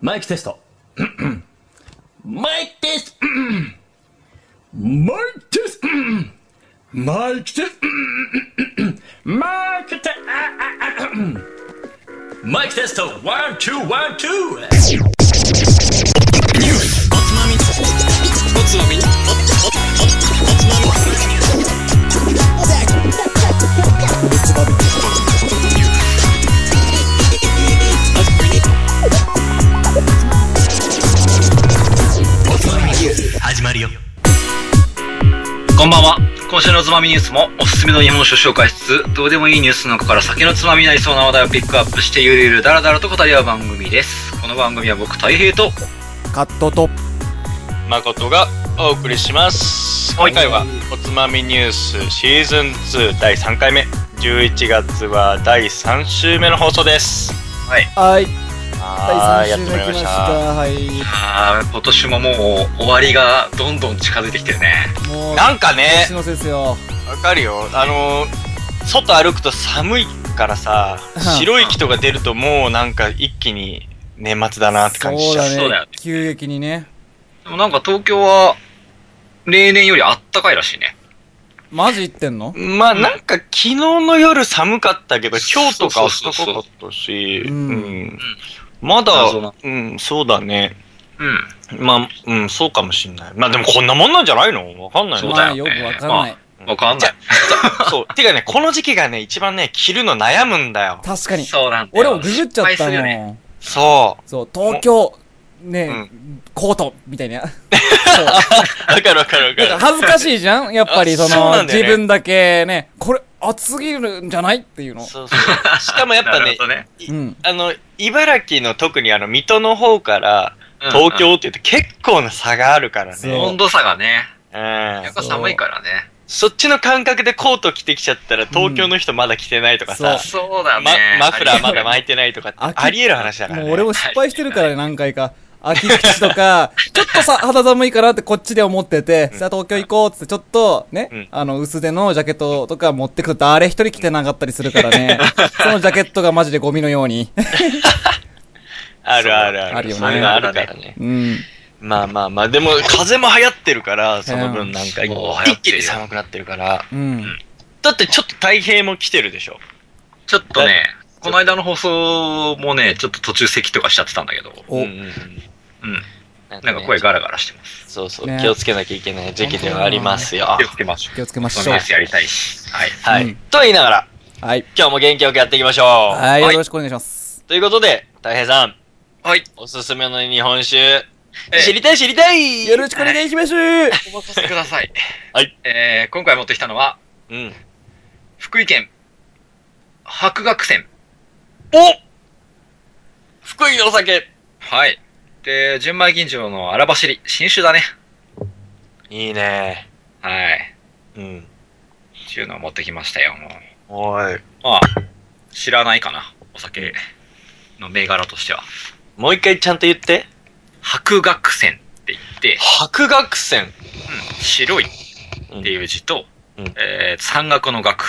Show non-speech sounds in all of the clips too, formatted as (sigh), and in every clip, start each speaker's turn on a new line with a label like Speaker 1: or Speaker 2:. Speaker 1: マイクテスト。 (clears throat) マイクテスト。 (clears throat) マイクテスト。マイクテスト。 (clears throat) マイクテスト。マイクテスト。ワン、ツー、ワン、ツー。
Speaker 2: 始まるよこんばんは今週のつまみニュースもおすすめの日本酒を紹介しつつどうでもいいニュースの中から酒のつまみになりそうな話題をピックアップしてゆるゆるだらだらと語り合う番組ですこの番組は僕たい平と
Speaker 3: カットと
Speaker 4: 誠がお送りします
Speaker 2: はい
Speaker 4: 今回は「おつまみニュースシーズン2第3回目11月は第3週目の放送です
Speaker 3: はい
Speaker 4: は
Speaker 3: 第
Speaker 4: ーいや
Speaker 3: 3週目来ま
Speaker 4: ってまいりまし
Speaker 3: した
Speaker 4: た
Speaker 3: はい
Speaker 2: あー今年ももう終わりがどんどん近づいてきてるね
Speaker 3: もう
Speaker 4: なんかね
Speaker 3: 年のせいですよ
Speaker 4: わかるよあのー外歩くと寒いからさ
Speaker 3: うん
Speaker 4: 白い人が出るともうなんか一気に年末だなって感じし
Speaker 3: そう
Speaker 4: ちゃう
Speaker 3: だ
Speaker 2: そうだ
Speaker 3: ね
Speaker 2: よね
Speaker 3: 急激にね
Speaker 2: でもなんか東京は例年よりあったかいらしいね
Speaker 3: マジ言ってんの
Speaker 4: まあなんか昨日の夜寒かったけど、今日とか
Speaker 2: そう
Speaker 4: 暖
Speaker 2: そうそう
Speaker 4: かかったし、
Speaker 3: う
Speaker 4: うんん。まだ
Speaker 2: 謎な、
Speaker 4: うん、そうだね。
Speaker 2: うん
Speaker 4: まあ、うん、そうかもしんない。まあでもこんなもんなんじゃないのわかんない
Speaker 2: そう
Speaker 4: ね
Speaker 2: だ
Speaker 3: まあ
Speaker 2: よ
Speaker 3: よ
Speaker 2: ね
Speaker 3: くわかんない
Speaker 2: わかん
Speaker 4: じ
Speaker 2: な
Speaker 4: ゃ
Speaker 2: い
Speaker 4: そう。てかね、この時期がね、一番ね、着るの悩むんだよ。
Speaker 3: 確かに
Speaker 2: そうなんだよ
Speaker 3: 俺もググっち
Speaker 2: 失
Speaker 3: ゃっ
Speaker 2: 敗す
Speaker 3: た
Speaker 2: るよね
Speaker 3: もん
Speaker 4: そう。
Speaker 3: そう東京ね
Speaker 4: う
Speaker 3: コートみたいな
Speaker 4: わかるわかるわか
Speaker 3: なんか恥ずかしいじゃんやっぱり
Speaker 4: あ
Speaker 3: そ
Speaker 4: そう
Speaker 3: の
Speaker 4: なんだよ
Speaker 3: 自
Speaker 4: ね
Speaker 3: 分だけねこれ暑すぎるんじゃないっていうの
Speaker 4: そうそう。しかもやっぱね
Speaker 2: なるほ、どね
Speaker 3: うん
Speaker 4: あの、茨城の特にあの、水戸の方から、東京って言うと結構な差があるから
Speaker 3: そう
Speaker 4: ね。
Speaker 2: 温度差がね
Speaker 4: うん
Speaker 2: やっぱ寒いからね
Speaker 4: そっちの感覚でコート着てきちゃったら東京の人まだ着てないとかさ、
Speaker 3: そ
Speaker 2: そうだ
Speaker 4: ま
Speaker 2: ね。
Speaker 4: マフラーまだ
Speaker 2: い
Speaker 4: 巻いてないとかって
Speaker 3: あき
Speaker 4: ありえる話だから、
Speaker 3: も
Speaker 4: ね。
Speaker 3: う俺も失敗してるからね、何回か。秋口とか、ちょっとさ、肌寒いからってこっちで思ってて、
Speaker 4: うん
Speaker 3: さあ東京行こうっつって、ちょっとね、
Speaker 4: うん
Speaker 3: あの、薄手のジャケットとか持ってくと誰一人着てなかったりするからね、そのジャケットがマジでゴミのように。 (laughs)
Speaker 4: あるあるある。
Speaker 3: あるよね
Speaker 4: そういうのあるからね。
Speaker 3: うん。
Speaker 4: まあまあまあ、でも風も流行ってるから、その分なんか
Speaker 2: うんそう流行
Speaker 4: 一
Speaker 2: って
Speaker 4: 気
Speaker 2: るよ
Speaker 4: に寒くなってるから。
Speaker 3: うん。
Speaker 4: だってちょっと太平も来てるでしょ。
Speaker 2: ちょっとね、この間の放送もね、ちょっと途中咳とかしちゃってたんだけど、
Speaker 3: お、
Speaker 4: うんうんうん
Speaker 2: うん。
Speaker 4: なん
Speaker 2: なんか声
Speaker 4: が。
Speaker 2: ガラガラしてます。
Speaker 4: そうそう、
Speaker 3: ね
Speaker 4: 気をつけなきゃいけない時期ではありますよ。
Speaker 2: 気をつけましょ
Speaker 3: 気をつけま
Speaker 2: う。そ
Speaker 3: し
Speaker 2: の
Speaker 3: ょう
Speaker 2: ニュー。スやりたいし。はい。
Speaker 4: は
Speaker 3: う
Speaker 4: い、
Speaker 3: ん
Speaker 4: と言いながら、
Speaker 3: はい。
Speaker 4: 今日も元気よくやっていきましょう。
Speaker 3: はい、よろしくお願いします。
Speaker 4: ということで、たい平さん、
Speaker 2: はい。
Speaker 4: おすすめの日本酒、
Speaker 2: え
Speaker 4: 知りたい知りたい
Speaker 3: よろしくお願いしますはい。
Speaker 2: お任せくだ (laughs) さい。
Speaker 4: はい。
Speaker 2: えー、今回持ってきたのは、
Speaker 4: うん。
Speaker 2: 福井県、白学船。
Speaker 4: お福井のお酒
Speaker 2: はい。で、純米吟醸の荒走り、新酒だね。
Speaker 4: いいね
Speaker 2: はい。
Speaker 4: うん。
Speaker 2: っていうのを持ってきましたよ、もう。
Speaker 4: おい。
Speaker 2: まあ、知らないかな。お酒の銘柄としては。
Speaker 4: もう一回ちゃんと言って。
Speaker 2: 白学船って言って、
Speaker 4: 白学
Speaker 2: う
Speaker 4: 線。
Speaker 2: ん、白いっていう字と、
Speaker 4: うんうん
Speaker 2: えー山岳の岳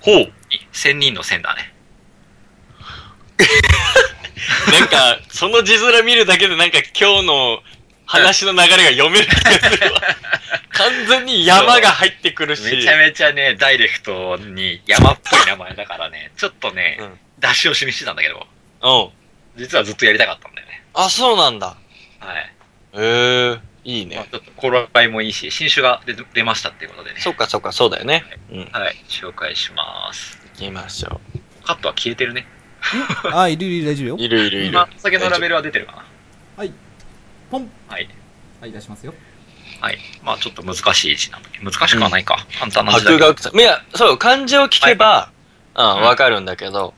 Speaker 4: ほう。
Speaker 2: に千人の千だね。
Speaker 4: なんか、その字面見るだけでなんか今日の話の流れが読める気がするわ。完全に山が入ってくるし。
Speaker 2: めちゃめちゃね、ダイレクトに山っぽい名前だから
Speaker 4: (laughs)
Speaker 2: ね、ちょっとね、
Speaker 4: うん
Speaker 2: 出し惜しみしてたんだけど、
Speaker 4: うん。
Speaker 2: 実はずっとやりたかったんだよね。
Speaker 4: あ、そうなんだ。
Speaker 2: はい。
Speaker 4: へえ、いい
Speaker 2: まあ
Speaker 4: ね。
Speaker 2: ちょっと頃合いもいいし、新種が出出ましたっていうことでね。
Speaker 4: そっかそっか、そうだよね。うん。行
Speaker 2: はい、紹介します。
Speaker 4: きましょ
Speaker 2: カットは消えてるね。
Speaker 3: あ、いるいる大丈夫
Speaker 4: う。
Speaker 3: よ。
Speaker 4: いるいるいる
Speaker 2: 今、。お酒のラベルは出てるかな。
Speaker 3: ポン。
Speaker 2: はい。
Speaker 3: はい、出しますよ。
Speaker 2: はい。まあちょっと難しい字なんだけど、難しくはないか。簡単な字だけ
Speaker 4: 白
Speaker 2: ど。
Speaker 4: 学線。いや、そう、漢字を聞けば、うん、わかるんだけど、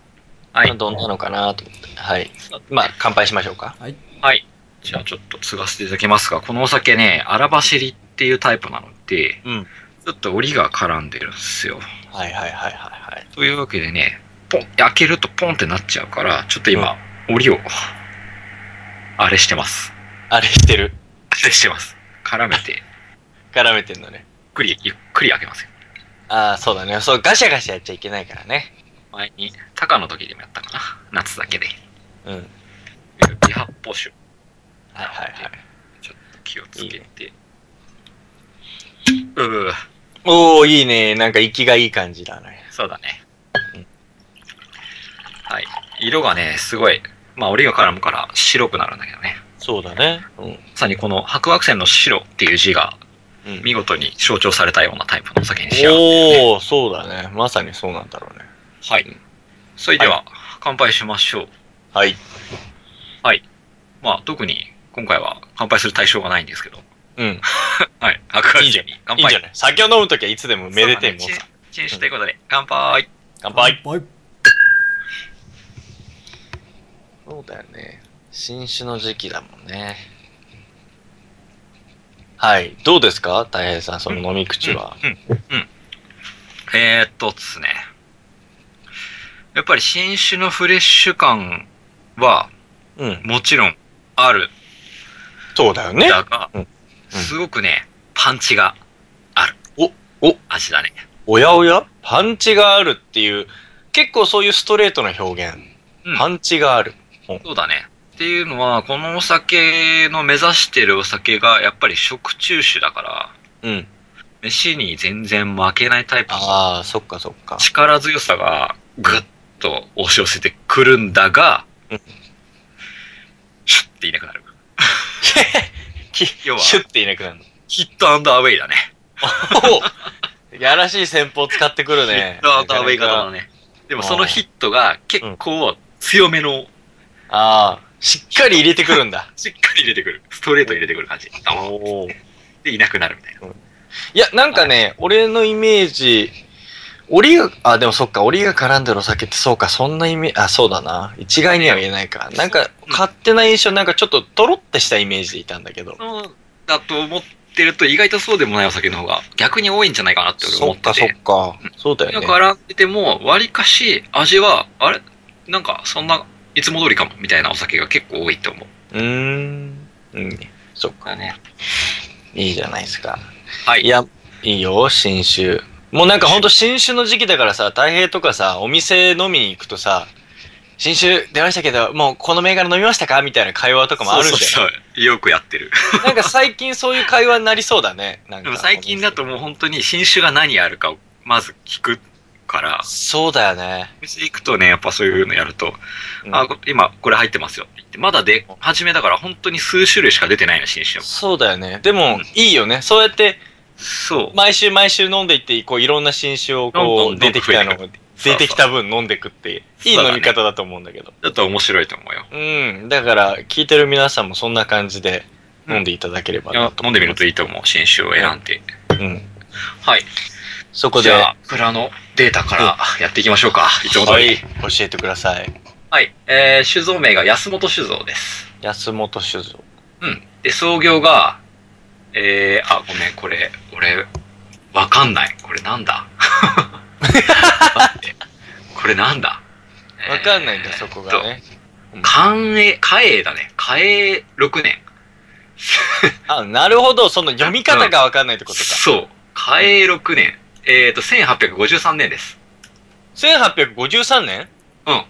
Speaker 2: は
Speaker 4: まあ
Speaker 2: い。
Speaker 4: どんなのかなと思って。はい。まあ、乾杯しましょうか。
Speaker 2: はい。じゃあちょっと継がせていただきますが、このお酒ね、荒走りっていうタイプなので、
Speaker 4: うん。
Speaker 2: ちょっと折りが絡んでるんですよ。
Speaker 4: はいはいはいはいはい。
Speaker 2: というわけでね、ポン、開けるとポンってなっちゃうから、ちょっと今、折りを、あれしてます。
Speaker 4: あれしてる。
Speaker 2: あれしてます。絡めて、ゆっ
Speaker 4: 絡めてんのね。
Speaker 2: くり、ゆっくり開けますよ。
Speaker 4: ああ、そうだね。そう、ガシャガシャやっちゃいけないからね。
Speaker 2: 前に、タカの時でもやったかな。夏だけで。
Speaker 4: うん。
Speaker 2: 微発泡酒。
Speaker 4: はいはいはい。
Speaker 2: ちょっと気をつ
Speaker 4: い
Speaker 2: け
Speaker 4: い
Speaker 2: て。うう
Speaker 4: おー、いいね。なんか、息がいい感じだね。
Speaker 2: そうだね。はい。色がね、すごい、まあ、折りが絡むから白くなるんだけどね。
Speaker 4: そうだね。うん。
Speaker 2: まさにこの白惑星の白っていう字が
Speaker 4: うん、
Speaker 2: 見事に象徴されたようなタイプのお酒に仕上がってるね、
Speaker 4: おー、そうだね。まさにそうなんだろうね。
Speaker 2: はい。それでは、乾杯しましょう。
Speaker 4: はい。
Speaker 2: まあ、特に今回は乾杯する対象がないんですけど。
Speaker 4: (laughs) うん。
Speaker 2: はい。白惑
Speaker 4: いいんじ
Speaker 2: 星
Speaker 4: ゃ
Speaker 2: に
Speaker 4: ない
Speaker 2: 乾
Speaker 4: いいんじゃ
Speaker 2: 杯。
Speaker 4: ない酒を飲むときはいつでもめでても
Speaker 2: そうだ
Speaker 4: さ
Speaker 2: ね。チンチンということで、乾杯。
Speaker 4: 乾杯。
Speaker 3: はい。
Speaker 4: そうだよね。新酒の時期だもんね。はい。どうですか大平さん、その飲み口は。
Speaker 2: うん。うん。えー、っとですね。やっぱり新酒のフレッシュ感は
Speaker 4: うん。
Speaker 2: もちろんある
Speaker 4: そうだよ
Speaker 2: ん
Speaker 4: ね。
Speaker 2: だが、
Speaker 4: うんうん
Speaker 2: すごくね、パンチがある。
Speaker 4: おお
Speaker 2: 味だね。
Speaker 4: おやおやパンチがあるっていう、結構そういうストレートな表現。
Speaker 2: うん
Speaker 4: パンチがある。
Speaker 2: そうだね。っていうのは、このお酒の目指してるお酒が、やっぱり食中酒だから、
Speaker 4: うん。
Speaker 2: 飯に全然負けないタイプの
Speaker 4: ああ、そっかそっか。
Speaker 2: 力強さがぐっと押し寄せてくるんだが
Speaker 4: うん、
Speaker 2: シュッていなくなる。
Speaker 4: (laughs) き
Speaker 2: 要は
Speaker 4: シュッていなくなるの。
Speaker 2: ヒットアンドアウェイだね。
Speaker 4: おやらしい戦法使ってくる
Speaker 2: ヒ
Speaker 4: ね。
Speaker 2: ットアンドアウェイ型だね。でもそのヒットが結構強めの、
Speaker 4: ああ、しっかり入れてくるんだ。
Speaker 2: しっかり入れてくる。ストレートに入れてくる感じ。
Speaker 4: お
Speaker 2: で、いなくなるみたいな。
Speaker 4: いや、なんかね、俺のイメージ、折が、あ、でもそっか、折が絡んでるお酒ってそうか、そんなイメージ、あ、そうだな。一概には言えないか。なんか、勝手な印象、なんかちょっとトロってしたイメージでいたんだけど。
Speaker 2: そうだと思ってると意外とそうでもないお酒の方が逆に多いんじゃないかなって俺
Speaker 4: そ
Speaker 2: 思
Speaker 4: っ
Speaker 2: って。
Speaker 4: か、そってか。そうだよ
Speaker 2: よ
Speaker 4: ね
Speaker 2: く。洗ってても、割かし味は、あれなんかそんないつも通りかもみたいなお酒が結構多いと思う。
Speaker 4: うーん。うん。そっか。
Speaker 2: ね。
Speaker 4: いいじゃないですか。
Speaker 2: はい。
Speaker 4: いや、いいよ、新酒。もうなんかほんと新酒の時期だからさ、太平とかさ、お店飲みに行くとさ、新酒出ましたけど、もうこの銘柄飲みましたかみたいな会話とかもあるんだよね。
Speaker 2: そうそうそうよくやってる。
Speaker 4: なんか最近そういう会話になりそうだね。なん
Speaker 2: で
Speaker 4: か
Speaker 2: も最近だともう本当に新種が何あるかをまず聞くから、
Speaker 4: そうだよね。
Speaker 2: お店行くとね、やっぱそういうのやると、
Speaker 4: うん
Speaker 2: あ、こ今これ入ってますよって言って、まだ出始めだから本当に数種類しか出てないの、新種も。
Speaker 4: そうだよね。でも、いいよね。そうやって、
Speaker 2: そう。
Speaker 4: 毎週毎週飲んでいって、こう、いろんな新酒を
Speaker 2: どんど
Speaker 4: こ
Speaker 2: ん
Speaker 4: う、出てきたの
Speaker 2: ど
Speaker 4: を、出てきた分飲んでくって、いい
Speaker 2: そうだ
Speaker 4: 飲
Speaker 2: ね
Speaker 4: み方だと思うんだけど。
Speaker 2: だと面白いと思うよ。
Speaker 4: うん。だから、聞いてる皆さんもそんな感じで
Speaker 2: うん
Speaker 4: 飲んでいただければ
Speaker 2: いや
Speaker 4: なと。
Speaker 2: 飲んでみるといいと思う、新種を選んで。
Speaker 4: うん。
Speaker 2: はい。
Speaker 4: そこ
Speaker 2: じ
Speaker 4: で、
Speaker 2: ゃあ
Speaker 4: は、
Speaker 2: 蔵のデータからやっていきましょうか。いつも通
Speaker 4: い
Speaker 2: り。、
Speaker 4: 教えてください。
Speaker 2: はい。えー、酒造名が安本酒造です。
Speaker 4: 安本酒造。
Speaker 2: うん。で、創業が、えー、あ、ごめん、これ、俺、わかんない。これなん (laughs) だ待ってこれなんだ
Speaker 4: わかんないんだ、そこがね。
Speaker 2: 寛永、寛永だね。寛永6年。
Speaker 4: あ、なるほど。その読み方がわかんないってことか。
Speaker 2: そう。寛永6年。えっ、ー、と、1853年です。
Speaker 4: 1853年
Speaker 2: うん。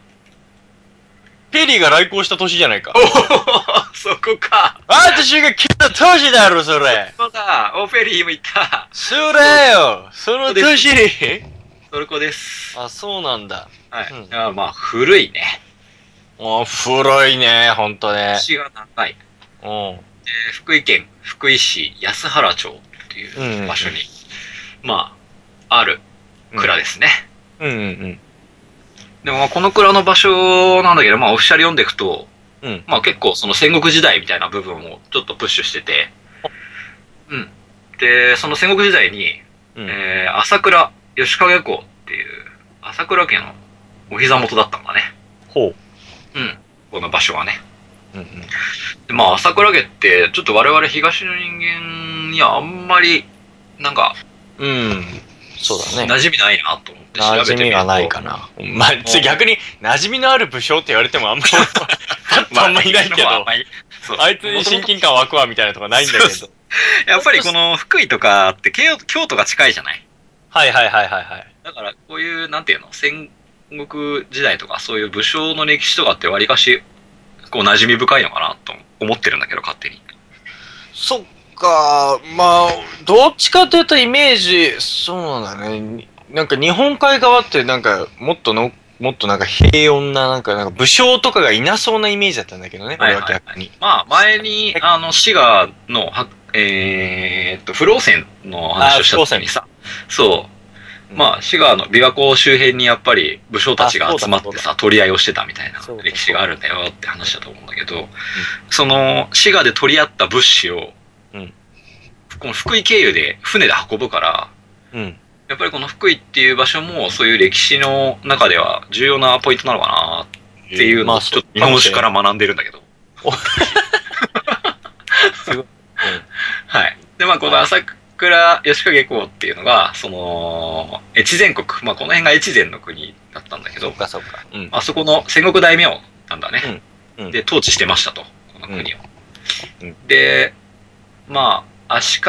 Speaker 4: ペリーが来航した年じゃないか。
Speaker 2: おおそこか。
Speaker 4: あたしが来た年だろ、それ。
Speaker 2: そうだ。オペリーもいた。
Speaker 4: それよ、その年に。
Speaker 2: トルコです。
Speaker 4: あ、そうなんだ。
Speaker 2: はい。
Speaker 4: うん
Speaker 2: あまあ、古いね。
Speaker 4: あ、古いね、ほんとね。
Speaker 2: 血が長い。
Speaker 4: うん。
Speaker 2: えー福井県福井市安原町っていう場所に、まあ、ある蔵ですね。
Speaker 4: うんうん
Speaker 2: でもまあ、この蔵の場所なんだけど、まあ、オフィシャル読んでいくと、
Speaker 4: うん。うん。
Speaker 2: まあ結構その戦国時代みたいな部分をちょっとプッシュしてて、うん。で、その戦国時代に、
Speaker 4: うん
Speaker 2: えー朝倉吉影港っていう、朝倉家のお膝元だったんだね。
Speaker 4: ほう。
Speaker 2: うん。この場所はね。
Speaker 4: うんうん。
Speaker 2: でまあ、朝倉家って、ちょっと我々東の人間にはあんまり、なんか、
Speaker 4: うん。そうだね。
Speaker 2: 馴染みないなと思って調
Speaker 4: 馴
Speaker 2: べてみ
Speaker 4: 染
Speaker 2: ると
Speaker 4: みがない
Speaker 2: (laughs)
Speaker 4: か。な。まあ、ち逆に、馴染みのある武将って言われてもあんま、パッと (laughs) あんまいないけ
Speaker 2: ま
Speaker 4: ど、
Speaker 2: あいそう
Speaker 4: あいつに親近感湧くわみたいなとこないんだけ
Speaker 2: そ
Speaker 4: ど。
Speaker 2: やっぱりこの福井とかって京京都が近いじゃない
Speaker 4: はいはいはいはいはい。
Speaker 2: だからこういう、なんていうの、戦国時代とかそういう武将の歴史とかってわりかし、構馴染み深いのかなと思ってるんだけど、勝手に。
Speaker 4: そっか、まあ、どっちかというとイメージ、そうなんだね。なんか日本海側ってなんかもっとの、もっとなんか平穏な、なんかなんか武将とかがいなそうなイメージだったんだけどね、
Speaker 2: はいはい
Speaker 4: 俺は逆に。
Speaker 2: まあ、前に、あの、滋賀の、はえーっと、不老船の話をした時にさ、そう、まあ、滋賀の琵琶湖周辺にやっぱり武将たちが集まって
Speaker 4: あそうだそう
Speaker 2: さ、取り合いをしてたみたいな
Speaker 4: そうだ
Speaker 2: 歴史があるんだよって話だと思うんだけど、その、滋賀で取り合った物資を、
Speaker 4: うん
Speaker 2: この福井経由で船で運ぶから、
Speaker 4: うん。
Speaker 2: やっぱりこの福井っていう場所もそういう歴史の中では重要なポイントなのかなっていうのをちょっと日本史から学んでるんだけど。 (laughs)
Speaker 4: すごい
Speaker 2: はい。で、まあ、この朝倉義景公っていうのが、その、越前国、まあ、この辺が越前の国だったんだけ
Speaker 4: そ
Speaker 2: ど
Speaker 4: う、かそうか。うん。
Speaker 2: あそこの戦国大名なんだね。
Speaker 4: うんうん
Speaker 2: で、統治してましたと、この国を。
Speaker 4: うん
Speaker 2: で、まあ、足利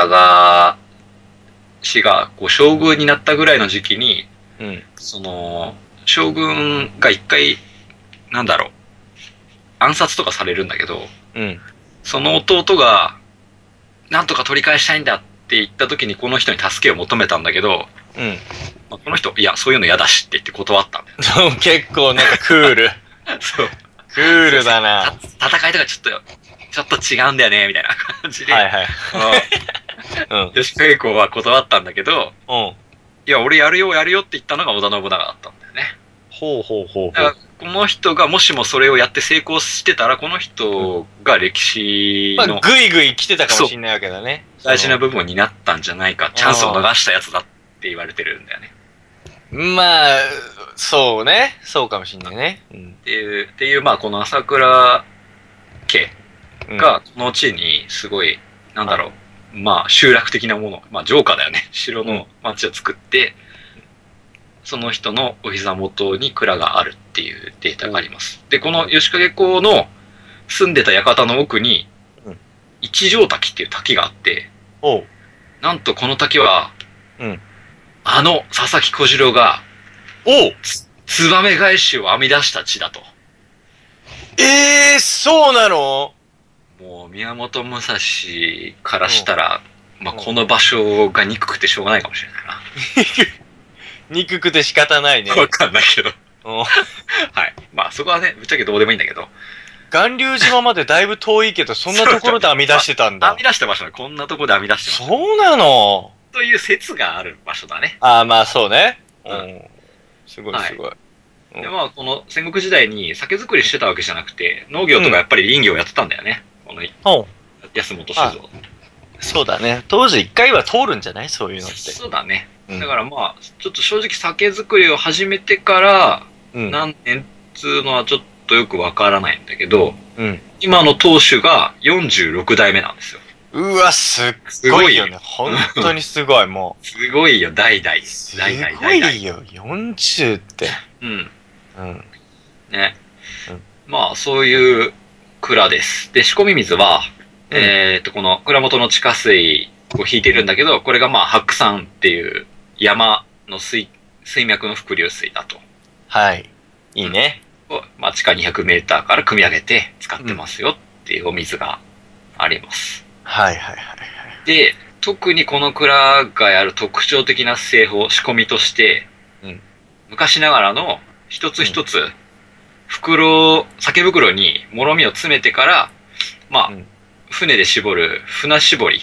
Speaker 2: 氏がこう将軍になったぐらいの時期に、
Speaker 4: うん。
Speaker 2: その、将軍が一回、なんだろう、暗殺とかされるんだけど、
Speaker 4: うん。
Speaker 2: その弟が、なんとか取り返したいんだって言った時にこの人に助けを求めたんだけど、
Speaker 4: うん。
Speaker 2: まあ、この人、いや、そういうの嫌だしって言って断ったんだよ。 (laughs)
Speaker 4: そう結構なんかクール。
Speaker 2: そう。
Speaker 4: クールだな。
Speaker 2: た戦いとかちょっと、ちょっと違うんだよね、みたいな感じで、
Speaker 4: はいはい。
Speaker 2: うん吉川英子は断ったんだけど、
Speaker 4: うん。
Speaker 2: いや、俺やるよ、やるよって言ったのが織田信長だったんだよね。
Speaker 4: ほうほうほう
Speaker 2: だからこの人がもしもそれをやって成功してたら、この人が歴史
Speaker 4: まあ、
Speaker 2: の
Speaker 4: ぐいぐい来てたかもしれないわけだね。
Speaker 2: 大事な部分を担ったんじゃないか、チャンスを逃したやつだって言われてるんだよね。
Speaker 4: まあ、そうね。そうかもしんないね。うん
Speaker 2: っていう、っていう、まあ、この朝倉家
Speaker 4: うん
Speaker 2: が、この地に、すごい、なんだろう、まあ、集落的なもの、まあ、城下だよ
Speaker 4: (laughs)
Speaker 2: ね。城の町を作って、その人のお膝元に蔵があるっていうデータがあります。で、この吉影公の住んでた館の奥に
Speaker 4: うん、
Speaker 2: 一条滝っていう滝があって、
Speaker 4: おう。
Speaker 2: なんとこの滝は、
Speaker 4: うん
Speaker 2: あの佐々木小次郎が、おツバメ返しを編み出した地だと。
Speaker 4: ええー、そうなの
Speaker 2: もう宮本武蔵からしたら、まあ、この場所が憎くてしょうがないかもしれないな。
Speaker 4: 憎くて仕方ないね。
Speaker 2: わかんないけど。
Speaker 4: うん
Speaker 2: (laughs) はい。まあそこはね、ぶっちゃけどうでもいいんだけど。
Speaker 4: 巌流島までだいぶ遠いけど、そんなところで編み出してたん
Speaker 2: 編
Speaker 4: だ
Speaker 2: み。出した場所はこんなとこで編み出してます。
Speaker 4: そうなの
Speaker 2: という説がある場所だね。
Speaker 4: ああ、まあそうね。う
Speaker 2: うん
Speaker 4: ん。すごい
Speaker 2: はい
Speaker 4: すごい。うん
Speaker 2: で、まあこの戦国時代に酒造りしてたわけじゃなくて、農業とかやっぱり林業やってたんだよね。この
Speaker 4: うん。
Speaker 2: 安本酒造。
Speaker 4: そうだね。当時一回は通るんじゃないそういうのって。
Speaker 2: そうだね。
Speaker 4: うん
Speaker 2: だからまあ、ちょっと正直酒造りを始めてから
Speaker 4: うん。
Speaker 2: 何年っつうのはちょっとよくわからないんだけど、
Speaker 4: うん。
Speaker 2: 今の当主が46代目なんですよ。
Speaker 4: うわ、すっ
Speaker 2: す
Speaker 4: ごいよね。。本当にすごい、もう。
Speaker 2: すごいよ、代々。
Speaker 4: す
Speaker 2: 代々、
Speaker 4: ご
Speaker 2: 代々。
Speaker 4: いよ、40って。
Speaker 2: うん。
Speaker 4: うん。
Speaker 2: ね。
Speaker 4: うん
Speaker 2: まあ、そういう蔵です。で、仕込み水は、
Speaker 4: うん
Speaker 2: えっと、この蔵元の地下水を引いてるんだけど、これがまあ、白山っていう山の水、水脈の伏流水だと。
Speaker 4: はい。いいね。
Speaker 2: をまあ、地下200メーターから組み上げて使ってますよっていうお水があります。
Speaker 4: はいはいはい。
Speaker 2: で、特にこの蔵がやる特徴的な製法、仕込みとして、
Speaker 4: うん
Speaker 2: 昔ながらの一つ一つ、袋を、酒袋にもろみを詰めてから、まあ、
Speaker 4: うん
Speaker 2: 船で絞る船絞り、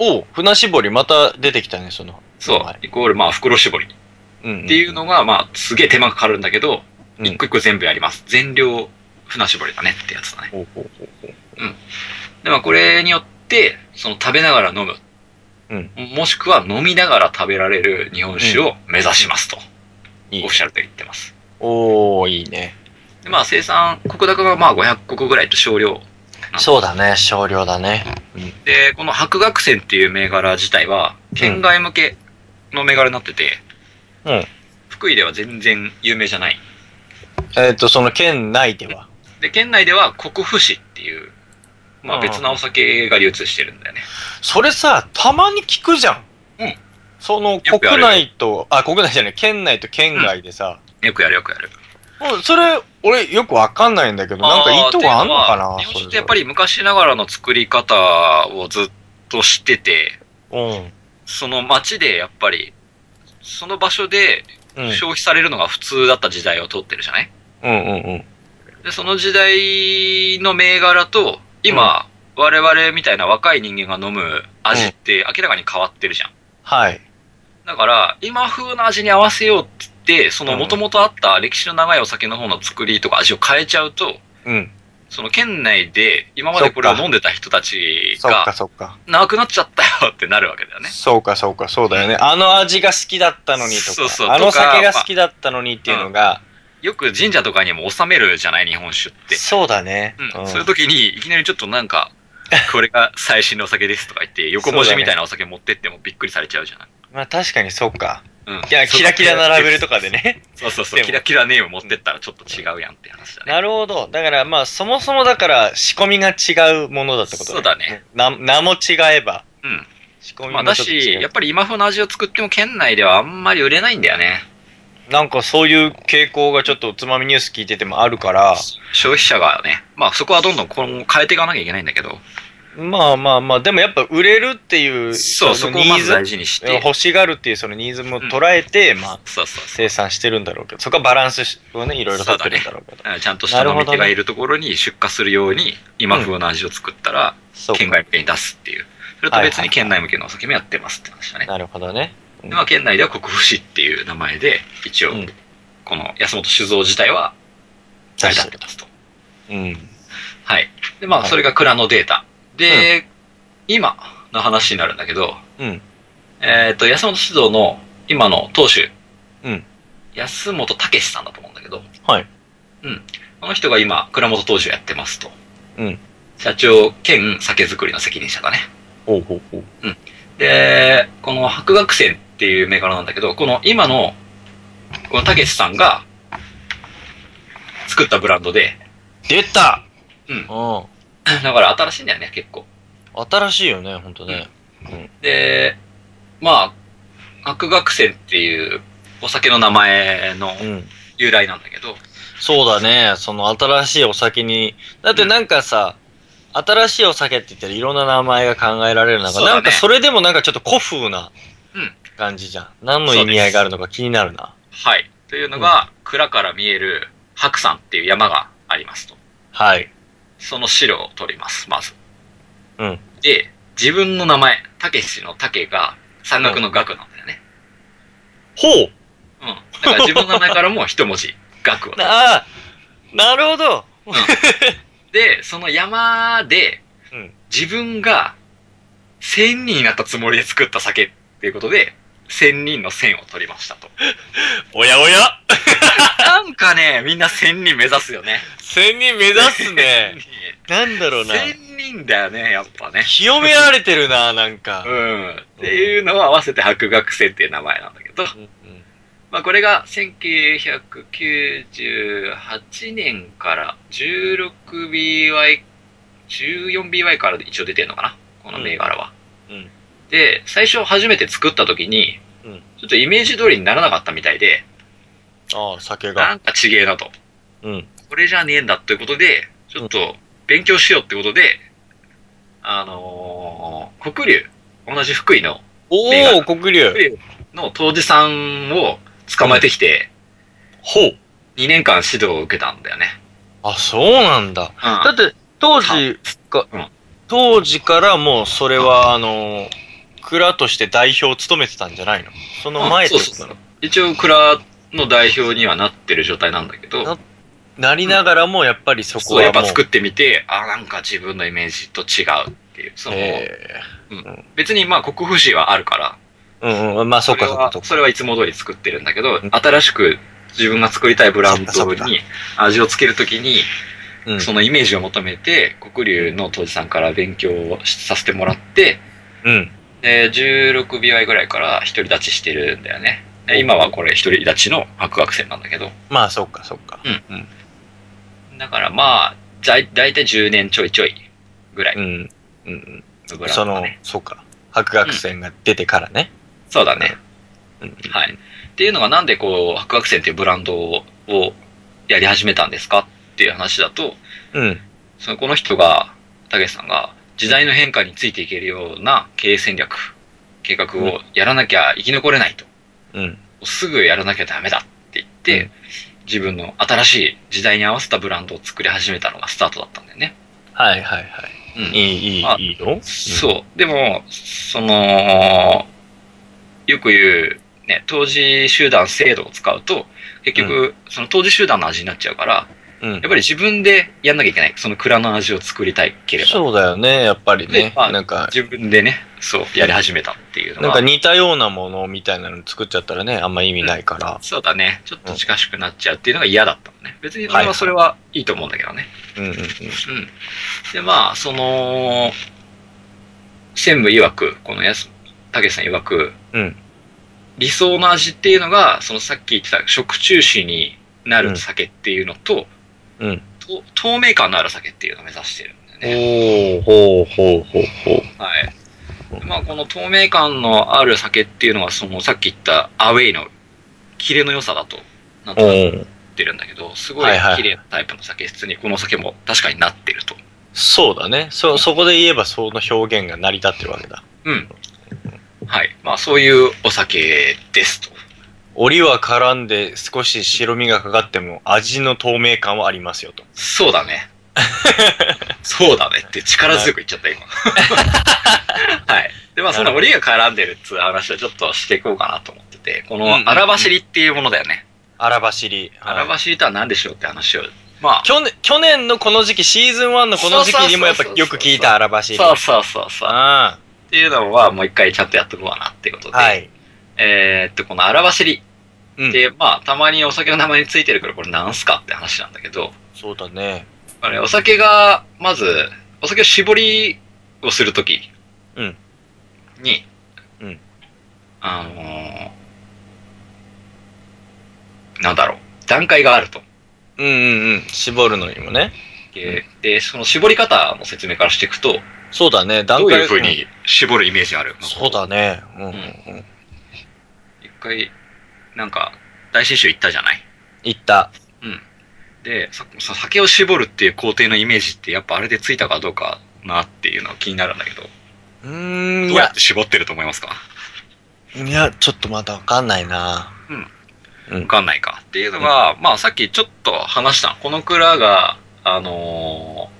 Speaker 4: おう船絞りまた出てきたね、その。
Speaker 2: そう、
Speaker 4: は
Speaker 2: イ
Speaker 4: い
Speaker 2: コールまあ袋絞りっ
Speaker 4: うん。
Speaker 2: ていうのが、まあ、すげえ手間がかかるんだけど、
Speaker 4: うん
Speaker 2: 一個一個全部やります。全量船絞りだねってやつだね。
Speaker 4: ほうほうほうほう。
Speaker 2: で、まあ、これによって、その食べながら飲む。
Speaker 4: うん
Speaker 2: もしくは飲みながら食べられる日本酒を目指しますと。
Speaker 4: いい
Speaker 2: オフィシャルで言ってます。
Speaker 4: おー、いいね。
Speaker 2: で、まあ、生産、国高がまあ500石ぐらいと少量。
Speaker 4: そうだね、少量だね。うん。
Speaker 2: で、この白学船っていう銘柄自体は、県外向けの銘柄になってて、
Speaker 4: うん。
Speaker 2: 福井では全然有名じゃない。
Speaker 4: えっ、と、その県内では。
Speaker 2: で、県内では国府市っていう、ま
Speaker 4: う
Speaker 2: あ
Speaker 4: ん
Speaker 2: 別なお酒が流通してるんだよね。
Speaker 4: それさ、たまに聞くじゃん。
Speaker 2: うん。
Speaker 4: その
Speaker 2: よくやる
Speaker 4: 国内と、あ、国内じゃない、県内と県外でさ、
Speaker 2: よくやるよくやる。
Speaker 4: うんそれ、俺よくわかんないんだけど、なんか意図があんのか
Speaker 2: あーっていうは日
Speaker 4: な
Speaker 2: 本
Speaker 4: そ
Speaker 2: 酒
Speaker 4: れ
Speaker 2: ってやっぱり昔ながらの作り方をずっとしてて、
Speaker 4: うん。
Speaker 2: その街でやっぱり、その場所で
Speaker 4: うん。
Speaker 2: 消費されるのが普通だった時代を通ってるじゃない
Speaker 4: うんうんうん。
Speaker 2: で、その時代の銘柄と、今、我々みたいな若い人間が飲む味って明らかに変わってるじゃん。
Speaker 4: はい。
Speaker 2: だから、今風の味に合わせようって言って、その元々あった歴史の長いお酒の方の作りとか味を変えちゃうと、
Speaker 4: うん。
Speaker 2: その県内で今までこれを飲んでた人たち
Speaker 4: そっか
Speaker 2: が、
Speaker 4: そっか。
Speaker 2: なくなっちゃったよってなるわけだよね。
Speaker 4: そうかそうか、そうだよね。あの味が好きだったのにとか、
Speaker 2: そうそう
Speaker 4: あの
Speaker 2: とか
Speaker 4: 酒が好きだったのにっていうのが、
Speaker 2: よく神社とかにも納めるじゃない、日本酒って。
Speaker 4: そうだね。
Speaker 2: うん
Speaker 4: うん
Speaker 2: そういう時に、いきなりちょっとなん
Speaker 4: (laughs)
Speaker 2: か、これが最新のお酒ですとか言って、横文字みたいなお酒持ってってもびっくりされちゃうじゃない。
Speaker 4: まあ確かにそうか。
Speaker 2: うん、
Speaker 4: いや、キラキラ並べるとかでね。
Speaker 2: そうそうそう、
Speaker 4: でも
Speaker 2: キラキラネーム持ってったらちょっと違うやんって話だね。
Speaker 4: なるほど。だからまあそもそもだから仕込みが違うものだってこと
Speaker 2: そうだね。
Speaker 4: な名も違えば。
Speaker 2: うん。
Speaker 4: 仕込み
Speaker 2: まあ
Speaker 4: も
Speaker 2: だ
Speaker 4: ちょっと
Speaker 2: し、
Speaker 4: 違う。
Speaker 2: やっぱり今風の味を作っても県内ではあんまり売れないんだよね。
Speaker 4: なんかそういう傾向がちょっとおつまみニュース聞いててもあるから、
Speaker 2: 消費者がね、まあそこはどんどん今後変えていかなきゃいけないんだけど、
Speaker 4: まあまあまあ、でもやっぱ売れるっていう、
Speaker 2: そう、そ
Speaker 4: の
Speaker 2: こを
Speaker 4: ニ
Speaker 2: ま
Speaker 4: ー
Speaker 2: ず
Speaker 4: ズ
Speaker 2: 大事にして、
Speaker 4: 欲しがるっていうそのニーズも捉えて、まあ
Speaker 2: そうそうそう
Speaker 4: 生産してるんだろうけど、そこはバランスをね、いろいろ取ってるんだろうけど。
Speaker 2: あちゃんとした飲み手がいるところに出荷するように、今風の味を作ったら、
Speaker 4: そう
Speaker 2: 県
Speaker 4: か。
Speaker 2: 外向けに出すっていう。それと別
Speaker 4: はいはい
Speaker 2: に県内向けのお酒もやってますって話だね。
Speaker 4: なるほどね。
Speaker 2: でまあ、県内では国府市っていう名前で、一応
Speaker 4: う、ん。
Speaker 2: この安本酒造自体は成り立ってますと。
Speaker 4: うん。
Speaker 2: はい。で、まあ、
Speaker 4: はい
Speaker 2: それが蔵のデータ。で、今の話になるんだけど、
Speaker 4: うん。
Speaker 2: えっ、と、安本酒造の今の当主、
Speaker 4: うん
Speaker 2: 安本武さんだと思うんだけど、
Speaker 4: はい。
Speaker 2: この人が今、蔵元当主やってますと。
Speaker 4: うん。
Speaker 2: 社長兼酒造りの責任者だね。
Speaker 4: おうほうほう。
Speaker 2: で、この白学船っていうメーカーなんだけど、この今の、このたけしさんが作ったブランドで、 (clears throat)
Speaker 4: 出た
Speaker 2: うん。
Speaker 4: う
Speaker 2: だから新しいんだよね、結構。
Speaker 4: ん。新しいよね、ほんとね。
Speaker 2: で、まあ、白学船っていうお酒の名前の
Speaker 4: うん。
Speaker 2: 由来なんだけど、
Speaker 4: そうだね。その新しいお酒に。だってなんかさ、新しいお酒って言ったらいろんな名前が考えられる中、
Speaker 2: そうだね
Speaker 4: なんかそれでもなんかちょっと古風な
Speaker 2: うん
Speaker 4: 感じじゃん。何の意味合いがあるのか気になるな。
Speaker 2: はい。というのが、蔵から見える白山っていう山がありますと。
Speaker 4: はい。
Speaker 2: その資料を取ります、まず。
Speaker 4: うん。
Speaker 2: で、自分の名前、たけしのたけが山岳の岳なんだよね。
Speaker 4: ほう
Speaker 2: うん。だから自分の名前からも一文字、額を。
Speaker 4: ああなるほど
Speaker 2: で、その山で、
Speaker 4: うん
Speaker 2: 自分が仙人になったつもりで作った酒っていうことで、仙人の仙を取りましたと。
Speaker 4: おやおや
Speaker 2: なんかね、みんな仙人目指すよね。
Speaker 4: 千人目指すね。 (laughs) なんだろうな。
Speaker 2: 仙人だよね、やっぱね。
Speaker 4: 清められてるな、なん
Speaker 2: う
Speaker 4: か。
Speaker 2: ん。っていうのを合わせて白学仙っていう名前なんだけど、
Speaker 4: うんうん
Speaker 2: まあこれが1998年から 16BY、14BY から一応出てるのかなこの銘柄は。
Speaker 4: うんうん
Speaker 2: で、最初初めて作った時に
Speaker 4: うん、
Speaker 2: ちょっとイメージ通りにならなかったみたいで、
Speaker 4: ああ、酒
Speaker 2: な
Speaker 4: が。
Speaker 2: んかちげえなと。
Speaker 4: うん。
Speaker 2: これじゃねえんだということで、ちょっと勉強しようってことで、あのー、黒龍、同じ福井の
Speaker 4: お
Speaker 2: 銘
Speaker 4: お、
Speaker 2: 柄
Speaker 4: 黒龍。
Speaker 2: の当時さんを捕まえてきて、
Speaker 4: ほう。
Speaker 2: 2年間指導を受けたんだよね。
Speaker 4: あ、そうなんだ。だって、当時か
Speaker 2: うん、
Speaker 4: 当時からもうそれは、あの、蔵として代表を務めてたんじゃないのその前って
Speaker 2: そう
Speaker 4: こ
Speaker 2: そうそう
Speaker 4: となの。
Speaker 2: 一応蔵の代表にはなってる状態なんだけど、
Speaker 4: ななりながらも、やっぱりそこ
Speaker 2: そうや
Speaker 4: は
Speaker 2: っぱ
Speaker 4: も。
Speaker 2: 作ってみて、あーなんか自分のイメージと違うっていう。そうの
Speaker 4: へ
Speaker 2: 別にまあ国府市はあるから、
Speaker 4: えうんうん、まあそ
Speaker 2: そうれ
Speaker 4: かそうか
Speaker 2: は
Speaker 4: そうか。
Speaker 2: それはいつも通り作ってるんだけど
Speaker 4: ん、
Speaker 2: 新しく自分が作りたいブラン
Speaker 4: そ
Speaker 2: ド
Speaker 4: っかそっか
Speaker 2: に味をつけるときに、
Speaker 4: うん
Speaker 2: そのイメージを求めて、黒龍の当時さんから勉強をさせてもらって、
Speaker 4: うん。
Speaker 2: で、16秒ぐらいから独り立ちしてるんだよね。で今はこれ独り立ちの白学生なんだけど、
Speaker 4: まあそうかそうか。
Speaker 2: だからまあ、だいだいたい10年ちょいちょいぐらい
Speaker 4: うん。うんうん。
Speaker 2: のブラ
Speaker 4: そ
Speaker 2: ンド
Speaker 4: の
Speaker 2: だね。、
Speaker 4: そうか。白学船が出てからね。
Speaker 2: そうだね。
Speaker 4: うん
Speaker 2: はい。っていうのがなんでこう、白学船っていうブランドをやり始めたんですかっていう話だと、
Speaker 4: うん。
Speaker 2: そのこの人が、たけしさんが、時代の変化についていけるような経営戦略、計画をやらなきゃ生き残れないと。
Speaker 4: うん。
Speaker 2: すぐやらなきゃダメだって言って、
Speaker 4: うん
Speaker 2: 自分の新しい時代に合わせたブランドを作り始めたのがスタートだったんだよね。
Speaker 4: はいはいはい。
Speaker 2: うん
Speaker 4: いい、いい
Speaker 2: あ、
Speaker 4: いいよ。
Speaker 2: そう。でも、その、よく言う、ね、当時集団制度を使うと、結局、その当時集団の味になっちゃうから、
Speaker 4: うん。うん
Speaker 2: やっぱり自分でやんなきゃいけない。その蔵の味を作りたいければ。
Speaker 4: そうだよね、やっぱり
Speaker 2: で
Speaker 4: ね。、
Speaker 2: まあ、
Speaker 4: なんか、
Speaker 2: 自分でね、そう、やり始めたっていうの
Speaker 4: なん
Speaker 2: が。
Speaker 4: か似たようなものみたいなの作っちゃったらね、あんま意味ないから。
Speaker 2: そうだね。ちょっと近しくなっちゃうっていうのが嫌だったのね。別に俺はそれはいいと思うんだけどね。
Speaker 4: うんうんうん。
Speaker 2: うん。で、まあ、その、専務曰く、このやす、たけしさん曰く、
Speaker 4: うん
Speaker 2: 理想の味っていうのが、そのさっき言ってた食中止になる酒っていうのと、
Speaker 4: うん
Speaker 2: と透明感のある酒っていうのを目指してるんだよね。
Speaker 4: おー、ほうほうほうほう。
Speaker 2: はい。でまあ、この透明感のある酒っていうのは、そのさっき言ったアウェイのキレの良さだと、なんとなく言
Speaker 4: うん。
Speaker 2: ってるんだけど、すごい
Speaker 4: はいはい
Speaker 2: 綺麗なタイプの酒質にこの酒も確かになってると。
Speaker 4: そうだね。そ、そこで言えばその表現が成り立ってるわけだ。
Speaker 2: うん。はい。まあ、そういうお酒ですと。
Speaker 4: 檻は絡んで少し白身がかかっても味の透明感はありますよと。
Speaker 2: そうだ
Speaker 4: (laughs)
Speaker 2: ね。そうだねって力強く言っちゃった、今。
Speaker 4: (laughs)
Speaker 2: はい。で、まあ、その折が絡んでるっつう話をちょっとしていこうかなと思ってて、こ
Speaker 4: うんうんうん
Speaker 2: の荒走りっていうものだよね。
Speaker 4: 荒走り。
Speaker 2: 荒
Speaker 4: はい
Speaker 2: 走りとは何でしょうって話を。まあ、
Speaker 4: 去年、去年のこの時期、シーズン1のこの時期にもやっぱよく聞いた荒走り。
Speaker 2: そうそうそうそう。
Speaker 4: あ
Speaker 2: っていうのはもう一回ちゃんとやっとこうかなってこと
Speaker 4: あ
Speaker 2: で。
Speaker 4: はい。
Speaker 2: えーっと、この荒走り
Speaker 4: うん
Speaker 2: って、まあ、たまにお酒の名前についてるからこれなんすかって話なんだけど、
Speaker 4: そうだね。
Speaker 2: あれ、お酒が、まず、お酒を絞りをするとき
Speaker 4: うん
Speaker 2: に、
Speaker 4: うん
Speaker 2: あのーなんだろう、段階があると。
Speaker 4: うんうんうん。絞るのにもね。
Speaker 2: で、でその絞り方の説明からしていくと、
Speaker 4: そうだね。段
Speaker 2: どう
Speaker 4: 階
Speaker 2: いうふうに絞るイメージある
Speaker 4: そうだね。うんうんんうん。
Speaker 2: 一回、なんか、大新書行ったじゃない
Speaker 4: いった。
Speaker 2: で、ささ酒を絞るっていう工程のイメージって、やっぱあれでついたかどうかなっていうのは気になるんだけど、
Speaker 4: うーん、い
Speaker 2: どうや
Speaker 4: や
Speaker 2: っ、て絞ってると思いますか
Speaker 4: いや、ちょっとまだわかんないな。
Speaker 2: わかんないかっていうのが、まあさっきちょっと話した、この蔵が、あのー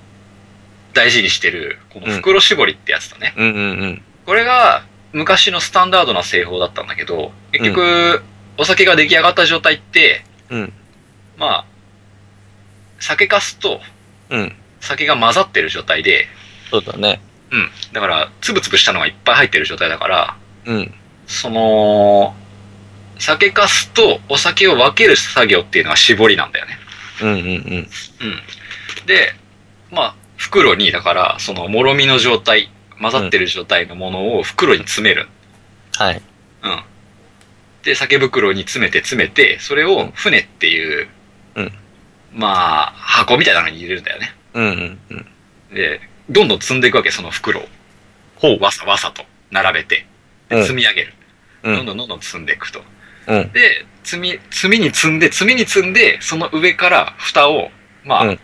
Speaker 2: 大事にしてる、この袋絞りってやつだね。
Speaker 4: うんうんうん。
Speaker 2: これが昔のスタンダードな製法だったんだけど、結局、お酒が出来上がった状態って、
Speaker 4: うん
Speaker 2: まあ、酒粕と
Speaker 4: うん。
Speaker 2: 酒が混ざってる状態で、
Speaker 4: そうだね。
Speaker 2: うん。だから、つぶつぶしたのがいっぱい入ってる状態だから、
Speaker 4: うん。
Speaker 2: その、酒粕とお酒を分ける作業っていうのは絞りなんだよね。
Speaker 4: うんうんうん。
Speaker 2: うん。で、まあ、袋に、だから、その、もろみの状態、混ざってる状態のものを袋に詰める。
Speaker 4: はい。
Speaker 2: うん。で、酒袋に詰めて詰めて、それを船っていう、
Speaker 4: うん
Speaker 2: まあ、箱みたいなのに入れるんだよね。
Speaker 4: うんうんうん。
Speaker 2: で、どんどん積んでいくわけ、その袋を。
Speaker 4: ほう
Speaker 2: わさわさと並べて、
Speaker 4: う
Speaker 2: で
Speaker 4: ん
Speaker 2: 積み上げる。
Speaker 4: う
Speaker 2: どん
Speaker 4: ん。
Speaker 2: どんどんどん積んでいくと。
Speaker 4: うん
Speaker 2: で、積み、積みに積んで、積みに積んで、その上から蓋を、まあ、
Speaker 4: うん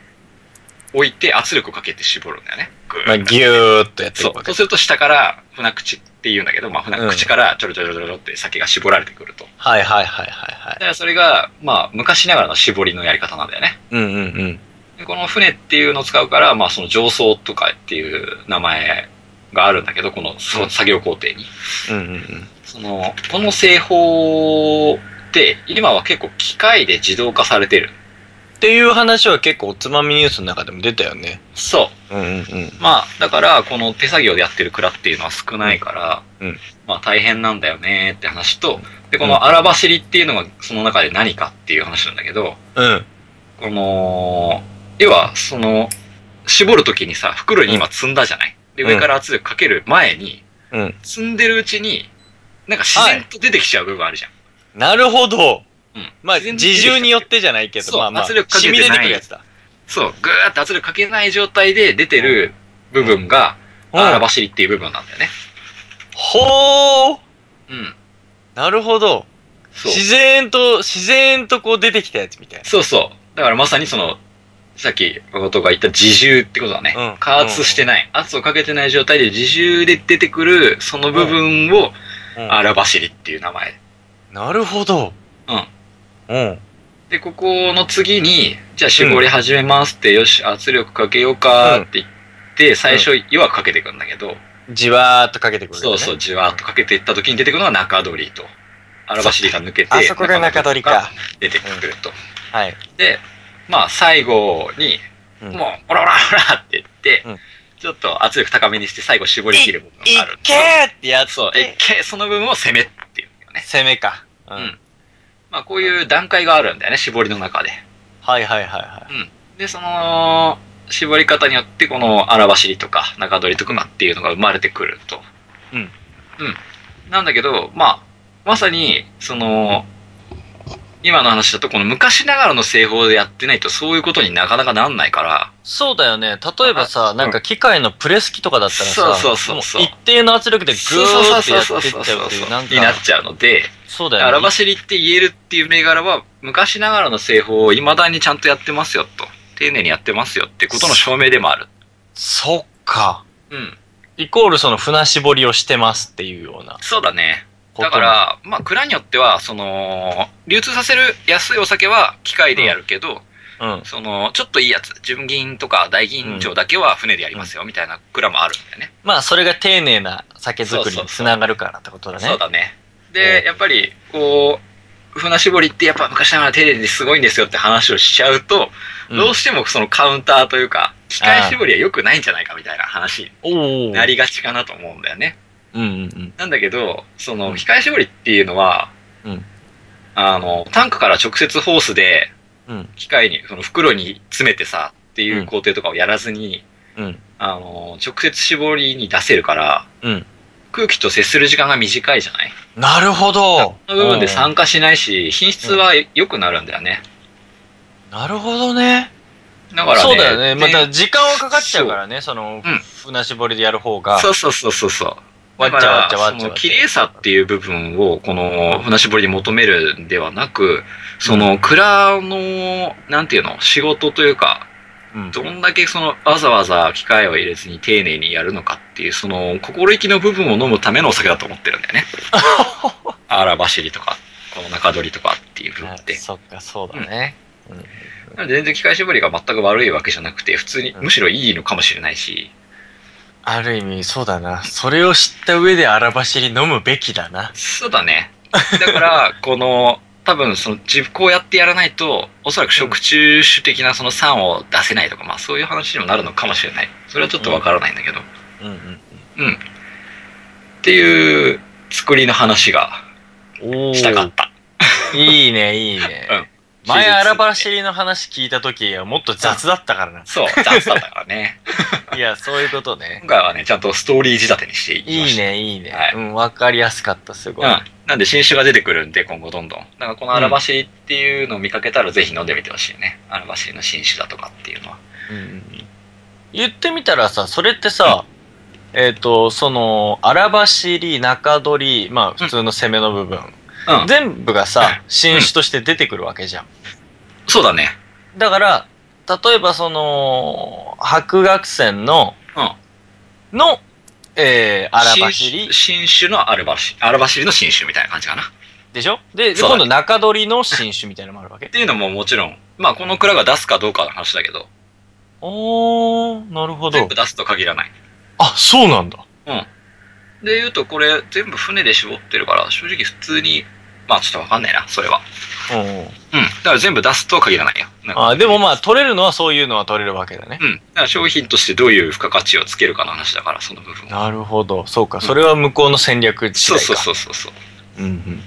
Speaker 2: 置いて圧力をかけて絞るんだよね。ぐ
Speaker 4: まあ、
Speaker 2: ーっと
Speaker 4: ぎゅーっとやってい
Speaker 2: そ
Speaker 4: くわ
Speaker 2: う。
Speaker 4: け
Speaker 2: そうすると下から船口って言うんだけど、まあ船口からちょろちょろちょろちょろって先が絞られてくると。
Speaker 4: はいはいはいはいは
Speaker 2: だ
Speaker 4: い。
Speaker 2: からそれが、まあ昔ながらの絞りのやり方なんだよね。
Speaker 4: うんうんうん。
Speaker 2: でこの船っていうのを使うから、まあその上層とかっていう名前があるんだけど、このそ作業工程に。
Speaker 4: うんうんうん。
Speaker 2: その、この製法って、今は結構機械で自動化されてる。
Speaker 4: っていう話は結構おつまみニュースの中でも出たよね。
Speaker 2: そう。
Speaker 4: うんうんうん。
Speaker 2: まあ、だから、この手作業でやってる蔵っていうのは少ないから、
Speaker 4: うん
Speaker 2: まあ大変なんだよねって話と、で、この荒走りっていうのがその中で何かっていう話なんだけど、
Speaker 4: うん。
Speaker 2: この、要は、その、絞るときにさ、袋に今積んだじゃないで、
Speaker 4: うん
Speaker 2: 上から圧力かける前に、
Speaker 4: うん。
Speaker 2: 積んでるうちに、なんか自然と出てきちゃう部分あるじゃん。
Speaker 4: なるほど。
Speaker 2: うん
Speaker 4: まあ、
Speaker 2: 自然
Speaker 4: 自重によってじゃないけ
Speaker 2: そ
Speaker 4: ど、
Speaker 2: う
Speaker 4: まあまあ、
Speaker 2: 圧力かけて
Speaker 4: 染
Speaker 2: ない
Speaker 4: み出てくるやつだ。
Speaker 2: そう、ぐーって圧力かけない状態で出てる部分が、
Speaker 4: うん
Speaker 2: 荒走りっていう部分なんだよね。
Speaker 4: ほー
Speaker 2: うん。
Speaker 4: なるほど。
Speaker 2: そう。
Speaker 4: 自然と、自然とこう出てきたやつみたいな。
Speaker 2: そうそう。だからまさにその、さっき、ことが言った自重ってことだね。
Speaker 4: うん
Speaker 2: 加圧してない、圧をかけてない状態で自重で出てくる、その部分を、
Speaker 4: うん
Speaker 2: 荒走りっていう名前。
Speaker 4: なるほど。うん。うん。
Speaker 2: で、ここの次に、じゃあ絞り始めますって、よし、圧力かけようかって言って、最初、弱くかけていくんだけど、
Speaker 4: じわーっとかけてくる、ね。
Speaker 2: そうそう、じわーっとかけていった時に出てくるのが中取りと。荒走りが抜けて、
Speaker 4: あそこが中取りか。。
Speaker 2: 出てくると。
Speaker 4: はい。
Speaker 2: で、まあ最後に、
Speaker 4: うん
Speaker 2: もう、オラオラオラって言って、
Speaker 4: うん
Speaker 2: ちょっと圧力高めにして最後絞り切る部分
Speaker 4: い
Speaker 2: がある。
Speaker 4: けーってやつ
Speaker 2: そう、えっけ、その部分を攻めっていうんだよね。
Speaker 4: 攻めか。う
Speaker 2: うん。まあこういう段階があるんだよね、絞りの中で。
Speaker 4: はいはいはいは
Speaker 2: で、その、絞り方によって、この荒走りとか中取りとかっていうのが生まれてくると。
Speaker 4: うん
Speaker 2: うん。なんだけど、まあ、まさに、その、今の話だと、この昔ながらの製法でやってないと、そういうことになかなかなんないから、
Speaker 4: い。そうだよね。例えばさ、なんか機械のプレス機とかだったらさ、
Speaker 2: そうそうそうそう
Speaker 4: も一定の圧力でグー
Speaker 2: そう
Speaker 4: って
Speaker 2: そう
Speaker 4: やって
Speaker 2: そう
Speaker 4: っ
Speaker 2: そう
Speaker 4: ちゃ
Speaker 2: そう
Speaker 4: っていう、
Speaker 2: う
Speaker 4: なん
Speaker 2: になっ
Speaker 4: か、
Speaker 2: ちゃうので、
Speaker 4: そうだ
Speaker 2: 荒
Speaker 4: よね。
Speaker 2: 走りって言えるっていう銘柄は、昔ながらの製法を未だにちゃんとやってますよと、丁寧にやってますよってことの証明でもある。
Speaker 4: そっか。
Speaker 2: うん。
Speaker 4: イコールその船絞りをしてますっていうような
Speaker 2: そうだね。
Speaker 4: こと。
Speaker 2: だか、ら、まあ、蔵によっては、その、流通させる安いお酒は機械でやるけど、
Speaker 4: うん。
Speaker 2: その、ちょっといいやつ、純銀とか大銀醸だけは船でやりますよ、みたいな蔵もあるんだよね。
Speaker 4: まあそれが丁寧な酒造りにつながるからってことだね。
Speaker 2: そうだね。
Speaker 4: う
Speaker 2: で
Speaker 4: ん、
Speaker 2: やっぱり、こう、船絞りってやっぱ昔ながら丁寧ですごいんですよって話をしちゃうと、
Speaker 4: うん
Speaker 2: どうしてもそのカウンターというか、機械絞りは良くないんじゃないかみたいな話に
Speaker 4: おお。
Speaker 2: なりがちかなと思うんだよね。
Speaker 4: うんうん
Speaker 2: なんだけど、その、
Speaker 4: うん
Speaker 2: 控え絞りっていうのは、
Speaker 4: うん
Speaker 2: あの、タンクから直接ホースで、
Speaker 4: うん。うん。
Speaker 2: 機械に、その袋に詰めてさ、っていう工程とかをやらずに、
Speaker 4: うん。
Speaker 2: あの、直接絞りに出せるから、
Speaker 4: うん。
Speaker 2: 空気と接する時間が短いじゃない
Speaker 4: なるほど。
Speaker 2: その部分で酸化しないし、品質は良くなるんだよね。
Speaker 4: うんなるほどね。
Speaker 2: だからね。
Speaker 4: そうだよね。また
Speaker 2: で
Speaker 4: 時間はかかっちゃうからね、その、
Speaker 2: うん
Speaker 4: 船絞りでやる方が。
Speaker 2: そうそうそうそうそう。
Speaker 4: わ
Speaker 2: だ
Speaker 4: っちゃ
Speaker 2: か
Speaker 4: わっ
Speaker 2: ら
Speaker 4: ちゃわっちゃわっちゃ
Speaker 2: その綺麗さっていう部分を、この、船絞りに求めるんではなく、その、蔵の、なんていうの、仕事というか、
Speaker 4: うん
Speaker 2: どんだけその、わざわざ機械を入れずに丁寧にやるのかっていう、その、心意気の部分を飲むためのお酒だと思ってるんだよ
Speaker 4: (laughs)
Speaker 2: ね。あらばしりとか、この中取りとかっていう部分って。
Speaker 4: そっか、そうだね。
Speaker 2: なので全然機械絞りが全く悪いわけじゃなくて、普通に、むしろいいのかもしれないし、
Speaker 4: ある意味、そうだな。それを知った上で荒走り飲むべきだな。
Speaker 2: そうだね。だ
Speaker 4: (laughs)
Speaker 2: から、この、多分その、自こうやってやらないと、おそらく食中酒的なその酸を出せないとか、まあそういう話にもなるのかもしれない。それはちょっとわからないんだけど。っ
Speaker 4: うんうん。
Speaker 2: ていう作りの話が
Speaker 4: おー
Speaker 2: したかった。
Speaker 4: いいね、いいね。
Speaker 2: うん
Speaker 4: 前、荒走
Speaker 2: り。
Speaker 4: りの話聞いた時はもっと雑だったからな。
Speaker 2: そう、雑だったから
Speaker 4: (laughs)
Speaker 2: ね。
Speaker 4: いや、そういうことね。
Speaker 2: 今回はね、ちゃんとストーリー仕立てにしていきま
Speaker 4: いい
Speaker 2: した。
Speaker 4: ね、いいね。
Speaker 2: はい
Speaker 4: うん、わかりやすかった、すごい。
Speaker 2: うん。なんで新酒が出てくるんで、今後どんどん。だからこの荒走りっていうのを見かけたら、ぜひ飲んでみてほしいね。荒走りの新酒だとかっていうのは。
Speaker 4: 言ってみたらさそれってさ、えっ、とその荒走り中取りまあ普通の攻めの部分、
Speaker 2: うん。
Speaker 4: 全部がさ新種として出てくるわけじゃん、
Speaker 2: そうだね。
Speaker 4: だから例えばその白学船の、の、えー、荒走り
Speaker 2: 新新種の荒走り。荒走りの新種みたいな感じかな。っ
Speaker 4: でしょでで
Speaker 2: そうだ
Speaker 4: 今
Speaker 2: ね
Speaker 4: 度中取りの新種みたいなのもある
Speaker 2: (laughs)
Speaker 4: わけ
Speaker 2: ていうのももちろん、まあこの蔵が出すかどうかの話だけど、
Speaker 4: おーなるほ
Speaker 2: 全
Speaker 4: ど
Speaker 2: 部出すと限らない。
Speaker 4: あそうなんだ
Speaker 2: で言うとこれ全部船で絞ってるから、正直普通に、まあちょっとわかんないな、それは。
Speaker 4: うんうん
Speaker 2: うん。だから全部出すとは限らないよ。なんか
Speaker 4: あでもまあ取れるのはそういうのは取れるわけだね
Speaker 2: うん。だから商品としてどういう付加価値をつけるかの話だから、その部分は。
Speaker 4: なるほど。そうか。それは向こうの戦略次
Speaker 2: そう
Speaker 4: 第か。
Speaker 2: そうそうそうそう。
Speaker 4: うんうんうん
Speaker 2: う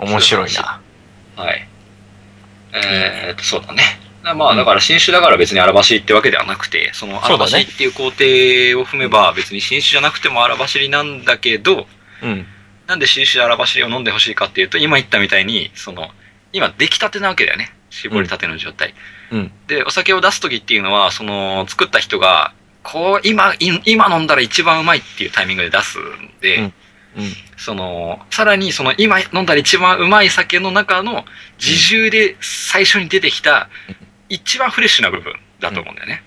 Speaker 4: うん。面白いな。
Speaker 2: はい。えーっと、そうだね。だまあ、だから、新種だから別に荒走りってわけではなくて、その
Speaker 4: そう
Speaker 2: 荒
Speaker 4: だね
Speaker 2: 走りっていう工程を踏めば、別に新種じゃなくても荒走りなんだけど、
Speaker 4: うん。
Speaker 2: なんで新種で荒走りを飲んでほしいかっていうと、今言ったみたいに、その、今出来たてなわけだよね。絞りたての状態。
Speaker 4: うん。
Speaker 2: で、お酒を出す時っていうのは、その、作った人が、こう、今、い今飲んだら一番うまいっていうタイミングで出すんで、
Speaker 4: うん
Speaker 2: その、さらにその今飲んだら一番うまい酒の中の自重で最初に出てきた一番フレッシュな部分だと思うんだよね。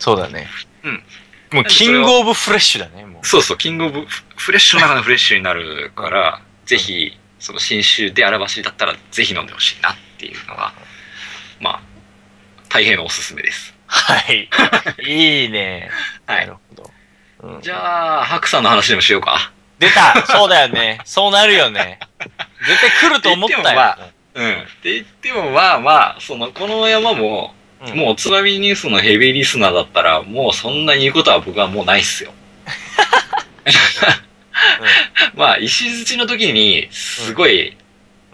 Speaker 4: そうだね。
Speaker 2: うん。
Speaker 4: もう、キングオブフレッシュだね、もう。
Speaker 2: そうそう、キングオブフフレッシュの中のフレッシュになるから、ぜひ、その新酒であらばしだったらぜひ飲んでほしいなっていうのが、まあ、大変おすすめです。
Speaker 4: (laughs) はい。いいね。
Speaker 2: は
Speaker 4: ないる。ほど。うん
Speaker 2: じゃあ、白さんの話でもしようか。
Speaker 4: 出たそうだよね。そうなるよね。絶対来ると思ったよ。
Speaker 2: うん。って言っても、まあまあ、その、この山も、
Speaker 4: うん
Speaker 2: もう、つまみニュースのヘビーリスナーだったら、もうそんなに言うことは僕はもうないっすよ。 (laughs) まあ、石槌の時に、すごい
Speaker 4: うん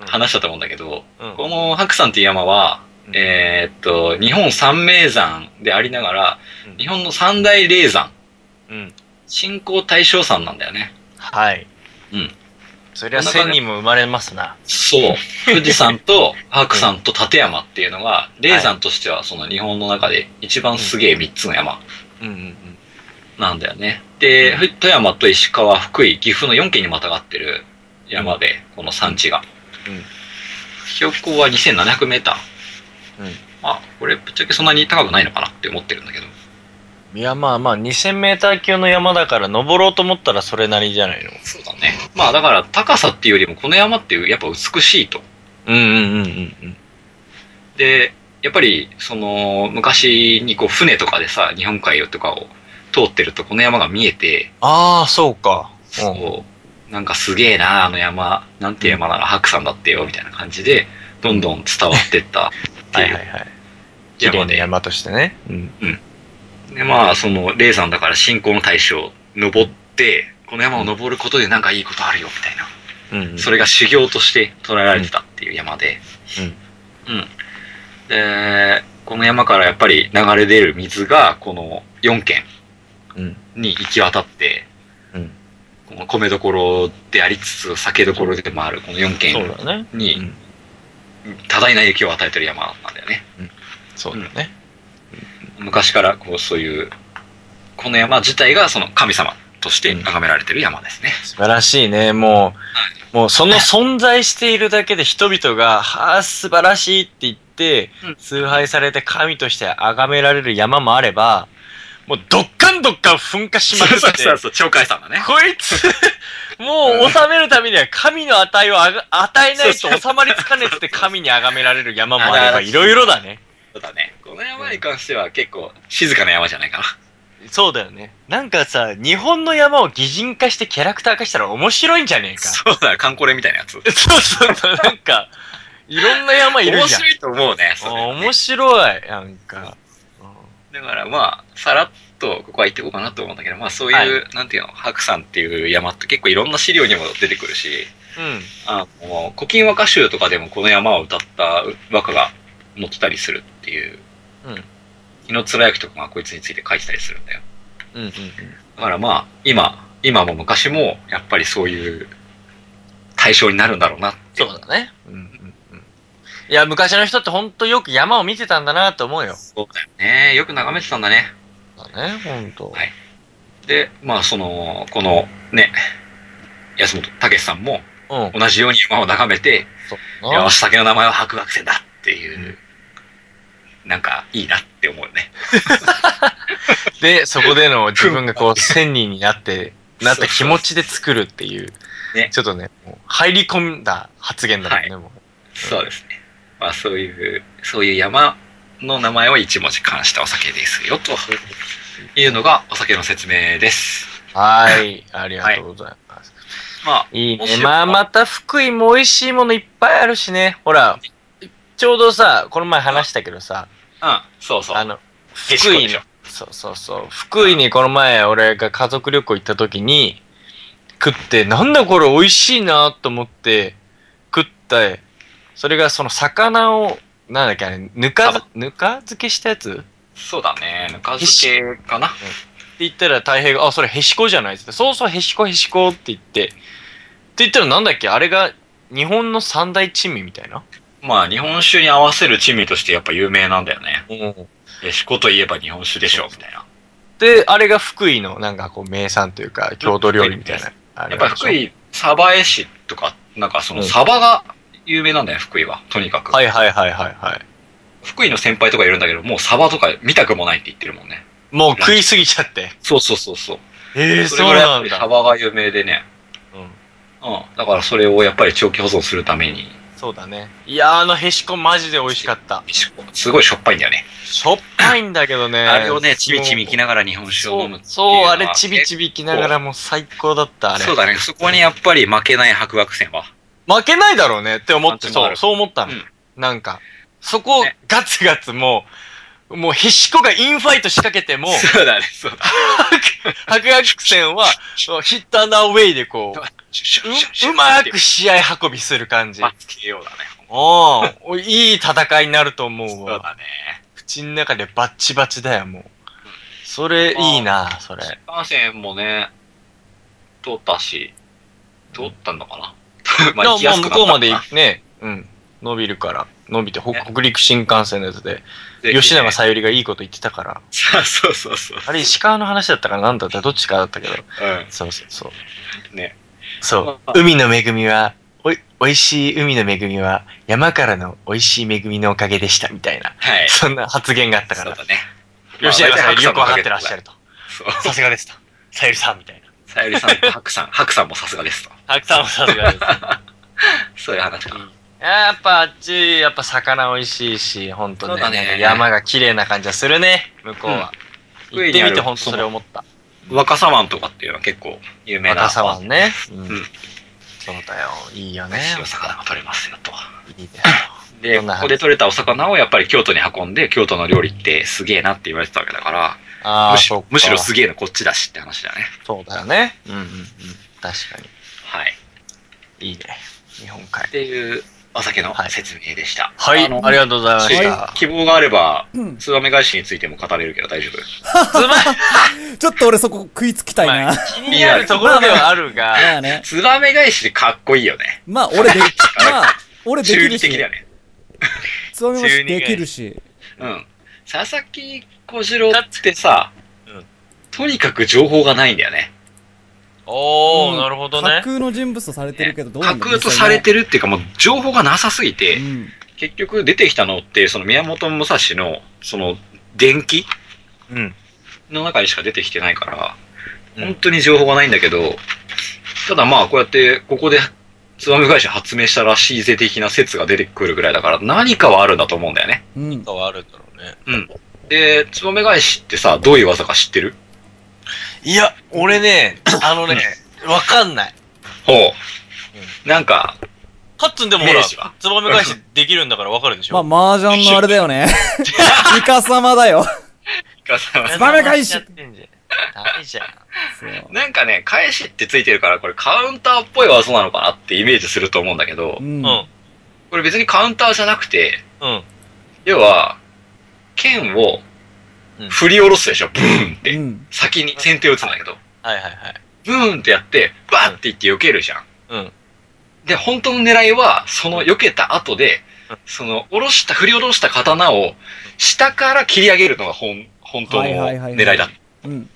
Speaker 2: 話したと思うんだけど、
Speaker 4: うんうん
Speaker 2: この白山っていう山は、
Speaker 4: うん
Speaker 2: えーっと、日本三名山でありながら
Speaker 4: うん、
Speaker 2: 日本の三大霊山、
Speaker 4: うん。
Speaker 2: 信仰対象山なんだよね。
Speaker 4: はい。
Speaker 2: うん。
Speaker 4: そりゃ千人も生まれますな。
Speaker 2: そう。富士山
Speaker 4: (laughs)
Speaker 2: と白山と立山っていうのが、霊山としてはその日本の中で一番すげえ三つの山
Speaker 4: うんうん
Speaker 2: なんだよね。で、富山と石川、福井、岐阜の4県にまたがってる山で、この山地が。
Speaker 4: うん
Speaker 2: 標高は2700メーター。
Speaker 4: うん。うん。
Speaker 2: まあ、これぶっちゃけそんなに高くないのかなって思ってるんだけど。
Speaker 4: いや、まあまあ、2000メーター級の山だから、登ろうと思ったらそれなりじゃないの。
Speaker 2: そうだね。まあだから高さっていうよりもこの山っていうやっぱ美しいと。
Speaker 4: うんうんうんうん
Speaker 2: で、やっぱりその昔にこう船とかでさ、日本海とかを通ってるとこの山が見えて、
Speaker 4: ああ、そうか。
Speaker 2: そう、なんかすげえな、あの山、なんていう山なら白山だってよ、みたいな感じで、どんどん伝わってったって
Speaker 4: はいいうはいはい。綺麗
Speaker 2: 山
Speaker 4: な
Speaker 2: で。
Speaker 4: 山としてね。うん。
Speaker 2: で、まあ、その、霊山だから信仰の対象、登って、この山を登ることでなんかいいことあるよ、みたいな。
Speaker 4: うん。
Speaker 2: それが修行として捉えられてたっていう山で。うん。で、この山からやっぱり流れ出る水が、この4軒
Speaker 4: うん。
Speaker 2: に行き渡って、
Speaker 4: うん。
Speaker 2: この米どころでありつつ、酒どころでもある、この4
Speaker 4: そう
Speaker 2: 軒
Speaker 4: だね。
Speaker 2: に
Speaker 4: うん
Speaker 2: 多大な影響を与えてる山なんだよね。
Speaker 4: そうだね。
Speaker 2: 昔からこうそういう、この山自体がその神様として崇められてる山ですね。
Speaker 4: 素晴らしいね。もう、もうその存在しているだけで人々が、ああ、素晴らしいって言って
Speaker 2: うん、
Speaker 4: 崇拝されて神として崇められる山もあれば、もうどっかんどっかん噴火しまくって、
Speaker 2: そう、鳥海山だね。
Speaker 4: こいつ、 (laughs) もう収めるためには神の値をあが与えないと収まりつかねえっつって神に崇められる山もあれば、いろいろだね。
Speaker 2: そうだね。この山に関しては結構静かな山じゃないかな。
Speaker 4: そうだよね。なんかさ、日本の山を擬人化してキャラクター化したら面白いんじゃねえか。
Speaker 2: そうだ、カンコレみたいなやつ。
Speaker 4: そうそうそう、なんか、いろんな山いる
Speaker 2: 面
Speaker 4: じゃん
Speaker 2: 白。いと思うね。それ
Speaker 4: あ
Speaker 2: はね
Speaker 4: 面白い、なんか。
Speaker 2: だからまあ、さらっとここは言っていこうかなと思うんだけど、まあそういう、なんていうの、白山っていう山って結構いろんな資料にも出てくるし、
Speaker 4: うん。
Speaker 2: あの、古今和歌集とかでもこの山を歌った和歌が載ってたりするっていう、
Speaker 4: うん。
Speaker 2: 日野貫之とかがこいつについて書いてたりするんだよ。
Speaker 4: うん。うん。
Speaker 2: だからまあ、今、今も昔も、やっぱりそういう対象になるんだろうなって。
Speaker 4: そうだね。うん。うん。うんいや、昔の人ってほんとよく山を見てたんだなと思うよ。
Speaker 2: そうだよね。よく眺めてたんだね。
Speaker 4: だね、ほんと
Speaker 2: はいで、まあその、このね、安本武さんも
Speaker 4: うん。
Speaker 2: 同じように山を眺めて、
Speaker 4: そうだ
Speaker 2: よ
Speaker 4: な。
Speaker 2: し、酒の名前は白学生だっていう、なんかいいなって思うよね。
Speaker 4: で、そこでの自分がこう、千人になって、なった気持ちで作るっていう。
Speaker 2: ね
Speaker 4: ちょっとね、もう入り込んだ発言だもんね、
Speaker 2: は
Speaker 4: も
Speaker 2: そうですね。まあそういう、そういう山の名前を一文字冠したお酒ですよ、というのがお酒の説明です。
Speaker 4: う。はーい。ありがとうございます。
Speaker 2: まあ、
Speaker 4: いい
Speaker 2: もし
Speaker 4: ね。まあ、また福井も美味しいものいっぱいあるしね。ほら、ちょうどさ、この前話したけどさ、
Speaker 2: うん、そうそう。
Speaker 4: あの、
Speaker 2: メキシ
Speaker 4: 福
Speaker 2: コ
Speaker 4: 井
Speaker 2: で
Speaker 4: に
Speaker 2: しょ、
Speaker 4: そうそうそう、福井にこの前俺が家族旅行行った時に、食って、なんだこれ美味しいなと思って、食った、それがその魚を、なんだっけあれ、ぬか
Speaker 2: あ、
Speaker 4: ぬか漬けしたやつって
Speaker 2: そうだね。ぬか漬けかな。
Speaker 4: 言ったら太平が、あ、それへしこじゃないっつって、そうそうへしこへしこって言って、って言ったらなんだっけあれが日本の三大珍味みたいな
Speaker 2: まあ、日本酒に合わせる珍味としてやっぱ有名なんだよね。
Speaker 4: うん。
Speaker 2: え、しこといえば日本酒でしょ、みたいな。
Speaker 4: で、あれが福井のなんかこう名産というか、郷土料理みたいな。
Speaker 2: やっぱり福
Speaker 4: あれでし
Speaker 2: 井鯖江市とか、なんかその
Speaker 4: うん
Speaker 2: 鯖が有名なんだよ、福井は。とにかく。
Speaker 4: はいはいはいはいはい。
Speaker 2: 福井の先輩とかいるんだけど、もう鯖とか見たくもないって言ってるもんね。
Speaker 4: もう食いすぎちゃって。
Speaker 2: そうそうそうそう。
Speaker 4: ええ
Speaker 2: それ
Speaker 4: そう
Speaker 2: ぐらいやっ
Speaker 4: な
Speaker 2: ぱ
Speaker 4: ん
Speaker 2: り
Speaker 4: だ。
Speaker 2: 鯖が有名でね。
Speaker 4: うん
Speaker 2: うん。だからそれをやっぱり長期保存するために、
Speaker 4: そうだね。いやー、あのへしこマジで美味しかった。
Speaker 2: すごいしょっぱいんだよね。
Speaker 4: しょっぱいんだけどね。
Speaker 2: あれをね、ちびちび生きながら日本酒を
Speaker 4: そ
Speaker 2: 飲むっ
Speaker 4: う
Speaker 2: ていの
Speaker 4: そう、
Speaker 2: は
Speaker 4: あれちびちび生きながらもう最高だった、あれ。
Speaker 2: そうだね。そこにやっぱり負けない白惑星は。
Speaker 4: 負けないだろうねって思って、
Speaker 2: なんてのあ
Speaker 4: そう、
Speaker 2: る
Speaker 4: そう思ったの。
Speaker 2: うん
Speaker 4: なんか、そこを
Speaker 2: ね
Speaker 4: ガツガツもう、もうへしこがインファイト仕掛けても、
Speaker 2: そうだね、そうだ。
Speaker 4: 白学戦は、ヒットアンダーウェイでこう、う、うまく試合運びする感じ。
Speaker 2: 罰つけようだね。
Speaker 4: おーおいい戦いになると思う
Speaker 2: そう
Speaker 4: わ。
Speaker 2: だね。
Speaker 4: 口の中でバッチバチだよ、もう。それ、いいな、それ。
Speaker 2: 新幹線もね、通ったし、通ったのかな。まあ、行き
Speaker 4: で
Speaker 2: や
Speaker 4: もも
Speaker 2: すくなっ
Speaker 4: う向
Speaker 2: た
Speaker 4: こうまでね、うん、伸びるから、伸びて、北
Speaker 2: ね
Speaker 4: 北陸新幹線のやつで、
Speaker 2: で
Speaker 4: 吉永さゆりがいいこと言ってたから、
Speaker 2: そうそうそう。
Speaker 4: あれ石川の話だったからなんだったどっちかだったけど、
Speaker 2: う
Speaker 4: そうそうそう。
Speaker 2: ん。ね。
Speaker 4: そう、海の恵みは、おい、美味しい海の恵みは、山からの美味しい恵みのおかげでした、みたいな、
Speaker 2: はい。
Speaker 4: そんな発言があったか
Speaker 2: そう
Speaker 4: ら、
Speaker 2: だね。
Speaker 4: 吉永さゆりよくわかってらっしゃ
Speaker 2: る。
Speaker 4: ると。
Speaker 2: そう。
Speaker 4: さすがですと。さゆりさん、みたいな。
Speaker 2: さゆりさんと白さん、白さんもさすがですと。
Speaker 4: たくさんもさす (laughs) がです。
Speaker 2: そういう話かな。
Speaker 4: やっぱあっち、やっぱ魚美味しいし、ほんと
Speaker 2: そう
Speaker 4: ね、
Speaker 2: だね
Speaker 4: なんか山が綺麗な感じがするね、向こうは。
Speaker 2: うん
Speaker 4: 行ってみてほんとそれ思った。
Speaker 2: 若狭湾とかっていうのは結構有名な。
Speaker 4: 若さはね。うん
Speaker 2: ん
Speaker 4: そうだよ、いいよね。
Speaker 2: お魚が取れますよと。
Speaker 4: いいね。 (laughs)
Speaker 2: で、
Speaker 4: そん
Speaker 2: こ
Speaker 4: な話
Speaker 2: こで取れたお魚をやっぱり京都に運んで、京都の料理ってすげえなって言われてたわけだから、
Speaker 4: ああ、
Speaker 2: むし
Speaker 4: そ
Speaker 2: ろ
Speaker 4: う
Speaker 2: むしろす
Speaker 4: ぎ
Speaker 2: げえのこっちだしって話だね。
Speaker 4: そうだよね。うんうんうん。確か
Speaker 2: はい。
Speaker 4: に。いいね。日本海
Speaker 2: っ。ていうお酒の説明でした。
Speaker 4: はい、
Speaker 2: あの
Speaker 4: ありがとうございました。
Speaker 2: 希望があれば
Speaker 3: うん、
Speaker 2: ツバメ返しについても語れるけど大丈夫。
Speaker 3: ちょっと俺そこ食いつきたいな。
Speaker 4: 気になるところではあるが、 (laughs)
Speaker 3: まあね。
Speaker 2: ツバメ返しでかっこいいよね。
Speaker 3: まあ俺で、まあ、俺でき
Speaker 2: (laughs) 中
Speaker 3: る
Speaker 2: 二的だよ。
Speaker 3: し
Speaker 2: ね。
Speaker 3: つまみもしできるし。
Speaker 2: うん。佐々木小次郎ってさ、とにかく情報がないんだよね。
Speaker 4: お
Speaker 3: う
Speaker 4: ー、
Speaker 3: ん
Speaker 4: なるほど
Speaker 3: 架
Speaker 4: ね。
Speaker 3: 空の人物とされてるけど、どうな
Speaker 2: 架
Speaker 3: んだ
Speaker 2: 空とされてるっていうかもう情報がなさすぎて、
Speaker 3: 実際ね
Speaker 2: 結局出てきたのって、その宮本武蔵の、その、電気
Speaker 4: うん。
Speaker 2: の中にしか出てきてないから、
Speaker 4: うん
Speaker 2: 本当に情報がないんだけど、ただまあ、こうやって、ここで、ツバメ会社発明したらしいぜ的な説が出てくるぐらいだから、何かはあるんだと思うんだよね。
Speaker 3: うん。うん。
Speaker 4: はあるんだろうね。
Speaker 2: うん。で、ツバメ返しってさ、どういう技か知ってる
Speaker 4: いや、俺ね、あのね、わかんない。
Speaker 2: ほう。なんか、
Speaker 4: カッツンでもほ
Speaker 2: イメ
Speaker 4: ら、
Speaker 2: ージは
Speaker 4: ツバメ返しできるんだからわかるでしょ、
Speaker 3: まあ、麻雀のあれだよね。イカ様だよ。ツバメ返し
Speaker 4: やってんじゃんダメじゃん。
Speaker 3: そう
Speaker 2: なんかね、返しってついてるから、これカウンターっぽい技なのかなってイメージすると思うんだけど
Speaker 3: う、。
Speaker 4: うんん。
Speaker 2: これ別にカウンターじゃなくて、
Speaker 4: うん。
Speaker 2: 要は、剣を
Speaker 4: うん
Speaker 2: 振り下ろすでしょ、ブーンっ
Speaker 3: う
Speaker 2: て。
Speaker 3: ん。
Speaker 2: 先に先手を打つんだけど、
Speaker 4: はいはいはい。
Speaker 2: ブーンってやって、バーっていって避けるじゃん。
Speaker 4: うん。
Speaker 2: で、本当の狙いは、その避けた後で
Speaker 4: うん、
Speaker 2: その、下ろした、振り下ろした刀を、下から切り上げるのが本、本当の
Speaker 3: はいはいはいはい
Speaker 2: 狙いだ。
Speaker 3: うん。
Speaker 4: うん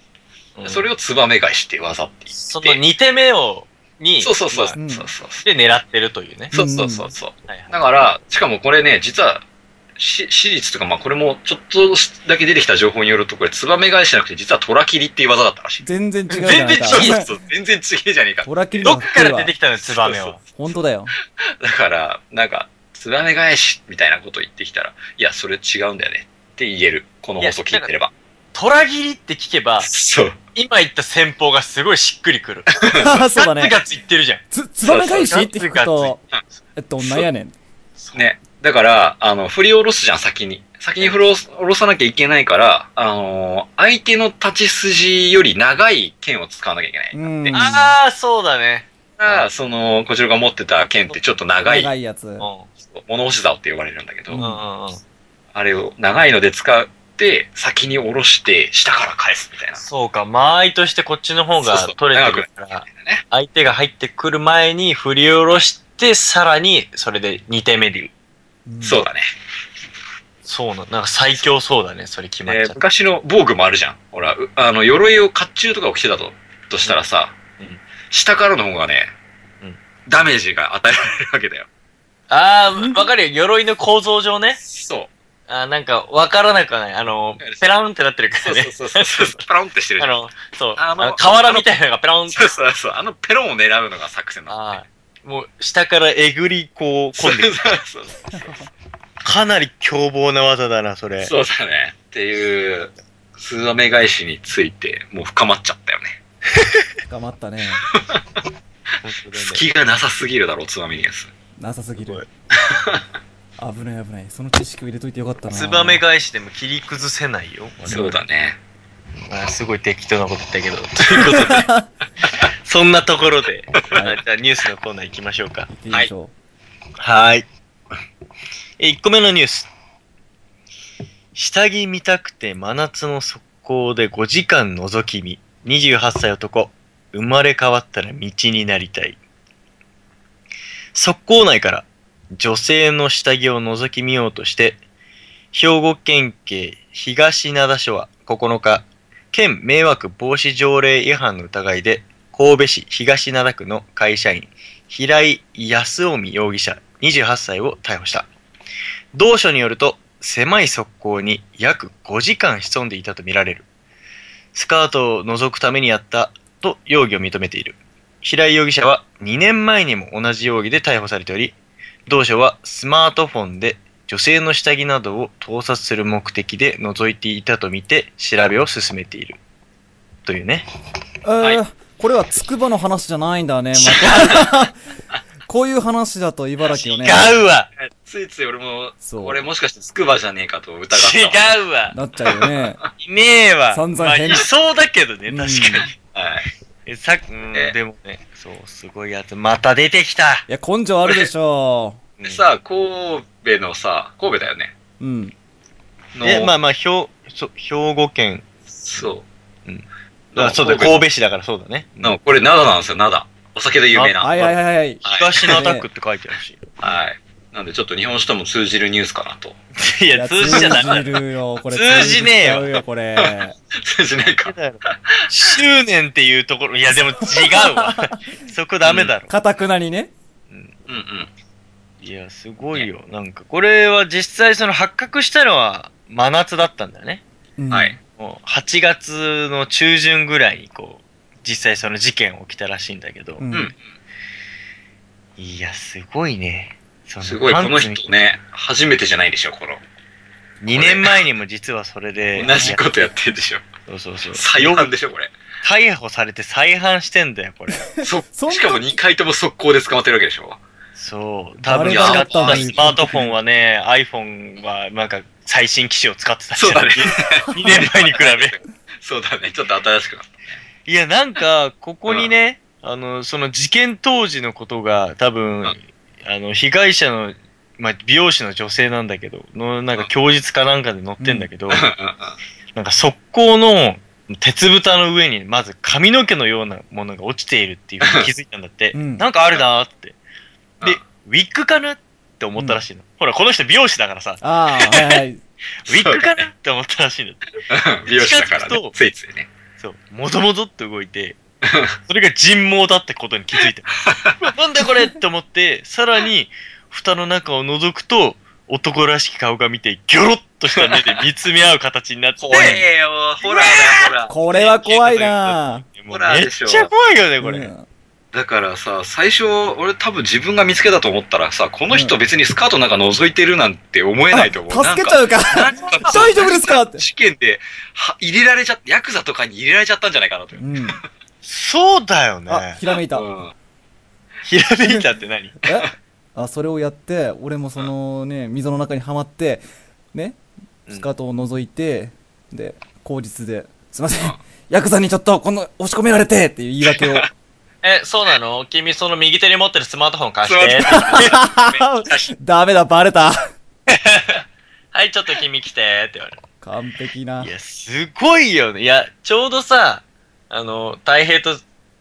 Speaker 2: それをツバメ返しっていう技って
Speaker 4: そ
Speaker 2: 言
Speaker 4: の
Speaker 2: って。
Speaker 4: 2手目を、に、
Speaker 2: そうそうそう。
Speaker 4: まあ
Speaker 2: そうそうそう。
Speaker 4: で、狙ってるというね。
Speaker 2: そうそうそうそう。
Speaker 4: はいはい。
Speaker 2: だから、しかもこれね、実は、し史実とか、まあこれもちょっとだけ出てきた情報によると、これ、ツバメ返しじゃなくて、実はトラ切りっていう技だったらしい。
Speaker 3: 全然違うじゃな
Speaker 4: 全然
Speaker 3: い
Speaker 4: 違
Speaker 3: か。
Speaker 2: そうそうそう、全然違えじゃねえか。
Speaker 3: トラキリ
Speaker 4: ど
Speaker 3: の
Speaker 4: っから出て
Speaker 3: き
Speaker 4: きたのよ、ツバメ
Speaker 2: そう
Speaker 4: は。
Speaker 3: 本当だよ。
Speaker 2: だから、なんか、ツバメ返しみたいなこと言ってきたら、いや、それ違うんだよねって言える。この放送聞いてれば。
Speaker 4: 虎切りって聞けば、
Speaker 2: そう。
Speaker 4: 今言った戦法がすごいしっくりく (laughs) る。
Speaker 3: そうだね
Speaker 4: ガツ。ガツ言ってるじゃん。
Speaker 3: つ、つばめ返し
Speaker 4: そうそう
Speaker 3: って聞くと、えっと、なんやねん。
Speaker 2: ね。だから、あの、振り下ろすじゃん、先に。先に振り下ろさなきゃいけないから、あのー相手の立ち筋より長い剣を使わなきゃいけない。
Speaker 3: うん。
Speaker 4: ああ、そうだね。
Speaker 2: が、その、こちらが持ってた剣ってちょっと長い、
Speaker 3: 長いやつ
Speaker 4: うん。。う
Speaker 2: 物干し竿って呼ばれるんだけど、
Speaker 3: うん
Speaker 4: んうんうん。
Speaker 2: あれを長いので使って、先に下ろして、下から返すみたいな。
Speaker 4: そうか、間合いとしてこっちの方
Speaker 2: そう
Speaker 4: が
Speaker 2: そう
Speaker 4: 取れてくるか
Speaker 2: 長
Speaker 4: ら
Speaker 2: く、なるね。
Speaker 4: 相手が入ってくる前に振り下ろして、さらに、それで2手目で。
Speaker 3: うん
Speaker 2: そうだね。
Speaker 4: そうな、なんか最強そうだね、それ決まっちゃ
Speaker 2: え
Speaker 4: っ
Speaker 2: ー
Speaker 4: た。
Speaker 2: 昔の防具もあるじゃん。ほら、うあの、鎧を甲冑とかを着てたと、としたらさ、
Speaker 4: うん
Speaker 2: 下からの方がね、ダメージが与えられるわけだよ。
Speaker 4: あー、わかるよ。鎧の構造上ね。
Speaker 2: そう。
Speaker 4: あーなんか、わからなくはない。あの、ペランってなってるか
Speaker 2: そう
Speaker 4: らね。
Speaker 2: そうそうそう。 (laughs) パロンってしてる
Speaker 4: あ
Speaker 2: じゃん。
Speaker 4: の、そう。
Speaker 2: あ
Speaker 4: あ
Speaker 2: の
Speaker 4: の、瓦みたいなのがペロンって
Speaker 2: そうそうそう。あのペロンを狙うのが作戦なんだ
Speaker 4: あ
Speaker 2: ね。
Speaker 4: あ、もう下からえぐりこう
Speaker 2: そう
Speaker 4: 混んで
Speaker 2: そう
Speaker 4: くる。
Speaker 2: そう。
Speaker 4: かなり凶暴な技だな、それ。
Speaker 2: そうだね。っていう、スズメ返しについて、もう深まっちゃったよね。
Speaker 3: 頑張ったね。
Speaker 2: 隙がなさすぎるだろ、つまみのやつ。
Speaker 3: なさすぎ
Speaker 4: すごい
Speaker 3: る。危ない危ない。その知識を入れといてよかったな。
Speaker 4: ツバメ返しでも切り崩せないよ。
Speaker 2: そうだね。
Speaker 4: あーすごい適当なこと言ったけど。ということ (laughs) で。そんなところで、
Speaker 3: はい
Speaker 4: あ (laughs) じゃあニュースのコーナー行きましょうか
Speaker 3: 行。ってみましょ
Speaker 4: はい。え、1個目のニュース。下着見たくて真夏の速攻で5時間覗き見。28歳男。生まれ変わったら道になりたい。速攻内から女性の下着を覗き見ようとして、兵庫県警東灘署は9日、県迷惑防止条例違反の疑いで、神戸市東灘区の会社員、平井康臣容疑者28歳を逮捕した同署によると狭い側溝に約5時間潜んでいたとみられるスカートを覗くためにやったと容疑を認めている平井容疑者は2年前にも同じ容疑で逮捕されており同署はスマートフォンで女性の下着などを盗撮する目的で覗いていたとみて調べを進めているというね
Speaker 3: う。
Speaker 2: はい
Speaker 3: えーこれはつくばの話じゃないんだね。ま
Speaker 4: (laughs)
Speaker 3: たこういう話だと茨城よね。
Speaker 4: 違うわ
Speaker 2: ついつい俺も、
Speaker 3: そう
Speaker 2: 俺もしかしてつくばじゃねえかと疑ったわ。
Speaker 4: 違うわ
Speaker 3: なっちゃうよね。
Speaker 4: いねえわ。
Speaker 3: 散々
Speaker 4: まあ
Speaker 3: 変
Speaker 4: いそうだけどね、
Speaker 3: うん
Speaker 4: 確かに。
Speaker 2: はい。
Speaker 4: え、さっき、うん
Speaker 2: え
Speaker 4: でもね、そう、すごいやつ。また出てきた。
Speaker 3: いや、根性あるでしょ
Speaker 2: でさ、神戸のさ、神戸だよね。
Speaker 3: う。うん。
Speaker 4: うん、
Speaker 2: の
Speaker 4: え、まあまあ、兵、そう兵庫県。
Speaker 2: そう。
Speaker 4: うんあそうだよ、
Speaker 2: 神
Speaker 4: 神戸市だからそうだね。
Speaker 2: 戸の、これ、灘なんですよ、灘。お酒で有名な。
Speaker 3: はいはいはいはい。
Speaker 2: はい
Speaker 4: 東のアタックって書いてあるし。
Speaker 2: はい。なんで、ちょっと日本史とも通じるニュースかなと。
Speaker 4: (laughs)
Speaker 2: (laughs)
Speaker 4: い
Speaker 3: い
Speaker 4: や、
Speaker 3: や
Speaker 4: 通じちゃダメ
Speaker 3: 通じるよ、これ。
Speaker 4: 通じねえよ
Speaker 3: 通じちゃうよ、これ。
Speaker 2: 通じないか。
Speaker 4: だろ。執念っていうところ、いや、でも違
Speaker 3: (laughs)
Speaker 4: うわ。そこダメだろ。
Speaker 3: かたくなにね。
Speaker 2: うんうん。
Speaker 4: いや、すごいよ。なんか、これは実際その発覚したのは真夏だったんだよね。
Speaker 3: うん
Speaker 2: はい。。
Speaker 4: もう8月の中旬ぐらいにこう、実際その事件起きたらしいんだけど、
Speaker 3: うん
Speaker 2: うん
Speaker 4: いや、すごいね。そ
Speaker 2: すごい、この人ね、初めてじゃないでしょ、この。
Speaker 4: 2年前にも実はそれで。
Speaker 2: 同じことやってるでしょ。
Speaker 4: そうそうそう。
Speaker 2: 最犯でしょ、これ。
Speaker 4: 逮捕されて再犯してんだよ、これ。
Speaker 2: そ
Speaker 3: そんな
Speaker 2: しかも2回とも速攻で捕まってるわけでしょ。
Speaker 4: そう。多
Speaker 2: あ
Speaker 4: 分
Speaker 2: れ
Speaker 4: 使
Speaker 2: だ
Speaker 4: っ
Speaker 2: ったん
Speaker 4: た
Speaker 2: だ
Speaker 4: スマートフォンはね、iPhone はなんか最新機種を使ってた
Speaker 2: そう
Speaker 4: (laughs)
Speaker 2: だね。
Speaker 4: 2年前に比べ。
Speaker 2: (laughs) そうだね。ちょっと新しくなった。
Speaker 4: いや、なんか、ここにね、あの、その事件当時のことが、多分、
Speaker 2: うん
Speaker 4: あの、被害者の、まあ、美容師の女性なんだけど、の、なんか、供述かなんかで載ってんだけど、なんか、側溝の鉄蓋の上に、まず髪の毛のようなものが落ちているっていうふうに気づいたんだって、
Speaker 3: うん
Speaker 4: なんかあるなーって。
Speaker 2: うん、
Speaker 4: でウィッグかなって思ったらしいの。ほら、この人美容師だからさ、
Speaker 3: ああ、はいはい。
Speaker 4: ウィッグかなって思ったらしいの。
Speaker 2: うん美容師だから
Speaker 4: 近づ
Speaker 2: ね
Speaker 4: く。と
Speaker 2: ついついね。
Speaker 4: そう、もぞもぞって動いて、それが人毛だってことに気づいた。 (laughs) なんだこれって思って、さらに、蓋の中を覗くと、男らしき顔が見て、ギョロッとした目で見つめ合う形になって、
Speaker 2: 怖えよ。ホラーだよ、ホラー。
Speaker 3: これは怖いな
Speaker 4: もうめっちゃ怖い (laughs) よね、これ。
Speaker 3: うん
Speaker 2: だからさ、最初、俺多分自分が見つけたと思ったらさ、この人別にスカートなんか覗いてるなんて思えないと思う。
Speaker 3: あ助けちゃうか。
Speaker 2: なんかなんか
Speaker 3: 大丈夫ですかって。
Speaker 2: 事件で、は、入れられちゃヤクザとかに入れられちゃったんじゃないかなと。
Speaker 3: うん。
Speaker 4: そうだよ
Speaker 3: あ、
Speaker 4: ね。
Speaker 3: ひらめいた。
Speaker 2: うん
Speaker 4: ひらめいたって何
Speaker 3: え (laughs) あ、それをやって、俺もそのね、溝の中にはまって、ね、
Speaker 4: うん
Speaker 3: スカートを覗いて、で、口実で、すいません、ヤクザにちょっと、この、押し込められてっていう言い訳を。
Speaker 4: え、そうなの君その右手に持ってるスマートフォン貸
Speaker 2: して
Speaker 3: ダメだ、バレた。
Speaker 4: (laughs) はい、ちょっと君来てって言われる。。
Speaker 3: 完璧ない
Speaker 4: や、すごいよね。いや、ちょうどさ、あの、大平と、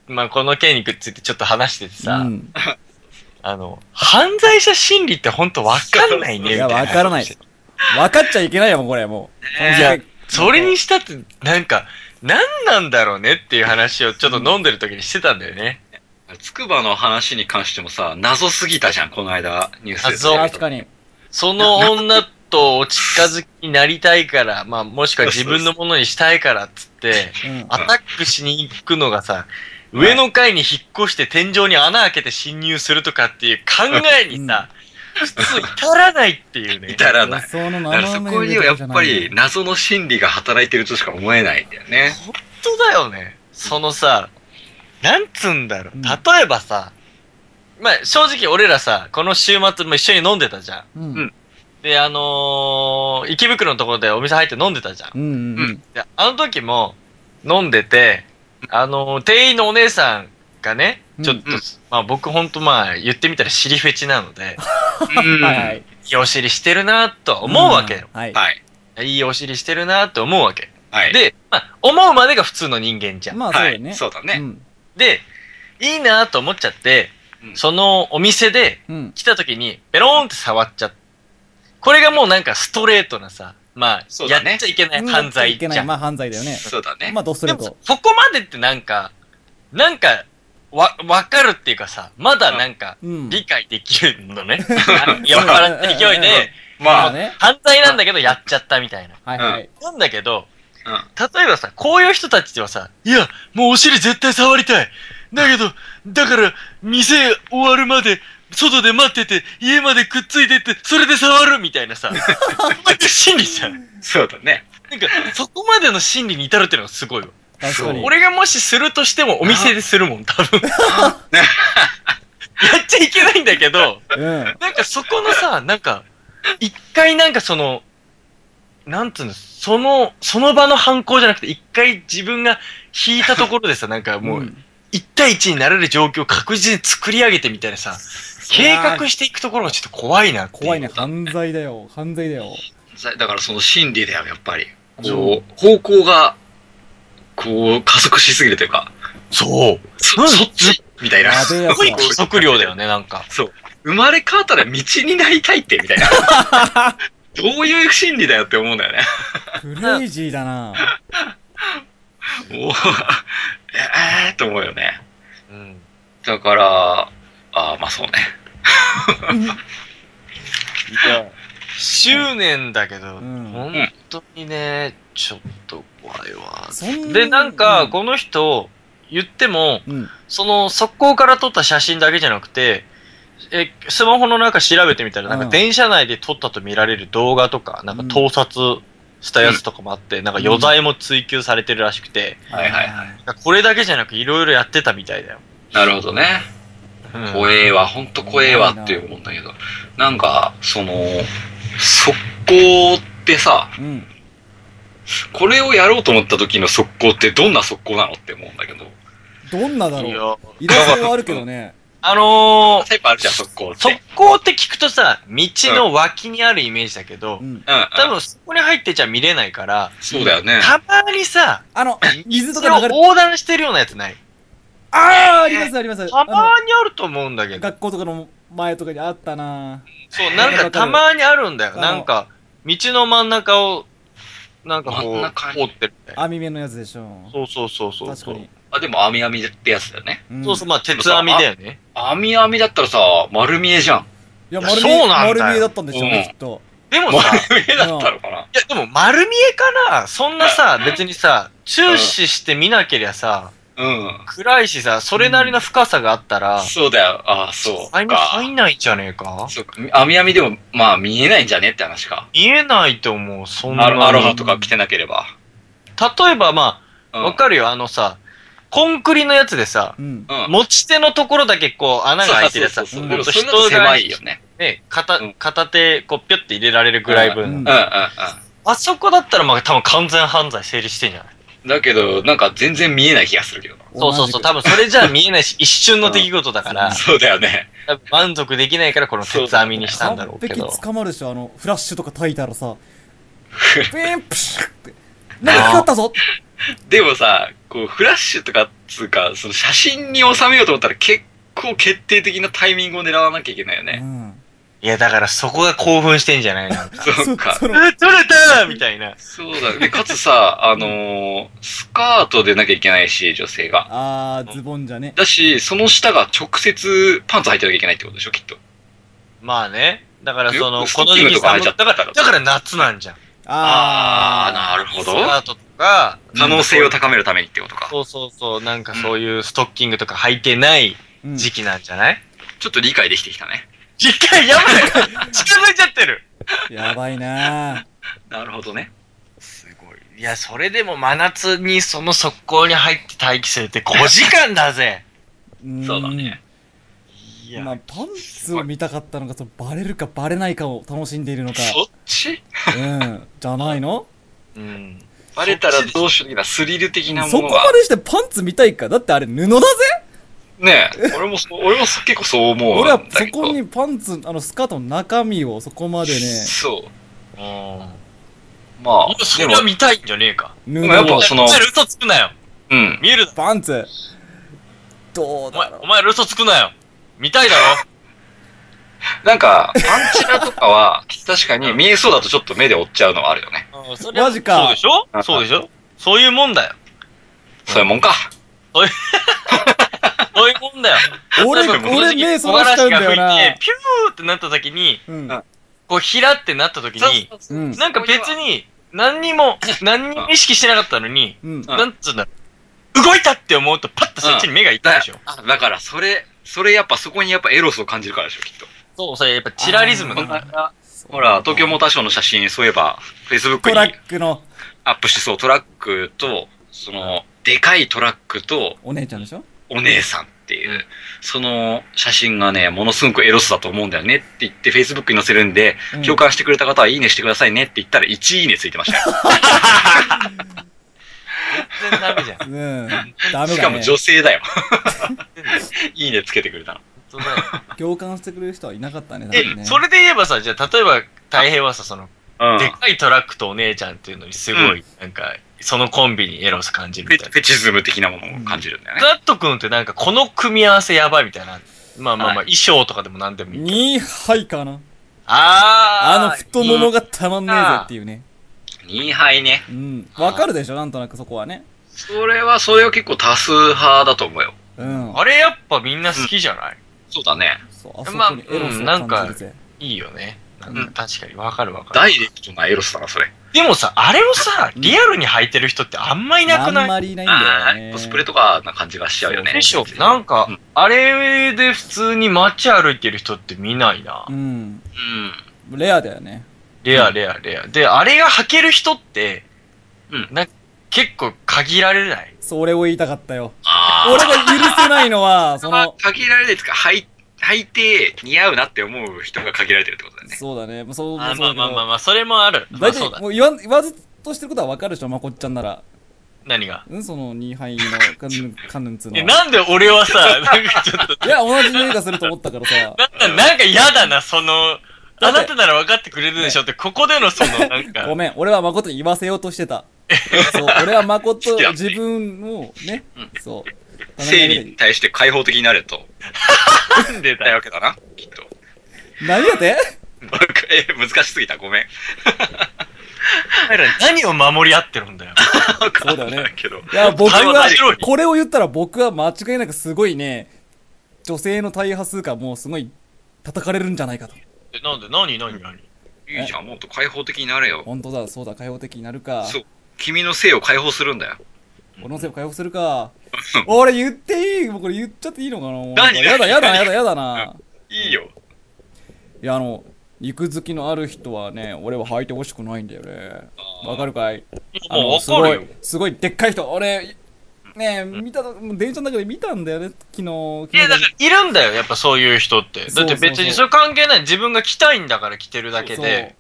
Speaker 4: まあ、この件についてちょっと話しててさ、
Speaker 3: うん。
Speaker 4: あの、犯罪者心理ってほんとわかんない
Speaker 3: い
Speaker 4: ね、みた
Speaker 3: や、
Speaker 4: いな。
Speaker 3: わからない。わかっちゃいけないよ、もうこれ、もう。
Speaker 4: いや、それにしたって、なんか、何なんだろうねっていう話をちょっと飲んでる時にしてたんだよね。
Speaker 2: あつくばの話に関してもさ、謎すぎたじゃん、この間、ニュースで。
Speaker 4: 謎
Speaker 3: 確かに。
Speaker 4: その女とお近づきになりたいから、まあもしくは自分のものにしたいからっつって、
Speaker 3: うん。
Speaker 4: アタックしに行くのがさ、上の階に引っ越して天井に穴開けて侵入するとかっていう考えにさ、普通至らないっていう (laughs) ね。
Speaker 2: 至らない。
Speaker 3: その
Speaker 2: だから
Speaker 3: 斜
Speaker 2: そ
Speaker 3: め
Speaker 2: こにはやっぱり謎の心理が働いてるとしか思えないんだよね。
Speaker 4: 本当だよね。そのさ、なんつうんだろ
Speaker 3: う
Speaker 4: う。
Speaker 3: ん
Speaker 4: 例えばさ、まあ正直俺らさ、この週末も一緒に飲んでたじゃん。
Speaker 3: うん。
Speaker 2: うん
Speaker 4: で、あのー池袋のところでお店入って飲んでたじゃん。
Speaker 3: うんうんうん。
Speaker 4: であの時も飲んでて、あのー店員のお姉さんがね、ちょっと、
Speaker 2: うん
Speaker 4: まあ僕ほんとまあ言ってみたら尻フェチなので、
Speaker 2: うん
Speaker 3: はいはい。
Speaker 4: いいお尻してるなとは思うわけよ。
Speaker 3: うん。はい。
Speaker 2: はい。
Speaker 4: いいお尻してるなと思うわけ。
Speaker 2: はい。
Speaker 4: で、まあ思うまでが普通の人間じゃん。
Speaker 3: まあそう
Speaker 2: は
Speaker 3: よね。
Speaker 2: い。そうだね。
Speaker 3: ん。
Speaker 4: で、いいなと思っちゃって、
Speaker 2: うん
Speaker 4: そのお店で
Speaker 3: うん。
Speaker 4: 来た時にベローンって触っちゃった。これがもうなんかストレートなさ、まあ、
Speaker 2: そう
Speaker 4: や
Speaker 2: だね
Speaker 4: っちゃいけない犯罪
Speaker 3: い
Speaker 4: じ
Speaker 3: け
Speaker 4: ゃん。
Speaker 3: ない。まあ犯罪だよね。
Speaker 2: そうだね。
Speaker 3: まあドストレ
Speaker 4: で
Speaker 3: ー
Speaker 4: もそ
Speaker 3: ト。
Speaker 4: そこまでってなんか、なんか、わ、わかるっていうかさ、まだなんか、
Speaker 3: うん。
Speaker 4: 理解できるのね。あの酔っ払った (laughs) 勢いで、
Speaker 2: ま
Speaker 3: まあ
Speaker 2: あ、
Speaker 3: ね。
Speaker 4: 犯罪なんだけどやっちゃったみたいな。
Speaker 3: はいはい。
Speaker 4: なんだけど、
Speaker 2: うん
Speaker 4: 例えばさ、こういう人たちはさ、いや、もうお尻絶対触りたい。だけど、だから、店終わるまで、外で待ってて、家までくっついてって、それで触るみたいなさ、なんか心理じゃん。
Speaker 2: そうだね。
Speaker 4: なんか、そこまでの心理に至るっていうのがすごいわ。
Speaker 3: 確かに。
Speaker 4: 俺がもしするとしてもお店でするもん、多分。 (laughs) やっちゃいけないんだけど、
Speaker 3: うん。
Speaker 4: なんかそこのさ、なんか、一回なんかその、なんつうの、その、その場の犯行じゃなくて、一回自分が引いたところでさ、なんか (laughs) も
Speaker 3: う、
Speaker 4: うん一対一になれる状況を確実に作り上げてみたいなさ、計画していくところがちょっと怖いなっていう
Speaker 3: 怖いね。。犯罪だよ。犯罪だよ。
Speaker 2: だからその心理だよ、やっぱり。こう、方向が、こう、加速しすぎるというか、
Speaker 4: そう。
Speaker 2: そ、そっちみたいな。
Speaker 3: やべえやつ
Speaker 4: すごい加速量だよね、なんか。
Speaker 2: そう。生まれ変わったら道になりたいって、みたいな。
Speaker 3: (laughs)
Speaker 2: どういう心理だよって思うんだよね。
Speaker 3: クレイジーだな。
Speaker 2: もう、ええー、と思うよね。
Speaker 4: うん。
Speaker 2: だから、ああ、まあそうね。
Speaker 4: 執念だけど、
Speaker 3: うん
Speaker 4: 本当にね、ちょっと怖いわ。
Speaker 3: そん
Speaker 4: で、なんか、
Speaker 3: こ
Speaker 4: この人、言っても、
Speaker 3: うん。
Speaker 4: その、速攻から撮った写真だけじゃなくて、え、スマホの中調べてみたら、なん
Speaker 3: う
Speaker 4: か
Speaker 3: ん
Speaker 4: 電車内で撮ったと見られる動画とか、なんか
Speaker 3: うん。
Speaker 4: 盗撮したやつとかもあって、なんか余罪も追求されてるらしくて、
Speaker 2: はいはいはい
Speaker 4: これだけじゃなくいろいろやってたみたいだよ。
Speaker 2: なるほどね。
Speaker 4: うん
Speaker 2: 怖えわ、ほんと怖えわって思うんだけど、なんか、その、速攻ってさ、
Speaker 3: うん。
Speaker 2: これをやろうと思った時の速攻ってどんな速攻なのって思うんだけど、
Speaker 3: どんなだ
Speaker 4: い
Speaker 3: ろう。
Speaker 4: や
Speaker 3: イラストはあるけど
Speaker 4: (laughs)
Speaker 3: ね。
Speaker 4: あのー、
Speaker 2: タイプあるじゃん、速攻って。
Speaker 4: 速攻って聞くとさ、道の脇にあるイメージだけど、
Speaker 3: うん。
Speaker 2: うん、うん
Speaker 4: 多分そこに入ってちゃ見れないから、
Speaker 2: そうだよね。
Speaker 4: たまにさ、
Speaker 3: あの、水と
Speaker 4: そ
Speaker 3: か
Speaker 4: れを
Speaker 3: 流れて、
Speaker 4: 横断してるようなやつない
Speaker 3: あーありますあります。
Speaker 4: た
Speaker 3: あ
Speaker 4: まにあると思うんだけ
Speaker 3: の、
Speaker 4: ど。
Speaker 3: 学校とかの前とかにあったな
Speaker 4: そう、な
Speaker 3: わ
Speaker 4: ん
Speaker 3: か
Speaker 4: か
Speaker 3: る
Speaker 4: たまにあるんだよ。
Speaker 3: あの
Speaker 4: なんか、道の真ん中を、なんかこ
Speaker 2: 真ん
Speaker 4: う、
Speaker 2: 中に
Speaker 4: 掘ってるみたいな。
Speaker 3: 網目のやつでしょ。
Speaker 4: そうそうそうそう。
Speaker 3: 確かに。。
Speaker 2: あ、でも、網網ってやつだよね。
Speaker 3: ん
Speaker 4: そうそう、まあ、鉄網だよね。
Speaker 2: 網網だったらさ、丸見えじゃん。
Speaker 3: いや、丸見
Speaker 4: そ
Speaker 3: え、
Speaker 4: うなんだよ
Speaker 3: 丸見えだったんでし
Speaker 2: う
Speaker 3: ょ、
Speaker 2: ん
Speaker 3: きっと。
Speaker 4: でも
Speaker 2: 丸
Speaker 4: さ、い
Speaker 2: 見えだったのかな。
Speaker 4: や、でも丸見えから、そんなさ、別にさ、注視して見なけりゃさ、
Speaker 2: うん。
Speaker 4: 暗いしさ、それなりの深さがあったら、
Speaker 2: そうだよ。ああ、そう
Speaker 4: あれに入
Speaker 2: か。
Speaker 4: んないんじゃねえか
Speaker 2: そうか。網網でも、まあ、見えないんじゃねって話か。
Speaker 4: 見えないと思う、そんな
Speaker 2: ア
Speaker 4: に。
Speaker 2: ロアロハとか着てなければ。
Speaker 4: 例えばま
Speaker 2: う
Speaker 4: あ、
Speaker 2: ん
Speaker 4: わかるよ、あのさ、コンクリのやつでさ
Speaker 3: う、ん。
Speaker 2: うん。
Speaker 4: 持ち手のところだけこう穴が開いてるやつ
Speaker 2: そう
Speaker 4: さ、
Speaker 2: そうそうう。
Speaker 3: ん
Speaker 2: で
Speaker 4: ほ
Speaker 2: も、
Speaker 4: んと
Speaker 2: それ
Speaker 4: 人
Speaker 2: だと
Speaker 4: が
Speaker 2: 狭いよね。
Speaker 4: ね、片
Speaker 2: うん、
Speaker 4: 片手、こう、ぴょって入れられるぐらい分。
Speaker 3: う
Speaker 2: うんんうんうん。
Speaker 4: あそこだったら、まあ、多分完全犯罪成立してんじゃない
Speaker 2: だけど、なんか全然見えない気がするけどな。
Speaker 4: そうそうそう。多分それじゃ見えないし、一瞬の出来事だから、
Speaker 2: そうだよね。
Speaker 4: 多分満足できないから、この鉄網にしたんだろうけ
Speaker 3: 完
Speaker 4: ど。
Speaker 3: 璧捕まるでしょ、あの、フラッシュとか焚いた
Speaker 2: (laughs)
Speaker 3: らさ、ピーンプシュって。なんか光ったぞ
Speaker 2: でもさ、こう、フラッシュとか、つうか、その写真に収めようと思ったら結構決定的なタイミングを狙わなきゃいけないよ
Speaker 3: う
Speaker 2: ね。
Speaker 3: ん。
Speaker 4: いや、だからそこが興奮してんじゃない
Speaker 2: (laughs)
Speaker 4: なんか。
Speaker 2: そうか。
Speaker 3: その
Speaker 4: え、取れたみたいな。
Speaker 2: そうだ。で、かつさ、あのースカートでなきゃいけないし、女性が。
Speaker 3: あー、ズボンじゃね。
Speaker 2: だし、その下が直接パンツ履いてなきゃいけないってことでしょ、きっと。
Speaker 4: まあね。だからその、
Speaker 2: ス
Speaker 4: こ
Speaker 2: ト
Speaker 4: の
Speaker 2: ッキン
Speaker 4: 時
Speaker 2: グ
Speaker 4: 期
Speaker 2: とか
Speaker 4: 寒
Speaker 2: 入
Speaker 4: い
Speaker 2: っちゃ
Speaker 4: だ
Speaker 2: ったか
Speaker 4: か
Speaker 2: ら
Speaker 4: ら、だから夏なんじゃん。
Speaker 2: あー、
Speaker 3: あ
Speaker 2: なるほ
Speaker 4: スカ
Speaker 2: ど。
Speaker 4: ートとか、
Speaker 2: 可能性を高めるためにってことか。
Speaker 4: そうそうそう、なんかそういうストッキングとか履いてない
Speaker 3: ー。うん
Speaker 4: 時期なんじゃない
Speaker 2: ちょっと理解できてきたね。
Speaker 4: 実回やばい近づいちゃってる
Speaker 3: やばいな
Speaker 2: なるほどね。
Speaker 4: すごい。いや、それでも真夏にその速攻に入って待機するって5時間だぜ
Speaker 3: ー。
Speaker 2: そうだね。
Speaker 4: い
Speaker 3: うん。まあ、パンツを見たかったのか、そのバレるかバレないかを楽しんでいるのか。
Speaker 2: そっち
Speaker 3: うん。じゃないの
Speaker 4: うん。
Speaker 2: バレたらどうしよう的なスリル的な
Speaker 3: そ
Speaker 2: も
Speaker 3: こ
Speaker 2: の
Speaker 3: ま
Speaker 2: は。
Speaker 3: でしてパンツ見たいか。だってあれ布だぜ
Speaker 2: ねえ、俺もそう、俺もそう結構そう思う。
Speaker 3: 俺はそこ。にパンツ、あの、スカートの中身をそこまでね、
Speaker 2: そう。
Speaker 4: うん。
Speaker 2: まあ、
Speaker 4: そ
Speaker 2: で
Speaker 4: れ
Speaker 2: も
Speaker 4: は、見たいんじゃねえか。
Speaker 3: 布
Speaker 2: でもやっぱ
Speaker 3: を、
Speaker 2: その
Speaker 4: お前ら嘘つくなよ。
Speaker 2: うん。
Speaker 4: 見えるだ
Speaker 3: パンツ。どう
Speaker 4: お前
Speaker 3: だ、ろう
Speaker 4: お。前ら嘘つくなよ。見たいだろ
Speaker 2: なんか、パンチラとかは、 (laughs) 確かに見えそうだとちょっと目で追っちゃうのはあるよね。
Speaker 4: うんそれは
Speaker 3: マジか
Speaker 4: そうでしょそうでしょそういうもんだよ。
Speaker 2: そういうもんか。
Speaker 4: そういうもんだよ。
Speaker 3: (laughs) 俺、
Speaker 4: 例えばこの
Speaker 3: 俺
Speaker 4: 時期
Speaker 3: 目そらしちゃうんだよ
Speaker 4: 木枯らしが吹い
Speaker 3: な
Speaker 4: て。ピューってなった時に、
Speaker 3: うん。
Speaker 4: こう、ひらってなった時に、
Speaker 3: うん。
Speaker 4: なんか別に、何にも、何にも意識してなかったのに、
Speaker 3: うん。
Speaker 2: うん
Speaker 4: なんつうんだろう、動いたって思うと、パッとそっちに目が行った
Speaker 2: だ
Speaker 4: でしょ。
Speaker 2: あだから、それ、それやっぱそこにやっぱエロスを感じるからでしょ、きっと。
Speaker 4: そう、それやっぱチラリズム
Speaker 3: うん
Speaker 2: こ
Speaker 4: だ
Speaker 2: の間ほら、東京モーターショーの写真、そういえば、Facebook
Speaker 3: トラ
Speaker 2: に
Speaker 3: ックの
Speaker 2: アップしてそう、トラックと、その、でかいトラックと、
Speaker 3: お姉ちゃんでしょ
Speaker 2: お姉さんっていう、その写真がね、ものすごくエロスだと思うんだよねって言って、Facebook に載せるんで、
Speaker 3: うん
Speaker 2: 共感してくれた方はいいねしてくださいねって言ったら、1いいねついてましたよ。
Speaker 4: 全然ダメじ (laughs) ゃん。
Speaker 3: うん。ダメ
Speaker 2: しか
Speaker 3: だ
Speaker 2: も
Speaker 3: ね。
Speaker 2: 女性だよ。 (laughs) いいねつけてくれたの。
Speaker 4: そうだよ
Speaker 3: 共感してくれる人はいなかったね、多分
Speaker 4: え、
Speaker 3: ね。
Speaker 4: それで言えばさ、じゃあ例えば、大平はさ、その、
Speaker 2: うん。
Speaker 4: でかいトラックとお姉ちゃんっていうのにすご
Speaker 2: う
Speaker 4: い、なんか、そのコンビにエロス感じる
Speaker 2: フ
Speaker 4: み
Speaker 2: ェ
Speaker 4: たい
Speaker 2: フェチズム的なものを感じるんだよ
Speaker 4: な。
Speaker 2: ね。
Speaker 4: ガット君ってなんか、この組み合わせやばいみたいな。まあまあまあ、
Speaker 2: は
Speaker 4: 衣装とかでも何でもいい。
Speaker 3: に、はいかな。あの
Speaker 4: あー
Speaker 3: 太ももがたまんねえぜっていうね。
Speaker 2: 2杯ね。
Speaker 3: うん。わかるでしょなんとなくそこはね。
Speaker 2: それは、それを結構多数派だと思うよ。
Speaker 3: うん。
Speaker 4: あれやっぱみんな好きじゃない、
Speaker 2: そうだね。
Speaker 3: そう、あそ
Speaker 4: まあ
Speaker 3: こにエロス
Speaker 4: う
Speaker 3: を
Speaker 4: んなんか
Speaker 3: 感じるぜ。
Speaker 4: いいよね。なん
Speaker 2: う
Speaker 4: か
Speaker 2: ん
Speaker 4: 確かに、わかるわかる。
Speaker 2: ダイレクトなエロスだな、それ。
Speaker 4: でもさ、あれをさ、リアルに履いてる人ってあんまいな
Speaker 3: あ
Speaker 4: く
Speaker 3: ん
Speaker 4: ない
Speaker 3: まりいないん
Speaker 2: あ
Speaker 3: だ
Speaker 2: あ
Speaker 3: よね。
Speaker 2: ー、コスプレとかな感じがしちゃうよね。
Speaker 4: でしょなんか、
Speaker 2: うん
Speaker 4: あれで普通に街歩いてる人って見ないな
Speaker 3: う。ん。
Speaker 2: うん。
Speaker 3: レアだよね。
Speaker 4: レアレアレア。で、あれが履ける人って、
Speaker 2: うん
Speaker 4: な結構限られない。
Speaker 3: それを言いたかったよ。
Speaker 2: ああ。
Speaker 3: 俺が許せないのは、そ
Speaker 2: まあ (laughs)
Speaker 3: の、、
Speaker 2: 限られてるんですか、履い履いて似合うなって思う人が限られてるってことだよね。
Speaker 3: そうだね。まあそう、
Speaker 4: あ
Speaker 3: そ
Speaker 4: ま
Speaker 3: うだ
Speaker 4: あまあ
Speaker 3: け
Speaker 4: まあ
Speaker 3: ど
Speaker 4: まあ、それもある。ま
Speaker 3: 大
Speaker 4: あそう
Speaker 3: 体、
Speaker 4: だ。
Speaker 3: もう言わん、言わずとしてることはわかるでしょまこっちゃんなら。
Speaker 4: 何が
Speaker 3: うん、その、2杯のカヌン、カヌンつうの
Speaker 4: え、
Speaker 3: は。
Speaker 4: なんで俺は (laughs) さ、なんかちょっと、
Speaker 3: いや、同じ匂いがすると思ったからさ。
Speaker 4: なんか、なんか嫌だな、その、
Speaker 3: だ
Speaker 4: あ
Speaker 3: って
Speaker 4: なたなら分かってくれるでしょって、ここでのその、なん (laughs) か、
Speaker 3: ごめん、俺は誠に言わせようとして
Speaker 4: (laughs)
Speaker 3: た。そう、俺は誠
Speaker 2: いや、
Speaker 3: 自分をね、そう。
Speaker 2: 生理に対して開放的になれと。
Speaker 4: なんで
Speaker 2: だ
Speaker 4: だ
Speaker 2: い
Speaker 4: よ。
Speaker 2: わけだな、きっと。
Speaker 3: 何やって
Speaker 2: (laughs) え、難しすぎた、ごめん。
Speaker 4: お前ら何を守り合ってるんだよ。
Speaker 3: そうだよね
Speaker 2: わかんないけど。
Speaker 3: い
Speaker 4: (laughs)
Speaker 3: や、僕
Speaker 4: 顔
Speaker 3: は
Speaker 4: 真っ白い、
Speaker 3: これを言ったら僕は間違いなくすごいね、女性の大破数がもうすごい叩かれるんじゃないかと。
Speaker 4: えなんで、何、何、何
Speaker 2: いいじゃん、もっと開放的になれよ。
Speaker 3: 本当だ、そうだ、開放的になるか。
Speaker 2: そう。君の性を解放するんだよ。
Speaker 3: 俺のせいを解放するか。俺言っていいもうこれ言っちゃっていいのかなもう
Speaker 2: 何
Speaker 3: やだ、
Speaker 2: 何
Speaker 3: やだ、やだ、やだな。
Speaker 2: いいよ。
Speaker 3: いや、あの、肉好きのある人はね、俺は履いてほしくないんだよね。わかるかいあ
Speaker 4: もう
Speaker 3: の
Speaker 4: 分か
Speaker 3: すご
Speaker 4: るよ
Speaker 3: い、すごいでっかい人。俺、ねえ、見た、もう電車の中で見たんだよね、昨日。
Speaker 4: いや、だ
Speaker 3: 昨
Speaker 4: か
Speaker 3: 日
Speaker 4: ら、いるんだよ、やっぱそういう人って。だって別にそれ関係ない。自分が着たいんだから着てるだけで、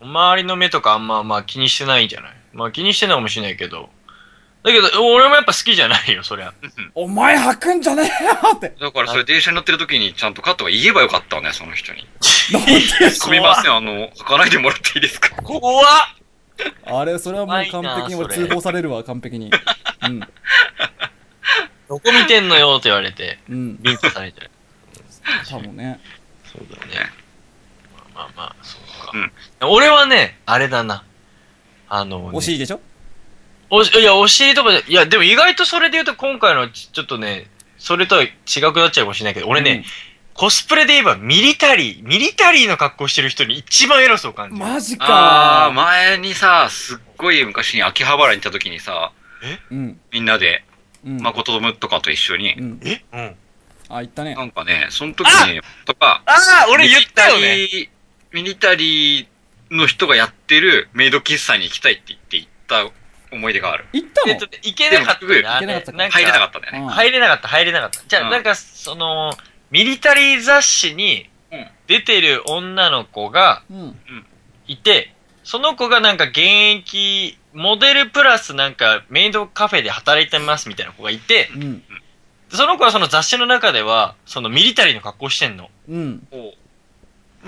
Speaker 4: 周りの目とかあんま、まあ気にしてないんじゃないまあ気にしてないかもしれないけど。だけど、俺もやっぱ好きじゃないよ、そりゃ。
Speaker 3: お前履くんじゃねえよって。
Speaker 2: だからそれ電車に乗ってる時にちゃんとカットが言えばよかったわね、その人に。
Speaker 4: (laughs)
Speaker 3: なんで
Speaker 2: すみません、あの、書かないでもらっていいですか
Speaker 4: 怖っ
Speaker 3: あれ、それはもう完璧に
Speaker 4: 怖いな
Speaker 3: 俺
Speaker 4: それ
Speaker 3: 通報されるわ、完璧に。うん。
Speaker 4: どこ見てんのよって言われて、 (laughs)
Speaker 3: うん。
Speaker 4: ビンタされてる。
Speaker 3: かもね。
Speaker 4: そうだよね。まあまあ、そうか。
Speaker 2: うん
Speaker 4: 俺はね、あれだな。あの、ね、
Speaker 3: お尻でしょ
Speaker 4: おしいや、お尻とかじゃ、いや、でも意外とそれで言うと今回のちちょっとね、それとは違くなっちゃうかもしれないけど、俺ね、
Speaker 3: うん
Speaker 4: コスプレで言えばミリタリー、ミリタリーの格好してる人に一番エロさを感じる。
Speaker 3: マジ
Speaker 2: ああ、
Speaker 3: か
Speaker 2: 前にさ、すっごい昔に秋葉原に行った時にさ、
Speaker 3: うん。
Speaker 2: みんなで、
Speaker 3: うん。
Speaker 2: 誠とムとかと一緒に
Speaker 3: う、ん。
Speaker 4: えうん。
Speaker 3: あ、言ったね
Speaker 2: な。んかね、その時に、とか、
Speaker 4: ああ、俺言ったよね。
Speaker 2: ミリタリー。ミリタリーの人がやってるメイド喫茶に行きたいって言って行った思い出がある。
Speaker 3: 行った
Speaker 4: え
Speaker 3: の
Speaker 4: っとね、いけなかったんだあれ
Speaker 3: でも結局
Speaker 4: なんか
Speaker 2: 入れなかったんだよね。
Speaker 3: うん
Speaker 4: 入れなかった、入れなかった。じゃ
Speaker 2: う
Speaker 4: あ、
Speaker 2: ん
Speaker 4: なんか、その、ミリタリー雑誌に
Speaker 2: うん
Speaker 4: 出てる女の子が
Speaker 3: うん。
Speaker 4: いて、その子がなんか現役、モデルプラスなんかメイドカフェで働いてますみたいな子がいて、
Speaker 3: うん。
Speaker 4: その子はその雑誌の中では、そのミリタリーの格好してんの。
Speaker 3: うん。
Speaker 2: おう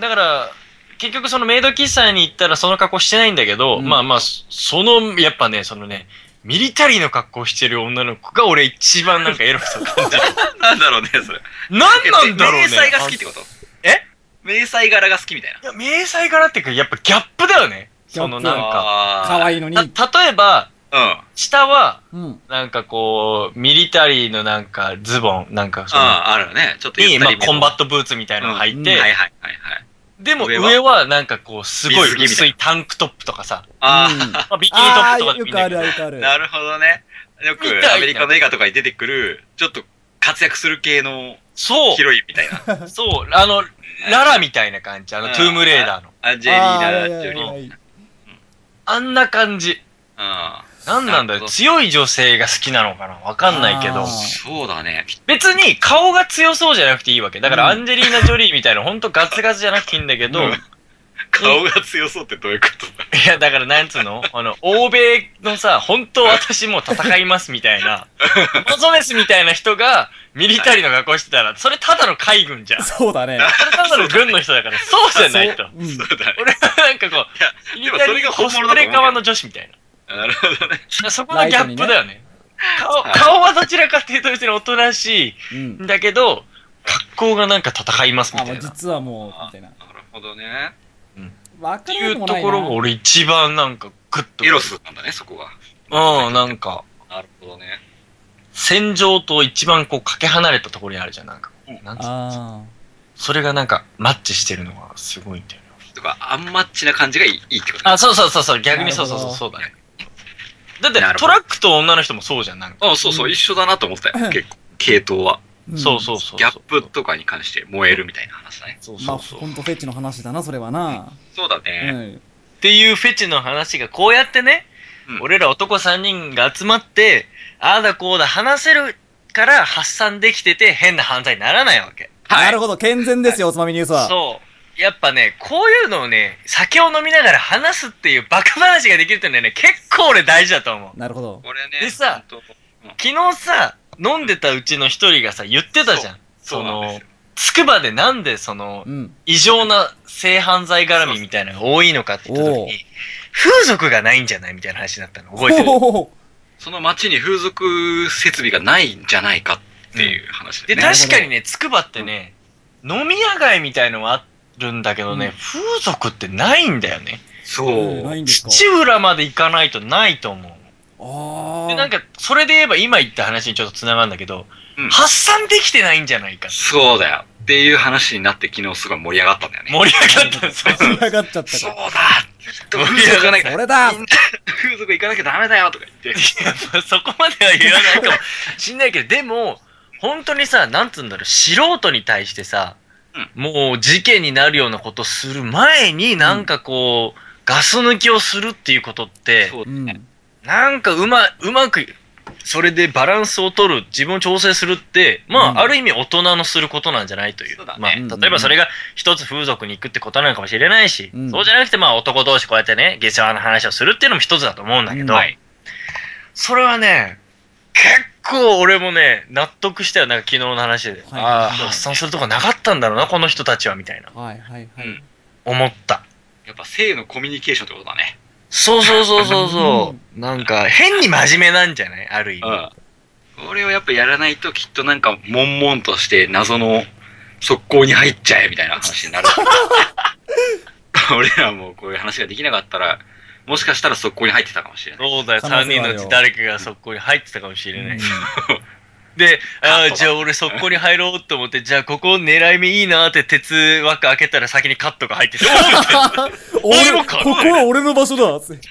Speaker 4: だから、結局そのメイド喫茶に行ったらその格好してないんだけど、
Speaker 3: うん
Speaker 4: まあまあ、そその、やっぱね、そのね、ミリタリーの格好してる女の子が俺一番なんかエロさ
Speaker 2: (laughs)
Speaker 4: 感じる。
Speaker 2: なんだろうね、それ。
Speaker 4: なんなんだろ
Speaker 2: 迷
Speaker 4: うね。
Speaker 2: 彩が好きってこと
Speaker 4: え
Speaker 2: 迷彩柄が好きみたいな。
Speaker 4: いや、迷彩柄っていうか、やっぱギャップだよね。
Speaker 3: ギャップ
Speaker 4: そのなんか。
Speaker 2: か
Speaker 3: 可愛いのに。
Speaker 4: た、例えば、
Speaker 2: うん。
Speaker 4: 下は、
Speaker 3: うん。
Speaker 4: なんかこう、ミリタリーのなんかズボン、なんかその、
Speaker 2: ああ、あるよね。ちょっとゆ
Speaker 4: に、
Speaker 2: った
Speaker 4: ま
Speaker 2: り
Speaker 4: あ
Speaker 2: めの
Speaker 4: コンバットブーツみたいなの履いて、
Speaker 3: うん
Speaker 2: はいはいはいはい。
Speaker 4: でも
Speaker 2: 上は
Speaker 4: 上はなんかこう、すごい
Speaker 2: 水着みた
Speaker 4: 薄
Speaker 2: い
Speaker 4: いタンクトップとかさ、
Speaker 2: あ
Speaker 4: まあ、ビキニトッ
Speaker 3: あ
Speaker 4: プと
Speaker 3: あ
Speaker 4: か
Speaker 3: ー、よ
Speaker 4: でもいいん
Speaker 3: くあ
Speaker 4: だけ
Speaker 3: る
Speaker 4: ど
Speaker 3: あ、るあ
Speaker 2: あ、
Speaker 3: る。
Speaker 2: なるほどね。よ
Speaker 4: みたい
Speaker 2: く
Speaker 4: な
Speaker 2: アメリカの映画とかに出てくる、ちょっと活躍する系の
Speaker 4: そ
Speaker 2: ヒロインみた
Speaker 4: (laughs)
Speaker 2: いな。
Speaker 4: う、そう、あの、ララみたいな感じ、あの、
Speaker 2: うん
Speaker 4: トゥームレーダーの。
Speaker 2: あ、ジェリー
Speaker 3: あー
Speaker 2: だ、
Speaker 3: いやい
Speaker 2: ジョ
Speaker 3: やい
Speaker 2: リー。
Speaker 3: や
Speaker 2: うん。
Speaker 3: いや
Speaker 4: あんな感じ。なんなんだ
Speaker 2: なる
Speaker 4: よ。
Speaker 2: ほど
Speaker 4: 強い女性が好きなのかなわかんないけど
Speaker 3: あ。ー
Speaker 2: そうだね。
Speaker 4: 別に顔が強そうじゃなくていいわけ。だからア
Speaker 3: うん
Speaker 4: ンジェリーナ・ジョリーみたいな、ほんとガツガツじゃなくていいんだけど、
Speaker 2: うん
Speaker 4: い
Speaker 2: 顔が強そうってどういうことだ
Speaker 4: や、だからなんつうのあの、欧米のさ、本当私もう戦いますみたいな、モゾメスみたいな人がミリタリーの格好してたら、それただの海軍じゃん。そ
Speaker 3: そうだね。
Speaker 4: れただの軍の人だから、そうじゃないと。
Speaker 3: うん。
Speaker 2: そうだね。
Speaker 4: 俺はなんかこう、
Speaker 2: い
Speaker 4: ミ
Speaker 2: や
Speaker 4: リ
Speaker 2: でもそれが
Speaker 4: タリーの
Speaker 2: 本
Speaker 4: コ
Speaker 2: 物だ
Speaker 4: ス
Speaker 2: と思う
Speaker 4: プレ側の女子みたいな。
Speaker 2: なるほどね。
Speaker 4: いやそこのギャップだよね。顔、
Speaker 2: はい
Speaker 4: 顔はどちらかっていうと別におとなし
Speaker 3: う
Speaker 4: (laughs) いん
Speaker 3: ん。
Speaker 4: だけど、格好がなんか戦いますみ
Speaker 3: あ、
Speaker 4: た
Speaker 3: もう
Speaker 4: いな。
Speaker 3: 実はもう、みたいな。
Speaker 2: なるほどね。
Speaker 3: わ
Speaker 4: って
Speaker 3: か
Speaker 4: い
Speaker 3: る
Speaker 4: うところが俺一番なんかグッとくる。
Speaker 2: エロスなんだね、そこが。
Speaker 4: うん、なんか、
Speaker 2: なるほどね。
Speaker 4: 戦場と一番こうかけ離れたところにあるじゃん、なんか。なんつうの
Speaker 3: あ
Speaker 4: それがなんかマッチしてるのがすごいんだよね。
Speaker 2: とか、アンマッチな感じがいいいいってことね
Speaker 4: あ、そうそうそう、そう逆に
Speaker 3: なる
Speaker 4: そ
Speaker 3: ほ
Speaker 4: うそ
Speaker 3: ど
Speaker 4: うそう、そうだね。だって
Speaker 2: なるほ
Speaker 4: ト
Speaker 2: ど
Speaker 4: ラックと女の人もそうじゃん、なんか。
Speaker 2: あそうそう、
Speaker 3: うん
Speaker 2: 一緒だなと思ったよ。結構、系統は。
Speaker 3: あ。ん
Speaker 4: そうそうそう。
Speaker 2: ギャップとかに関して燃えるみたいな話だね。
Speaker 4: そう
Speaker 3: ま
Speaker 4: そ
Speaker 3: あ、
Speaker 4: うそう。
Speaker 3: ほんとフェチの話だな、それはな。
Speaker 2: そうだ
Speaker 3: う
Speaker 2: ね。
Speaker 3: ん。
Speaker 4: っていうフェチの話がこうやってね、
Speaker 2: うん
Speaker 4: 俺ら男3人が集まって、ああだこうだ話せるから発散できてて変な犯罪にならないわけ。
Speaker 3: なる
Speaker 2: ほ
Speaker 3: ほど、健全ですよ、おつまみニュースは。
Speaker 4: そう。やっぱね、こういうのをね、酒を飲みながら話すっていうバカ話ができるっていうのはね、結構俺大事だと思う。
Speaker 3: なるほど。
Speaker 2: これね。
Speaker 4: でさ
Speaker 2: ほんと、
Speaker 4: 昨日さ、飲んでたうちの一人がさ、言ってたじゃん。
Speaker 2: そう
Speaker 4: そ
Speaker 2: なんです
Speaker 4: の
Speaker 2: よ、
Speaker 4: つくばでなんでその
Speaker 3: う、ん。
Speaker 4: 異常な性犯罪絡みみたいなのが多いのかって言った時
Speaker 3: おう
Speaker 4: に、風俗がないんじゃないみたいな話になったの覚えてる
Speaker 3: ほほほ
Speaker 2: その町に風俗設備がないんじゃないかっていう話で
Speaker 4: で、
Speaker 2: ね。
Speaker 3: なるほど
Speaker 4: 確かにね、つくばってね、飲み屋街みたいのはあるんだけどね、
Speaker 3: うん
Speaker 4: 風俗ってないんだよね。
Speaker 2: そう
Speaker 3: うん。ないんですか
Speaker 4: 土浦まで行かないとないと思う。
Speaker 3: ああ。
Speaker 4: で、なんか、それで言えば今言った話にちょっと繋がるんだけど、
Speaker 2: うん
Speaker 4: 発散できてないんじゃないか。
Speaker 2: そうだよ。っていう話になって昨日すごい盛り上がったんだよね。
Speaker 4: 盛り上がったんですよ。
Speaker 3: 盛り上がっちゃった
Speaker 2: そう
Speaker 3: か
Speaker 2: だ風俗がないから
Speaker 3: それだ
Speaker 2: みんな風俗行かなきゃダメだよとか言って。
Speaker 4: いやまあ (laughs) そこまでは言わないかもしんないけど、でも、本当にさ、なんつうんだろう、素人に対してさ、もう事件になるようなことする前に、なんかこう、ガス抜きをするっていうことって、
Speaker 2: そう
Speaker 3: う
Speaker 2: だ
Speaker 3: ん。
Speaker 2: ね。
Speaker 4: なんかうま、うまく、それでバランスを取る、自分を調整するって、まあ、
Speaker 3: うん
Speaker 4: ある意味大人のすることなんじゃないという。
Speaker 2: そうだね
Speaker 4: まあ、
Speaker 3: うん
Speaker 4: 例えばそれが一つ風俗に行くってことなのかもしれないし、
Speaker 3: うん
Speaker 4: そうじゃなくてまあ男同士こうやってね、下世話の話をするっていうのも一つだと思うんだけど、
Speaker 3: うん
Speaker 2: はい
Speaker 4: それはね、結構俺もね、納得したよ、なんか昨日の話で。
Speaker 3: はい
Speaker 4: ああ、発散するとこなかったんだろうな、この人たちは、みたいな。
Speaker 3: はいはいは
Speaker 2: う
Speaker 3: い
Speaker 2: ん。
Speaker 4: 思った。
Speaker 2: やっぱ性のコミュニケーションってことだね。
Speaker 4: そうそうそうそう (laughs) そう。なんか、変に真面目なんじゃないある意味。
Speaker 2: これをやっぱやらないときっとなんか悶々として謎の速攻に入っちゃえみたいな話に
Speaker 3: (laughs)
Speaker 2: なる。俺らもこういう話ができなかったら、もしかしたら速攻に入ってたかもしれない。
Speaker 4: そうだよ、
Speaker 3: 可能性はあ
Speaker 4: 3
Speaker 3: るよ
Speaker 4: 人のうち誰かが速攻に入ってたかもしれない。で、
Speaker 2: あ
Speaker 4: あ
Speaker 2: そうだ
Speaker 4: ーじゃあ俺速攻に入ろうと思って、じゃあここ狙い目いいなーって鉄枠開けたら先にカットが入ってた。
Speaker 3: 俺、
Speaker 4: 俺も
Speaker 3: こ
Speaker 4: か
Speaker 3: こは俺の場所だつって。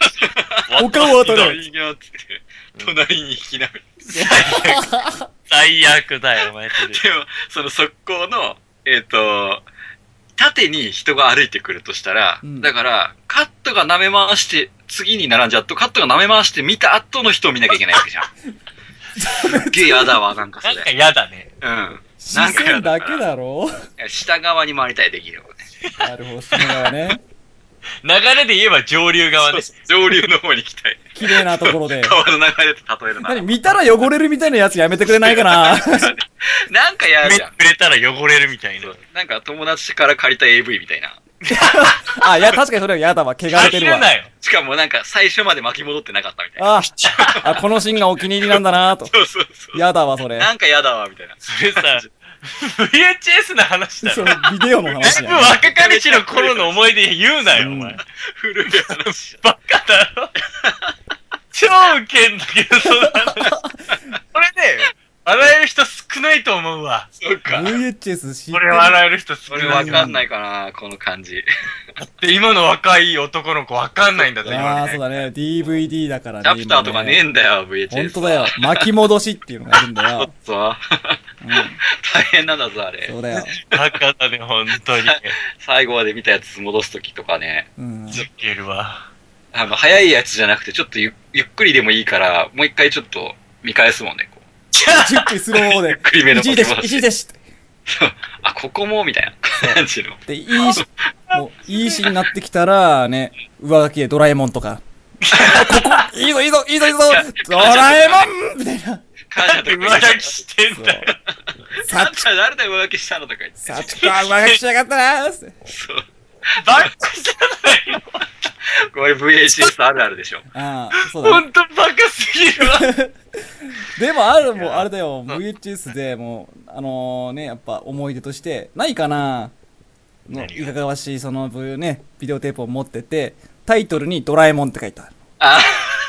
Speaker 3: おかを当たれ。
Speaker 2: 隣にって隣に引きなめて。
Speaker 4: (laughs) 最悪だよ、お前って。
Speaker 2: でも、その速攻の、えっ、と、縦に人が歩いてくるとしたら、
Speaker 3: うん
Speaker 2: だから、カットが舐め回して、次に並んじゃうと、カットが舐め回して見た後の人を見なきゃいけないわけじゃん。
Speaker 3: (laughs)
Speaker 2: すっげえ嫌だわ、なんかそ
Speaker 4: なんか
Speaker 2: れ。
Speaker 4: 嫌だね。
Speaker 2: うん。
Speaker 3: 視線だけだろ
Speaker 2: 下側に回りたい、できればね。
Speaker 3: なるほど、下側ね。
Speaker 4: 流れで言えば上流側です。
Speaker 2: 上流の方に行きたい。
Speaker 3: 綺麗なところ
Speaker 2: (laughs)
Speaker 3: で。
Speaker 2: 川の流れで例えるなら
Speaker 3: 何。見たら汚れるみたいなやつやめてくれないかな
Speaker 2: なんかやる
Speaker 4: 目
Speaker 2: じゃん
Speaker 4: 触。れたら汚れるみたいな。
Speaker 2: なんか友達から借りた AV みたいな。
Speaker 3: あ、いや、確かにそれは嫌だわ。汚れてるわ
Speaker 4: 走る。 (laughs) なよ。
Speaker 2: しかもなんか最初まで巻き戻ってなかったみたいな。
Speaker 3: ああ、このシーンがお気に入りなんだなと。
Speaker 2: そうそうそう。
Speaker 3: 嫌だわ、それ。
Speaker 2: なんかやだわ、みたいな。
Speaker 4: それさ、VHS の話だ
Speaker 3: そ
Speaker 4: ろ。
Speaker 3: れビデオの話
Speaker 4: 全部
Speaker 3: やね。
Speaker 4: 若かりしの頃の思い出言うなよ、お前。
Speaker 2: 古い話。
Speaker 4: バカだろ超ウケんだけど、その話。これね、笑える人少ないと思うわ。
Speaker 2: そうか。
Speaker 3: VHS 知って
Speaker 4: これ
Speaker 3: る
Speaker 4: 笑える人少
Speaker 2: 俺わ
Speaker 4: ない
Speaker 2: か
Speaker 4: わ。
Speaker 2: んないかな、この感じ。
Speaker 4: で、今の若い男の子わかんないんだぞ、
Speaker 3: あ
Speaker 4: 今
Speaker 3: あ、
Speaker 4: ね
Speaker 3: そうだね。DVD だからね。
Speaker 2: チャプターとかねえんだよ、VHS。
Speaker 3: 今ね。本当だよ。巻き戻しっていうのがあるんだ
Speaker 2: (laughs)
Speaker 3: よ。
Speaker 2: そう。 (laughs) 大変なんだぞ、あれ
Speaker 3: そ。うだよ。
Speaker 4: バカだね、本当に。ウ
Speaker 2: 最後まで見たやつ戻すときとかね。
Speaker 3: うん。
Speaker 4: ケるわ。
Speaker 2: あの、早いやつじゃなくて、ちょっとゆゆっくりでもいいから、もう一回ちょっと見返すもんね、こう。 (laughs)
Speaker 3: 10分スローモ
Speaker 2: ゆ
Speaker 3: ー
Speaker 4: (laughs)
Speaker 3: で
Speaker 2: っ。くりめの
Speaker 3: 一時
Speaker 2: 巻き
Speaker 3: 停止、
Speaker 2: 戻
Speaker 3: 一
Speaker 2: し
Speaker 3: 時停止っ
Speaker 2: あ、ここもみたいな感じの。
Speaker 3: て。いいし、もう、いいシーンになってきたら、ね、上書きでドラえもんとか。ここ、いいぞ、いいぞ、いいぞ、いいぞドラえもんみたいな。
Speaker 2: 感
Speaker 4: なん
Speaker 2: 謝
Speaker 4: で
Speaker 2: と
Speaker 4: 上
Speaker 2: か。
Speaker 4: 書きしてん
Speaker 3: そう
Speaker 4: だよ。。
Speaker 2: なん
Speaker 3: さ
Speaker 2: か誰だよ浮気したのとか言って。
Speaker 3: さちか、上書きしやがったなーっつって。
Speaker 2: そう。
Speaker 4: バカじゃないよ。
Speaker 2: これ VHS あるあるでしょ。
Speaker 3: ああ、そうだね
Speaker 4: ほ。んとバカすぎるわ。
Speaker 3: でもあるもうあれだよ VHS でもうあのねやっぱ思い出としてないかなの
Speaker 4: 何が
Speaker 3: いかがわしいそのブねビデオテープを持っててタイトルに「ドラえもん」って書いてある
Speaker 2: あ、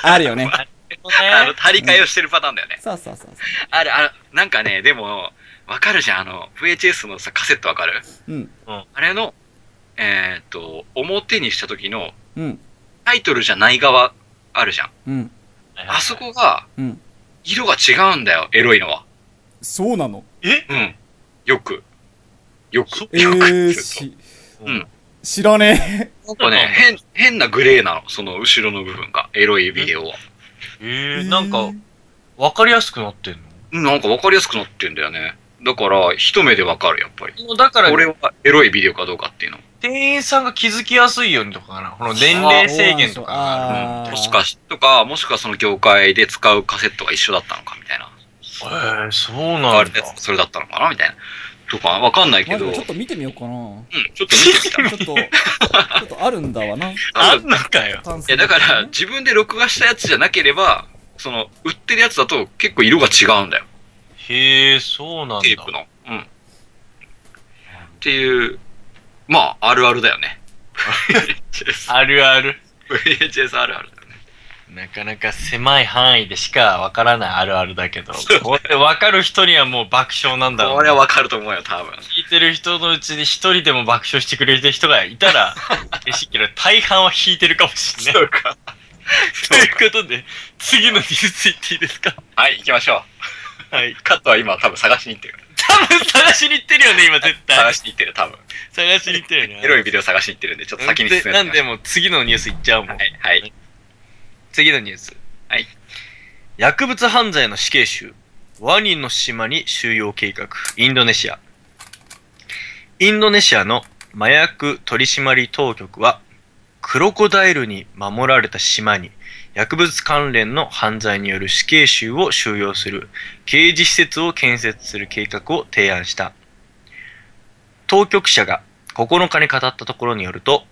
Speaker 3: ある
Speaker 4: (laughs)
Speaker 3: よね
Speaker 2: あの、張り替えをしてるパターンだよね。
Speaker 3: そうそうそうそ
Speaker 2: ある、ある、なんかね、でも、わかるじゃん、あの、VHS のさ、カセットわかる
Speaker 3: ううん
Speaker 2: あれの、えーっと、表にした時の
Speaker 3: うん
Speaker 2: タイトルじゃない側あるじゃん。
Speaker 3: うん
Speaker 2: あそこが、
Speaker 3: うん
Speaker 2: 色が違うんだよ、エロいのは。
Speaker 3: そうなの
Speaker 4: え
Speaker 2: うん。よく。よく。
Speaker 4: そ
Speaker 3: え
Speaker 2: よく
Speaker 3: ー、
Speaker 2: ちょっ
Speaker 3: し
Speaker 2: うん
Speaker 3: 知らね
Speaker 2: となんかね、変、変なグレーなの、その後ろの部分が、エロいビデオは。
Speaker 3: え
Speaker 4: えー、なんか、わかりやすくなってんの
Speaker 2: うんなんか分かりやすくなってんだよね。だから、一目で分かる、やっぱり。
Speaker 4: もうだから、
Speaker 2: 俺はエロいビデオかどうかっていうの。
Speaker 4: 店員さんが気づきやすいようにとかかな。この年齢制限とかがある。
Speaker 3: あー
Speaker 2: もしかし、とか、もしくはその業界で使うカセットが一緒だったのか、みたいな。
Speaker 4: へえー、そう
Speaker 2: あ
Speaker 4: なん
Speaker 2: れ
Speaker 4: だ。
Speaker 2: それだったのかな、みたいな。とか、わかんない
Speaker 3: マ
Speaker 2: け
Speaker 3: ジ
Speaker 2: ど、う
Speaker 3: で
Speaker 2: ん、ち
Speaker 3: ちょ
Speaker 2: ょ
Speaker 3: っと見てみようかな
Speaker 2: っと見てみた。
Speaker 3: ちょっとちょっとあるんだわな
Speaker 4: あんのかよ。
Speaker 3: 感想
Speaker 2: いや、だから、自分で録画したやつじゃなければ、その、売ってるやつだと結構色が違うんだよ。
Speaker 4: へえ、そうなんだ。
Speaker 2: テープの。うん。っていう、まあ、あるあるだよ (laughs) ね。VHS
Speaker 4: あるある。
Speaker 2: VHS あるあるだよね。
Speaker 4: なかなか狭い範囲でしかわからないあるあるだけど、これわかる人にはもう爆笑なんだろう
Speaker 2: こ
Speaker 4: ね、
Speaker 2: れはわかると思うよ、多 (laughs) 分。
Speaker 4: 聞いてる人のうちに一人でも爆笑してくれてる人がい
Speaker 2: (laughs)
Speaker 4: たら、嬉しいけど、大半は引いてるかもしれない。
Speaker 2: うか。
Speaker 4: ということで、次のニュースいっていいですか
Speaker 2: (laughs) はい、行きましょう。はい。カットは今多分探しに行ってる。
Speaker 4: 多分探しに行ってるよね、今絶対
Speaker 2: 探。しに行ってる、多分。
Speaker 4: 探しに行ってるよね。
Speaker 2: (laughs) エロいビデオ探しに行ってるんで、ちょっと先に進めて
Speaker 4: なんでもう次のニュースいっちゃおうもん
Speaker 2: は。い、はい。
Speaker 4: 次のニュース。
Speaker 2: はい。
Speaker 4: 薬物犯罪の死刑囚。ワニの島に収容計画。インドネシア。インドネシアの麻薬取締当局は、クロコダイルに守られた島に、薬物関連の犯罪による死刑囚を収容する刑事施設を建設する計画を提案した。当局者が9日に語ったところによると、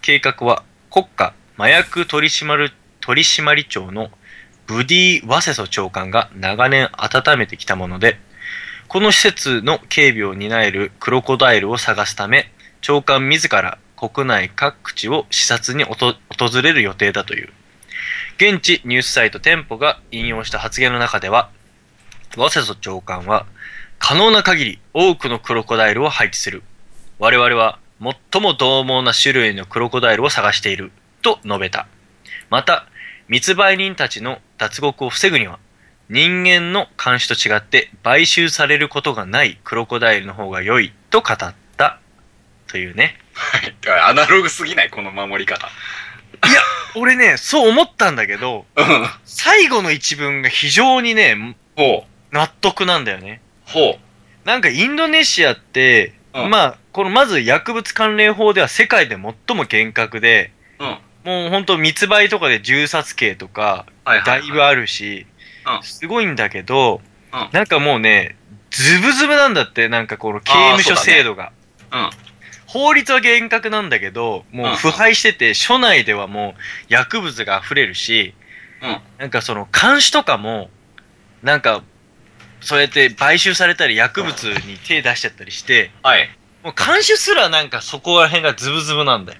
Speaker 4: 計画は国家麻薬取締る取締庁のブディ・ワセソ長官が長年温めてきたもので、この施設の警備を担えるクロコダイルを探すため、長官自ら国内各地を視察におと訪れる予定だという。現地ニュースサイト店舗が引用した発言の中では、ワセソ長官は、可能な限り多くのクロコダイルを配置する。我々は最も獰猛な種類のクロコダイルを探している。と述べた。また、密売人たちの脱獄を防ぐには、人間の監視と違って買収されることがないクロコダイルの方が良いと語った。というね。
Speaker 2: はいだからアナログすぎない、この守り方。
Speaker 4: 俺ね、そう思ったんだけど、
Speaker 2: うん。
Speaker 4: 最後の一文が非常にね、
Speaker 2: ほう。
Speaker 4: 納得なんだよね。
Speaker 2: ほ
Speaker 4: なんかインドネシアって、
Speaker 2: うん
Speaker 4: まあ、このまず薬物関連法では世界で最も厳格で、
Speaker 2: う。うん。はい
Speaker 4: もう本当密売とかで銃殺刑とか、
Speaker 2: はい、
Speaker 4: だいぶあるし、
Speaker 2: うん
Speaker 4: すごいんだけど、
Speaker 2: うん
Speaker 4: なんかもうね、ズブズブなんだって、なんかこの刑務所制度が。
Speaker 2: うん。
Speaker 4: 法律は厳格なんだけど、もう腐敗してて、署内ではもう薬物が溢れるし、
Speaker 2: うん
Speaker 4: なんかその監視とかも、なんか、そうやって買収されたり薬物に手出しちゃったりして、
Speaker 2: はい。
Speaker 4: もう監視すらなんかそこら辺がズブズブなんだよ。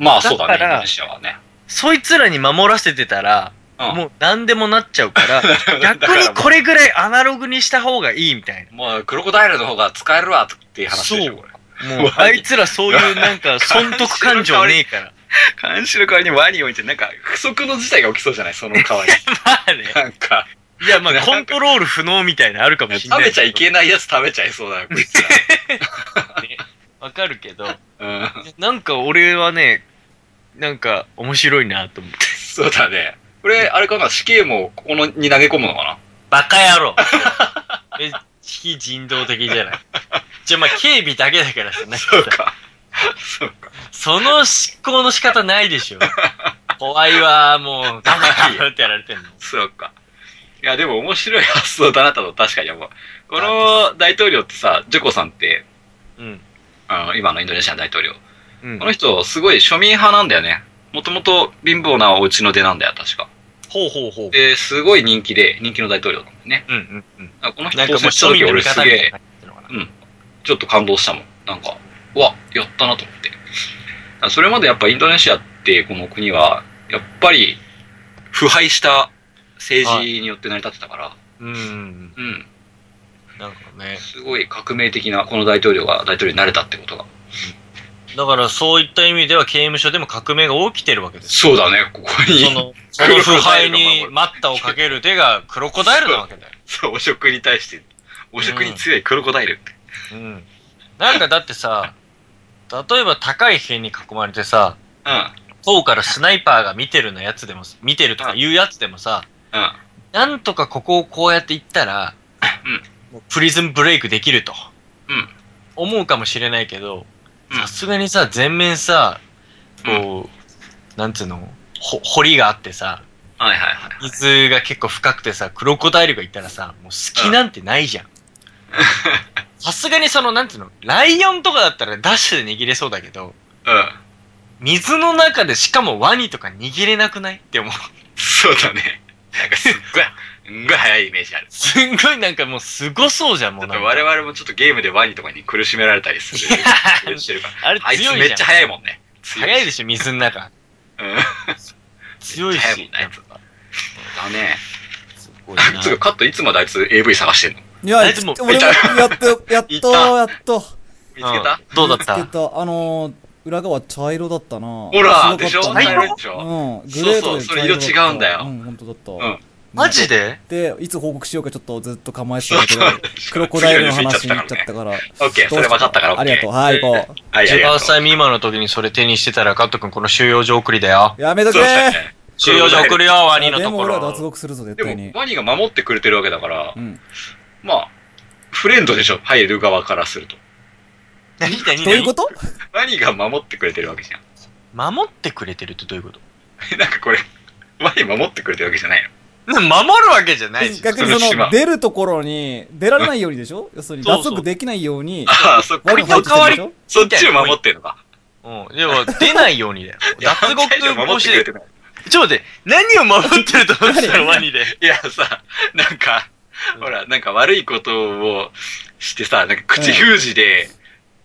Speaker 2: まあ、そうだね、
Speaker 4: だ
Speaker 2: イ
Speaker 4: か
Speaker 2: ン
Speaker 4: ら
Speaker 2: ドネシアはね。
Speaker 4: そいつらに守らせてたら、
Speaker 2: うん
Speaker 4: もう何でもなっちゃうから、逆にこれぐらいアナログにした方がいいみたい
Speaker 2: もう、クロコダイルの方が使えるわ、っていう話でしょ、
Speaker 4: そう
Speaker 2: これ。
Speaker 4: な。もう、 (laughs) あいつらそういうなんか (laughs) 損得感情ねえから。
Speaker 2: 監視の代わりにワニを置いて、なんか、不測の事態が起きそうじゃないその代わり。
Speaker 4: まあね。
Speaker 2: なん
Speaker 4: (laughs)
Speaker 2: か、
Speaker 4: いや、まあ、コントロール不能みたいなのあるかもしれな
Speaker 2: 食
Speaker 4: い。
Speaker 2: べちゃいけないやつ食べちゃいそうだよ、こいつ
Speaker 4: わかるけど、
Speaker 2: ら。
Speaker 4: (laughs)
Speaker 2: うん。
Speaker 4: なんか俺はね、なんか面白いなと思って。
Speaker 2: そうだね。これ、あれかな死刑も、ここのに投げ込むのか
Speaker 4: バカ (laughs) 野郎え、非人道的じゃない。じゃあまあ、警備だけだからさ、なん
Speaker 2: な
Speaker 4: か
Speaker 2: そうか。そうか。
Speaker 4: その執行の仕方ないでしょ。怖いわ、もう、ガバガバってやられてんの。
Speaker 2: そうか。いや、でも面白い発想だなと、確かに思う。この大統領ってさ、ジョコさんって、
Speaker 4: うん。
Speaker 2: あの、今のインドネシアの大統領。
Speaker 4: うん
Speaker 2: この人、すごい庶民派なんだよね。もともと貧乏なお家の出なんだよ、確か。
Speaker 4: ほうほうほう。
Speaker 2: で、すごい人気で、人気の大統領なんだよね。
Speaker 4: うんうんうん。
Speaker 2: だからこの人
Speaker 4: なんかもう
Speaker 2: 当選した
Speaker 4: 庶
Speaker 2: 時
Speaker 4: 民の
Speaker 2: 俺
Speaker 4: 味
Speaker 2: す
Speaker 4: 方
Speaker 2: げ
Speaker 4: み
Speaker 2: え
Speaker 4: たいに、なってるのかな。
Speaker 2: ちょっと感動したもん。なんか、うわ、やったなと思って。だからそれまでやっぱインドネシアってこの国は、やっぱり腐敗した政治によって成り立ってたから、
Speaker 4: うんう
Speaker 2: う
Speaker 4: ん
Speaker 2: ん。
Speaker 4: うん。なんかね。
Speaker 2: すごい革命的な、この大統領が大統領になれたってことが。
Speaker 4: だからそういった意味では刑務所でも革命が起きてるわけですよ。
Speaker 2: そうだね、ここに。
Speaker 4: その、 (laughs) その腐敗に待ったをかける手がクロコダイルなわけだよ。
Speaker 2: (laughs) そう、汚職に対して、汚職に強いクロコダイルって。
Speaker 4: うん。なんかだってさ、例えば高い塀に囲まれてさ、
Speaker 2: うん。
Speaker 4: 塔からスナイパーが見てるのやつでも、見てるとかいうやつでもさ、
Speaker 2: うん。
Speaker 4: なんとかここをこうやって行ったら、もうプリズンブレイクできると。
Speaker 2: うん
Speaker 4: 思うかもしれないけど、
Speaker 2: うん
Speaker 4: さすがにさ、全面さ、こう、なんつうの、ほ、堀があってさ、
Speaker 2: はいはいはい。
Speaker 4: 水が結構深くてさ、クロコダイルがいたらさ、もう隙なんてないじゃん。さすがにその、なんていうの、ライオンとかだったらダッシュで逃げれそうだけど、
Speaker 2: うん。
Speaker 4: 水の中でしかもワニとか逃げれなくないって思う。
Speaker 2: そうだね。なんかすっごい、すんごい早いイメージある。
Speaker 4: すんごいなんかもうすごそうじゃん、も
Speaker 2: ちょっ
Speaker 4: うな
Speaker 2: と
Speaker 4: んか。
Speaker 2: 我々もちょっとゲームでワニとかに苦しめられたりす
Speaker 4: (laughs)
Speaker 2: る。
Speaker 4: いや
Speaker 2: してるから
Speaker 4: あれ
Speaker 2: あいつ
Speaker 4: 強い
Speaker 2: め
Speaker 4: じ
Speaker 2: っ
Speaker 4: ゃん
Speaker 2: ちゃ。早いもんね。強
Speaker 4: 早いで
Speaker 2: し
Speaker 4: しょ、水の中。
Speaker 2: ょ。うん。
Speaker 4: 強い
Speaker 2: 早い
Speaker 4: し
Speaker 2: もん。ね
Speaker 4: やっぱ
Speaker 2: だね。
Speaker 4: すごい
Speaker 2: いつかカットいつまであいつ AV 探してんの
Speaker 3: いや、
Speaker 4: あいつ
Speaker 3: 俺
Speaker 4: も
Speaker 3: もやっと、やっ
Speaker 2: い
Speaker 3: と、
Speaker 2: た
Speaker 3: やっと。
Speaker 2: 見つけた、
Speaker 4: うんどうだっ
Speaker 3: 見
Speaker 4: た
Speaker 3: つけた。あのー、裏側茶色だったなほ
Speaker 2: ほらでしょ
Speaker 4: 茶色
Speaker 2: でし
Speaker 3: うん。グ
Speaker 2: そう
Speaker 3: レ
Speaker 2: そ
Speaker 3: ーと
Speaker 2: う
Speaker 3: で
Speaker 2: それ色違うんだよ
Speaker 3: うん、本当だった。
Speaker 2: ん
Speaker 4: マジで
Speaker 3: で、いつ報告しようかちょっとずっと構えて
Speaker 2: そう
Speaker 3: たけど
Speaker 2: そう、。
Speaker 3: クロコダイルの
Speaker 2: 次に
Speaker 3: 話
Speaker 2: つい
Speaker 3: に
Speaker 2: ちゃ
Speaker 3: な
Speaker 2: っ
Speaker 3: ったち
Speaker 2: か
Speaker 3: ゃ
Speaker 2: ら
Speaker 3: っ
Speaker 2: ね。
Speaker 3: たから。
Speaker 2: オッケー、それ分かったから、オッケー。
Speaker 3: ありがとう。はい、行こ
Speaker 2: はい、ありが
Speaker 4: 18
Speaker 2: と
Speaker 4: 歳未満の時にそれ手にしてたら、カット君この収容所送りだよ。
Speaker 3: う。やめと
Speaker 2: う。
Speaker 3: け
Speaker 2: そうだね。
Speaker 4: 収容所送るよ、ワニの
Speaker 3: で
Speaker 4: と
Speaker 3: も
Speaker 4: こ
Speaker 3: 俺は脱
Speaker 4: ろ。
Speaker 3: 獄するぞ、絶
Speaker 2: で
Speaker 3: 対に
Speaker 2: も、。ワニが守ってくれてるわけだから
Speaker 3: う、ん。
Speaker 2: まあ、フレンドでしょ、入る側からすると。
Speaker 4: 何何
Speaker 3: どういうこと
Speaker 2: ワニが守ってくれてるわけじゃん。
Speaker 4: 何守ってくれてるってどういうこと
Speaker 2: なん (laughs) かこれ、ワニ守ってくれてるわけじゃないの。
Speaker 4: 守るわけじゃない
Speaker 3: (laughs)
Speaker 4: し。
Speaker 3: 逆に
Speaker 2: そ
Speaker 3: そ
Speaker 2: の島
Speaker 3: の、出るところに、出られないようにでし
Speaker 2: (laughs)
Speaker 3: ょ要するに、
Speaker 4: そう
Speaker 3: 脱
Speaker 4: そう
Speaker 3: 獄できないように、
Speaker 2: ああ、そっか
Speaker 3: ワ。ニが入ってきたでしょ
Speaker 2: そっちを守ってんのか。
Speaker 4: うん。でも、出ないようにだよ。脱獄
Speaker 2: いや
Speaker 4: 防
Speaker 2: 守ってくれ
Speaker 4: 止
Speaker 2: て
Speaker 4: で。
Speaker 2: ない。
Speaker 4: ちょっと待って、何を守ってると思ってたの、ワニで。
Speaker 2: いやさ、なんか、ほら、なんか悪いことをしてさ、なんか口封じで、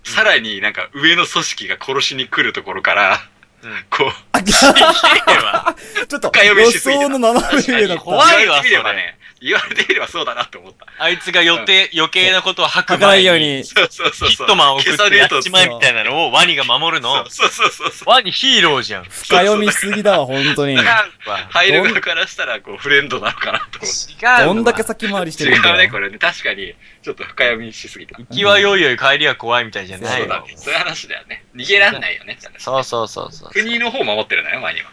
Speaker 2: さらになんか上の組織が殺しに来るところから、
Speaker 4: うん
Speaker 2: こう、
Speaker 3: あき
Speaker 2: 生きてれば、
Speaker 3: ちょっと
Speaker 2: 深読み
Speaker 3: 予
Speaker 2: しすぎた
Speaker 3: 想の斜め上だっ
Speaker 4: 確かに (laughs) 怖
Speaker 3: た。
Speaker 4: い
Speaker 2: 言わ
Speaker 4: わ
Speaker 2: れてみればね、言われてみればそうだなって思った。
Speaker 4: (laughs) あいつが予定、余計なことを吐
Speaker 3: 書
Speaker 4: く
Speaker 3: かな
Speaker 4: 前
Speaker 3: い
Speaker 4: に
Speaker 3: ように。
Speaker 2: そうそうそう。
Speaker 4: ヒットマンを送ってやっちまえ
Speaker 3: 消
Speaker 4: みたいなのをワニが守るの。
Speaker 2: そうそうそうそう。
Speaker 4: ワニヒーローじゃん。
Speaker 3: 深読みしすぎだわ、本
Speaker 2: (laughs)
Speaker 3: 当に
Speaker 2: だ。から、入る側からしたら、こう、フレンドなのかなと思っ。
Speaker 4: 違
Speaker 3: どんだけ先回りしててる
Speaker 2: 違
Speaker 3: んだ
Speaker 2: う
Speaker 3: よ。
Speaker 2: ね、これね。確かに、ちょっと深読みしすぎた。
Speaker 4: 行きはよいよい帰りは怖いみたいじゃない
Speaker 2: そうだ
Speaker 4: よ
Speaker 2: ね。。そういう話だよね。逃げらんないよね。
Speaker 5: そうそうそうそう。
Speaker 2: 国の方守ってるのよ、前には。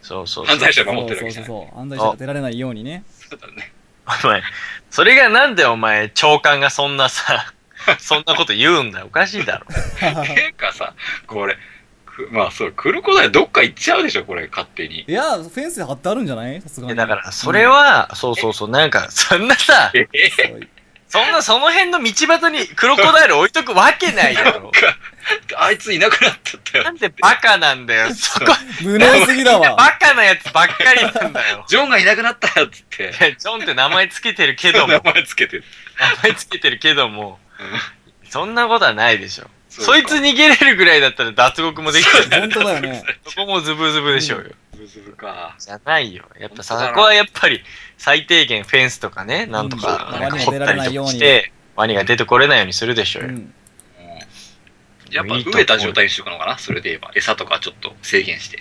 Speaker 5: そうそうそう
Speaker 2: 犯。罪者
Speaker 3: そう
Speaker 2: 守ってるわ
Speaker 3: そう
Speaker 2: けじ
Speaker 3: そ
Speaker 2: ゃ
Speaker 3: う
Speaker 2: ない。
Speaker 3: そう。犯罪者が出られないようにね。 (laughs)
Speaker 2: そうだね。
Speaker 4: お前、それがなんでお前、長官がそんなさ、 (laughs) そんなこと言うんだよ。おかしいだろ。
Speaker 2: (laughs) てかさ、これ、くまあそう、クルコダイどっか行っちゃうでしょ、これ、勝手に。
Speaker 3: いや、フェンス貼ってあるんじゃないさすが
Speaker 4: え
Speaker 3: に。
Speaker 4: だから、それは、
Speaker 5: そうそうそう。なんか、そんなさ、
Speaker 2: ええ
Speaker 3: うん。そう
Speaker 4: そんなその辺の道端にクロコダイル置いとくわけない
Speaker 2: (laughs)
Speaker 4: だろ。
Speaker 2: あいついなくなっちゃったよ
Speaker 4: な。んでバカなんだよ。そこ、
Speaker 3: 無能すぎ
Speaker 2: (laughs)
Speaker 3: だわ。
Speaker 4: バカなやつばっかりなんだよ。
Speaker 2: ジョンがいなくなったよっつって。
Speaker 4: いやジョンって名前つけてるけども、
Speaker 2: 名
Speaker 4: 名
Speaker 2: 前つけて。
Speaker 4: 前つけてるけども、そんなことはないでしょ。
Speaker 2: そう
Speaker 4: そいつ逃げれるぐらいだったら脱獄もできる。
Speaker 3: 本当だよね。
Speaker 4: そこもズブズブでしょうよ。
Speaker 2: ブズブか。
Speaker 4: じゃないよ。
Speaker 2: 本
Speaker 4: やっぱ
Speaker 2: 当だ
Speaker 4: さ、
Speaker 2: な
Speaker 4: そこはやっぱり最低限フェンスとかね、なんとか、
Speaker 3: うん
Speaker 4: なんか掘
Speaker 3: ワニが出
Speaker 4: った
Speaker 3: られない
Speaker 4: り
Speaker 3: よ
Speaker 4: と
Speaker 3: う
Speaker 4: か
Speaker 3: に
Speaker 4: して、ワニが出てこれないようにするでしょ
Speaker 3: う
Speaker 4: うよ。
Speaker 3: ん。
Speaker 2: やっぱ飢えた状態にしとくのかなそれで言えば。餌とかちょっと制限して。
Speaker 4: い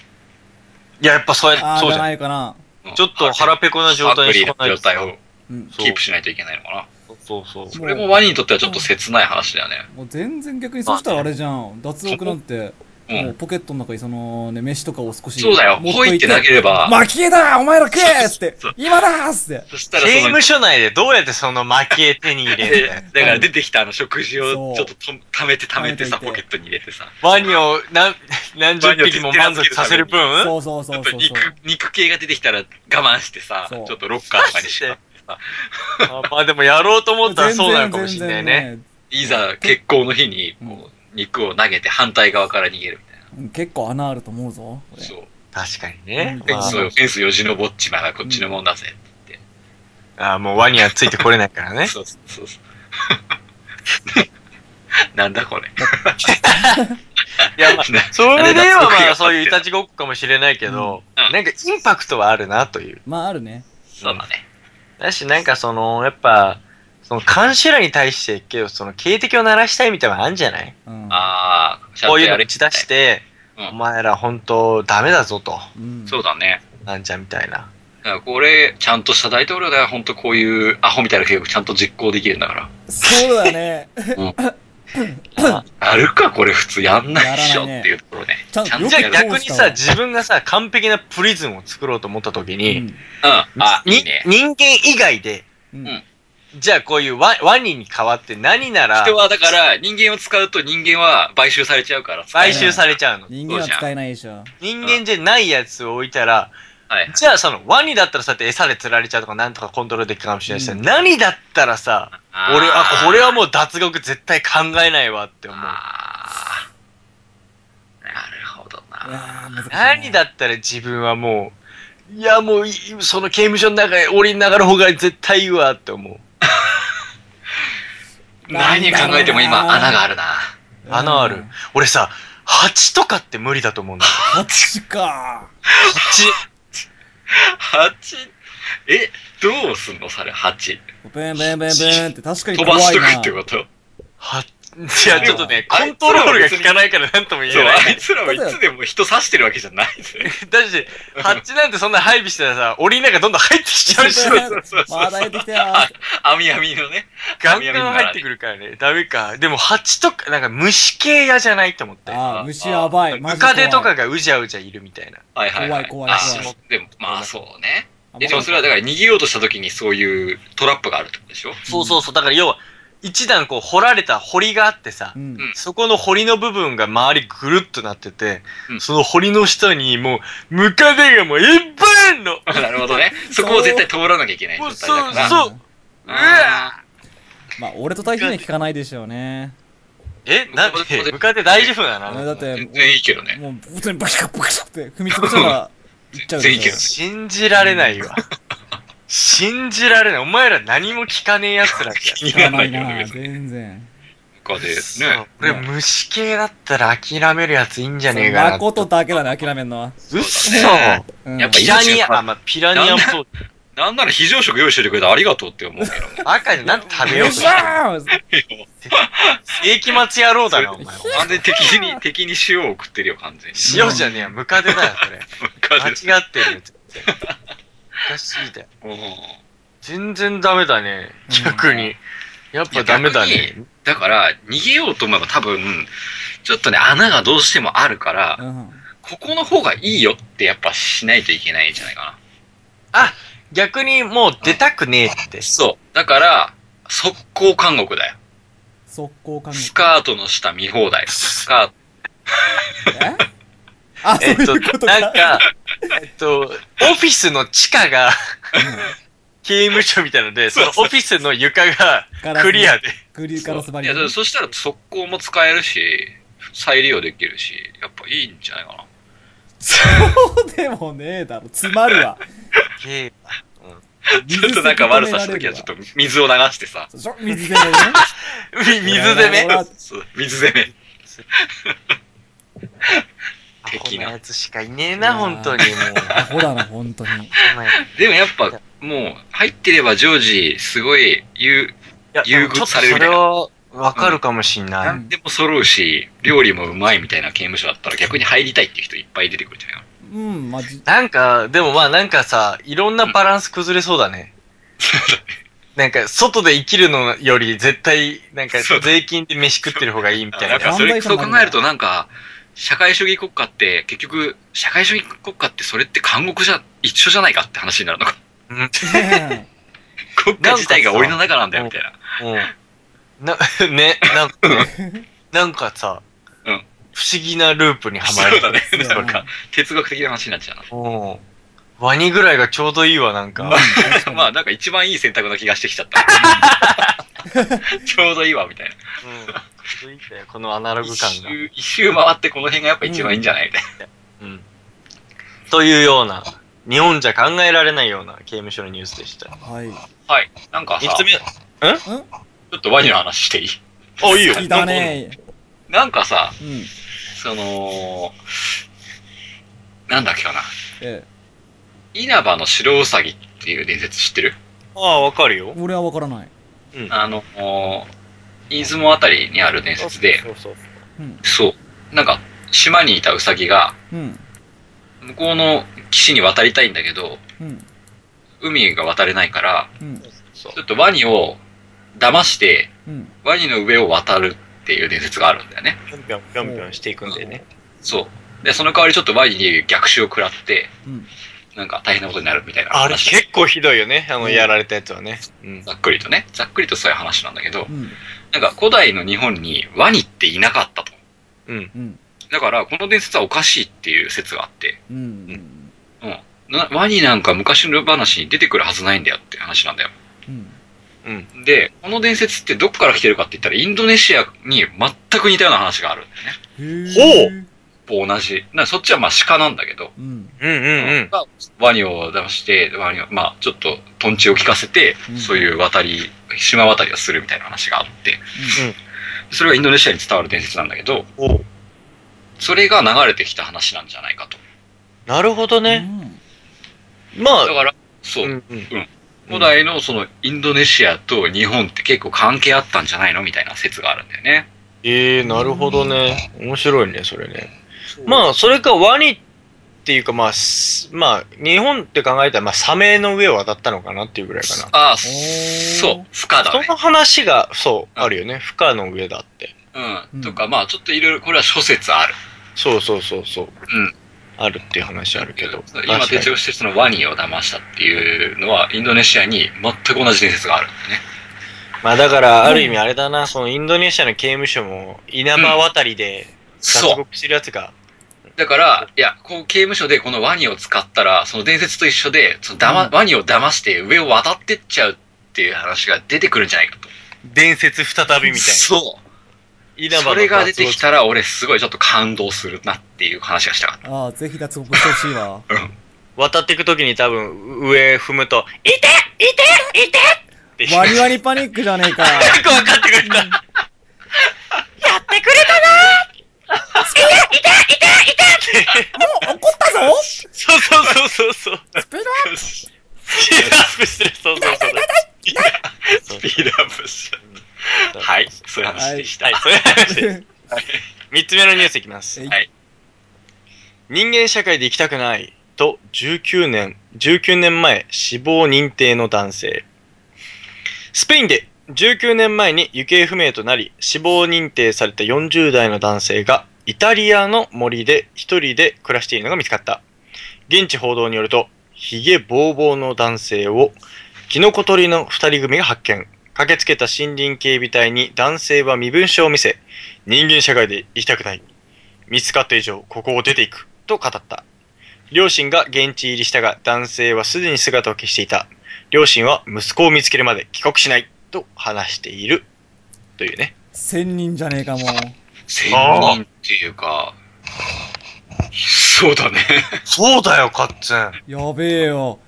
Speaker 4: や、やっぱそうや
Speaker 3: あ、
Speaker 4: そ
Speaker 3: ー
Speaker 4: う
Speaker 3: じ
Speaker 4: じ
Speaker 3: ゃ
Speaker 4: ゃん。
Speaker 3: ないかな。
Speaker 2: うん
Speaker 4: ちょっと腹ペコな状態にしとかない
Speaker 2: ハ
Speaker 4: と
Speaker 2: ングリーな状態を
Speaker 3: うん。
Speaker 4: そう
Speaker 2: キープしないといけないのかな。
Speaker 4: そうそうそう。
Speaker 2: それもワニにとってはちょっと切ない話だよね。
Speaker 3: もう全然逆に、そしたらあれじゃん。脱獄なんて、
Speaker 2: う。
Speaker 3: もうんポケットの中にその、ね、飯とかを少し。
Speaker 2: そうだよ。
Speaker 3: 持
Speaker 2: ほいって投げれば。
Speaker 3: 負けだお前ら食えっつって
Speaker 2: そう。
Speaker 3: 今だーっつって。
Speaker 2: そしたら
Speaker 4: 刑
Speaker 2: その
Speaker 4: 務所内でどうやってその負け手に入れるんだよ
Speaker 2: で。だから出てきたあの食事
Speaker 3: そ
Speaker 2: を
Speaker 3: う
Speaker 2: ちょっとと貯めて貯めてさ、
Speaker 3: 貯
Speaker 2: ポ
Speaker 3: めといて
Speaker 2: ケットに入れてさ。
Speaker 4: ワニを何、何十匹も満足させる分
Speaker 3: そうそう
Speaker 2: ちょ
Speaker 3: そ
Speaker 2: っ
Speaker 3: う
Speaker 2: と
Speaker 3: そう
Speaker 2: 肉
Speaker 3: そう。、
Speaker 2: 肉系が出てきたら我慢してさ、ち
Speaker 3: そう
Speaker 2: ょっとロッカーとかにし
Speaker 4: マ
Speaker 2: て。
Speaker 4: あまあでもやろうと思ったらそうなのかもしれないね。
Speaker 3: 全然
Speaker 2: いざ結婚の日に、こう、肉を投げて反対側から逃げるみたいな。
Speaker 3: 全然うん結構穴あると思うぞ。これ
Speaker 2: そう。
Speaker 4: 確かにね。
Speaker 2: フェ
Speaker 4: ま
Speaker 2: ン
Speaker 4: あ
Speaker 2: スを、フェンスよじ登っちまえばこっちのもんだぜ。
Speaker 4: ああ、もうワニはついてこれないからね。
Speaker 2: そうそうそう (laughs) そう。なんだこれ。
Speaker 4: (laughs)
Speaker 2: (laughs)
Speaker 4: いや、まあ、それではまあそういういた
Speaker 2: ち。
Speaker 4: ちごっこかもしれないけど、
Speaker 2: うんうん
Speaker 4: なんかインパクトはあるなという。
Speaker 3: まああるね。
Speaker 2: そうだね。
Speaker 4: だし、なんかその、やっぱ、その監視らに対して、けど、その警笛を鳴らしたいみたいなのあるんじゃない
Speaker 3: うん。
Speaker 2: ああ、ちゃん
Speaker 4: ことういう
Speaker 2: や
Speaker 4: の
Speaker 2: れ
Speaker 4: 打ち出して、
Speaker 2: うん
Speaker 4: お前ら本当ダメだぞと、
Speaker 3: うん。
Speaker 2: そうだね。
Speaker 4: なんじゃみたい
Speaker 2: だ
Speaker 4: な。
Speaker 2: からこれ、ちゃんとした大統領だよ。本当こういうアホみたいな計画ちゃんと実行できるんだから。
Speaker 3: そうだね。 (laughs)
Speaker 2: やるか、これ普通やんないでしょっ
Speaker 3: やらないね
Speaker 2: ていうところね。
Speaker 3: ちゃん
Speaker 2: ちゃん
Speaker 3: よ
Speaker 2: と
Speaker 4: じ
Speaker 3: く
Speaker 4: ゃ
Speaker 2: や
Speaker 4: あ
Speaker 2: る。
Speaker 4: 逆にさ、自分がさ、完璧なプリズンを作ろうと思った時に、
Speaker 2: うん。あ、い
Speaker 4: に
Speaker 2: いね。
Speaker 4: 人間以外で、
Speaker 3: うん
Speaker 2: うん
Speaker 4: じゃあこういうワワニに代わって何なら
Speaker 2: 人はだから、人間を使うと人間は買収されちゃうから。
Speaker 4: 買収されちゃうの。
Speaker 3: 人間は使えないでしょ。
Speaker 4: 人間じゃないやつを置いたら、
Speaker 2: はい。
Speaker 4: じゃあそのワニだったらさって餌で釣られちゃうとかなんとかコントロールできるかもしれないしさ、
Speaker 3: うん
Speaker 4: 何だったらさ、
Speaker 2: あー
Speaker 4: 俺、あ、これはもう脱獄絶対考えないわって思う。
Speaker 2: あーなるほど
Speaker 3: い
Speaker 2: な。
Speaker 3: やー難しいな。
Speaker 4: 何だったら自分はもう、いやもうい、その刑務所の中へ降りながら方が絶対いいわって思う。
Speaker 2: 何考えても今、穴があるな。
Speaker 3: うん
Speaker 4: 穴ある。俺さ、蜂とかって無理だと思うんだよ。
Speaker 3: 八か。
Speaker 4: 蜂。
Speaker 2: 蜂え、どうすんのそれ、蜂。
Speaker 3: ブンブンブンブンって確かに
Speaker 2: 飛
Speaker 3: 怖
Speaker 2: ばし
Speaker 3: い
Speaker 2: とく
Speaker 3: な。
Speaker 2: ってこと
Speaker 4: は、いや、ちょっとね、コントロールが効かないからなんとも言
Speaker 2: そう、
Speaker 4: えな
Speaker 2: あ
Speaker 4: い。
Speaker 2: いつらはいつでも人刺してるわけじゃないぜ。
Speaker 4: だし、ハッチなんてそんな配備してたらさ、檻の中どんどん入ってきちゃうし、
Speaker 3: (laughs) そうだよ
Speaker 2: (laughs) そうそう
Speaker 3: まだ入ってきたよ。
Speaker 2: (laughs) 網網のね。
Speaker 4: ガンガン入ってくるからね、ダメか。でもハッチとか、なんか虫系嫌じゃないと思って。
Speaker 3: あー、虫やばい。マ
Speaker 4: ム
Speaker 3: ジで怖
Speaker 4: カ
Speaker 3: い
Speaker 4: デとかがうじゃうじゃいるみたいな。
Speaker 2: はいはい、はい。
Speaker 3: 怖い怖い怖い
Speaker 2: 足もでも、まあそうね。
Speaker 3: あ
Speaker 2: え、でもそれはだから逃げようとした時にそういうトラップがあるってことでしょ (laughs)
Speaker 4: そうそうそう。だから要は、一段こう掘られた堀があってさ
Speaker 3: う、ん。
Speaker 4: そこの堀の部分が周りぐるっとなってて
Speaker 2: う、ん
Speaker 4: その堀の下にもう、ムカデがもういっぱいあんのも
Speaker 2: なるほどね。そこを絶対通らなきゃいけない状
Speaker 4: う
Speaker 2: 態
Speaker 4: そ
Speaker 2: だ
Speaker 4: う、
Speaker 2: から。
Speaker 4: そう、うわ
Speaker 3: まあ、俺と対比には効かないでしょうね。
Speaker 4: え、なんで、ムカデ大丈夫なの
Speaker 3: だって、
Speaker 2: 全然いいけどね。
Speaker 3: もう、普通にバシャバシャって踏みつぶしたら、いっちゃ
Speaker 2: 全
Speaker 3: うでしょ
Speaker 2: 然いいけど
Speaker 4: 信じられないわ。信じられない。お前ら何も聞かねえ奴らじゃん。
Speaker 2: 気に
Speaker 3: 知ら
Speaker 2: ならな
Speaker 3: な
Speaker 2: いいよ
Speaker 3: な
Speaker 2: ね、別に。
Speaker 3: 全然。
Speaker 2: 他で
Speaker 4: そう
Speaker 2: ね。
Speaker 4: 俺、虫系だったら諦めるやついいんじゃねえかな。
Speaker 3: 誠だけだね、諦めんのは。
Speaker 4: 嘘
Speaker 2: ね
Speaker 3: うん
Speaker 2: やっぱ
Speaker 4: ピラニア、あ、まあ、ピラニアもそう。
Speaker 2: なんなら非常食用意しててくれてありがとうって思うけどね。
Speaker 4: 赤でなんで食べよう
Speaker 3: よ
Speaker 4: と
Speaker 3: っ
Speaker 4: し
Speaker 3: して
Speaker 4: る
Speaker 3: ゃー
Speaker 4: 世紀末野郎だな、お前。
Speaker 2: 完全に敵に、敵に塩を送ってるよ、完全に。
Speaker 4: 塩じゃねえや、ムカデだよ、そ (laughs) れ。
Speaker 2: 風邪
Speaker 4: 間違ってるよ、絶対おかしいだよ。
Speaker 2: うん
Speaker 4: 全然ダメだね、逆に。やっぱダメだね。
Speaker 2: だから、逃げようと思えば多分、ちょっとね、穴がどうしてもあるから、
Speaker 3: うん
Speaker 2: ここの方がいいよってやっぱしないといけないんじゃないか
Speaker 4: 逆にもう出たくねえっ
Speaker 3: (laughs)
Speaker 4: て
Speaker 2: な。。そう。だから、速攻監獄だよ。
Speaker 3: 速攻感
Speaker 2: スカートの下見放題。スカート。
Speaker 3: えあ、そう
Speaker 4: えっ
Speaker 3: い
Speaker 4: と
Speaker 3: うこ、とか。
Speaker 4: なんか、えっと、オフィスの地下が、刑務所みたいので、そのオフィスの床が
Speaker 3: ガラス
Speaker 4: クリアで。
Speaker 3: グリーンガラス張
Speaker 2: い
Speaker 3: り
Speaker 2: や、
Speaker 3: だ
Speaker 2: だからそしたら速攻も使えるし、再利用できるし、やっぱいいんじゃないかな。
Speaker 3: そうでもねえだろ。詰まるわ。
Speaker 4: 刑
Speaker 2: ちょっとなんか悪さした時はちょっと水を流してさ、
Speaker 3: と。水攻めね。
Speaker 4: み水攻め
Speaker 3: いや
Speaker 2: そう水攻め。的
Speaker 4: 的
Speaker 2: な
Speaker 4: なやつしかいねえな、本当に。もう
Speaker 3: アホだな、本当に。
Speaker 4: お前い
Speaker 2: でもやっぱ、もう、入ってれば常時、すごい、言う、
Speaker 4: や、で
Speaker 2: 優
Speaker 4: もち
Speaker 2: 遇
Speaker 4: ょっと
Speaker 2: されるみ
Speaker 4: そ
Speaker 2: た
Speaker 4: れ
Speaker 2: いな
Speaker 4: は、わかるかもしんない。
Speaker 2: 何でも揃うし、料理もうまいみたいな刑務所だったら逆に入りたいっていう人いっぱい出てくるんじゃないかな。
Speaker 3: うん、まじ。
Speaker 4: なんか、でもまあなんかさ、いろんなバランス崩れそうだね。なんか、外で生きるのより絶対、なんか
Speaker 2: そう、だ
Speaker 4: 税金で飯食ってる方がいいみたい
Speaker 2: なん
Speaker 4: な。
Speaker 2: か
Speaker 3: や
Speaker 2: それ、そう
Speaker 3: 犯罪者
Speaker 2: 考
Speaker 3: にな
Speaker 2: え
Speaker 3: る
Speaker 2: るとなんか、社会主義国家って、結局、社会主義国家ってそれって監獄じゃ、一緒じゃないかって話になるのか。
Speaker 3: ね
Speaker 2: 国家自体が檻の中なんだよ、みたいな。
Speaker 4: うん。な、 (laughs) ね、なんか、
Speaker 2: (laughs)
Speaker 4: なんかさ、
Speaker 2: うん
Speaker 4: 不思議なループにはま
Speaker 2: そう
Speaker 4: る。
Speaker 2: だね。
Speaker 3: え
Speaker 2: なんか、哲学的な話になっちゃう
Speaker 4: うんワニぐらいがちょうどいいわ、なんか。
Speaker 2: な。 (laughs) まあ、なんか一番いい選択な気がしてきちゃった。 (laughs) ちょうどいいわ、みたいな。
Speaker 4: うんちょうどいいんだよこのアナログ
Speaker 2: 一
Speaker 4: 感が。
Speaker 2: 周、一周回ってこの辺がやっぱ一番いいんじゃないみたいな。
Speaker 4: うん。というような、日本じゃ考えられないような刑務所のニュースでした。
Speaker 3: はい。
Speaker 2: はい。なんか
Speaker 4: 三
Speaker 2: さ、
Speaker 4: つ
Speaker 2: ち
Speaker 4: 目。
Speaker 2: ょっとワニの話していい
Speaker 4: あ、いいよ
Speaker 3: 好きだね。
Speaker 2: なんかさ、
Speaker 3: うん。
Speaker 2: その、なんだっけかな。
Speaker 3: え
Speaker 2: 稲葉の白ウサギっていう伝説知ってる
Speaker 4: ああ、わかるよ
Speaker 3: え。。俺はわからない。
Speaker 2: あの、出雲あたりにある伝説で、
Speaker 4: そうそう
Speaker 3: うん。
Speaker 2: そう。なんか、島にいたウサギが、
Speaker 3: うん。
Speaker 2: 向こうの岸に渡りたいんだけど、
Speaker 3: うん。
Speaker 2: 海が渡れないから、
Speaker 3: うん。
Speaker 4: そう
Speaker 2: ちょっとワニを騙して、
Speaker 3: うん。
Speaker 2: ワニの上を渡るっていう伝説があるんだよね。
Speaker 4: ぴょんぴょんぴょんぴょんしていくんだよね。
Speaker 2: そう。で、その代わりちょっとワニに逆襲を食らって、
Speaker 3: うん。
Speaker 2: なんか大変なことになるみたいな
Speaker 4: あれ
Speaker 2: 話。
Speaker 4: 結構ひどいよね、あの、やられたやつはね。うん。
Speaker 2: ざっくりとね。ざっくりとそういう話なんだけど
Speaker 3: う、ん。
Speaker 2: なんか古代の日本にワニっていなかったと。
Speaker 4: うん。
Speaker 3: うん。
Speaker 2: だから、この伝説はおかしいっていう説があって、
Speaker 3: うん。
Speaker 2: うん。なワニなんか昔の話に出てくるはずないんだよって話なんだよ。
Speaker 3: うん。
Speaker 4: うん。
Speaker 2: で、この伝説ってどっから来てるかって言ったら、インドネシアに全く似たような話があるんだよね。
Speaker 3: へぇ
Speaker 2: ほぼ同じ。なそっちはまあ鹿なんだけど、
Speaker 3: ううん。
Speaker 4: うんうんうん。
Speaker 2: がワニを騙して、ワニを、まあ、ちょっと、トンチを効かせて
Speaker 3: う、ん
Speaker 2: そういう渡り、島渡りをするみたいな話があって、それがインドネシアに伝わる伝説なんだけど、
Speaker 4: お
Speaker 2: それが流れてきた話なんじゃないかと。
Speaker 4: なるほど
Speaker 3: う
Speaker 4: ね。
Speaker 3: ん。
Speaker 4: ま
Speaker 2: だ
Speaker 4: あ、
Speaker 2: から、そうう、
Speaker 4: んうん。
Speaker 2: 古代のそのインドネシアと日本って結構関係あったんじゃないのみたいな説があるんだよね。
Speaker 4: ええ、なるほどね。面白いね、それね。まあ、それかワニっていうか、まあ、すまあ、日本って考えたら、まあ、サメの上を渡ったのかなっていうぐらいかな。
Speaker 2: ああ、
Speaker 3: ー
Speaker 2: そう、不可だ
Speaker 4: そ
Speaker 2: ね
Speaker 4: の。話が、そ
Speaker 2: う
Speaker 4: う、
Speaker 2: ん
Speaker 4: あるよね。負荷の上だって。
Speaker 2: うん。とか、まあ、ちょっといろいろ、これは諸説ある。
Speaker 4: そうそうそうそう。
Speaker 2: うん。
Speaker 4: あるっていう話あるけど。
Speaker 2: 今手
Speaker 4: 確か
Speaker 2: 帳してるそのワニを騙したっていうのは、インドネシアに全く同じ伝説があるんだよね。
Speaker 4: にまあだから、ある意味あれだな、そのインドネシアの刑務所も、稲葉渡りで脱
Speaker 2: そう。
Speaker 4: 獄してるやつが、
Speaker 2: だから、いや、こう刑務所でこのワニを使ったら、その伝説と一緒で、そのだま、
Speaker 3: うん
Speaker 2: ワニを騙して上を渡ってっちゃうっていう話が出てくるんじゃないかと。
Speaker 4: 伝説再びみたい
Speaker 2: そう。
Speaker 4: な。稲葉の
Speaker 2: それが出てき
Speaker 4: 脱
Speaker 2: たら、俺すごいちょっと感動するなっていう話がしたかっ
Speaker 3: ああ、ぜひ脱獄してほしいわ。
Speaker 2: た。うん。
Speaker 6: 渡っていくときに多分、上踏むと、いていていてって言う
Speaker 3: ワニワニパニックじゃねえか。
Speaker 6: よくわかってくれた。やってくれたなーいていていていてって。
Speaker 3: もう (laughs) 怒ったぞ
Speaker 6: そうそうそうそう
Speaker 2: (laughs)
Speaker 6: そう。
Speaker 3: スピードアップ
Speaker 6: (laughs) スピードアップしてる、そうそうそう。
Speaker 2: (laughs)
Speaker 6: スピードアップしてる。はい、そういう話でした。はい、そういう話です。三つ目のニュースいきます。
Speaker 3: えい
Speaker 6: はい。人間社会で生きたくないと19年、19年前死亡認定の男性。スペインで19年前に行方不明となり死亡認定された40代の男性がイタリアの森で一人で暮らしているのが見つかった。現地報道によると、ヒゲボーボーの男性をキノコ取りの二人組が発見。駆けつけた森林警備隊に男性は身分証を見せ、人間社会で行きたくない。見つかった以上、ここを出ていく。と語った。両親が現地入りしたが、男性はすでに姿を消していた。両親は息子を見つけるまで帰国しない。と話している。というね。
Speaker 3: (laughs) 千人じゃねえかもう。
Speaker 2: 千人っていうか、そうだね。
Speaker 4: そうだよ、カッツン。
Speaker 3: やべえよ。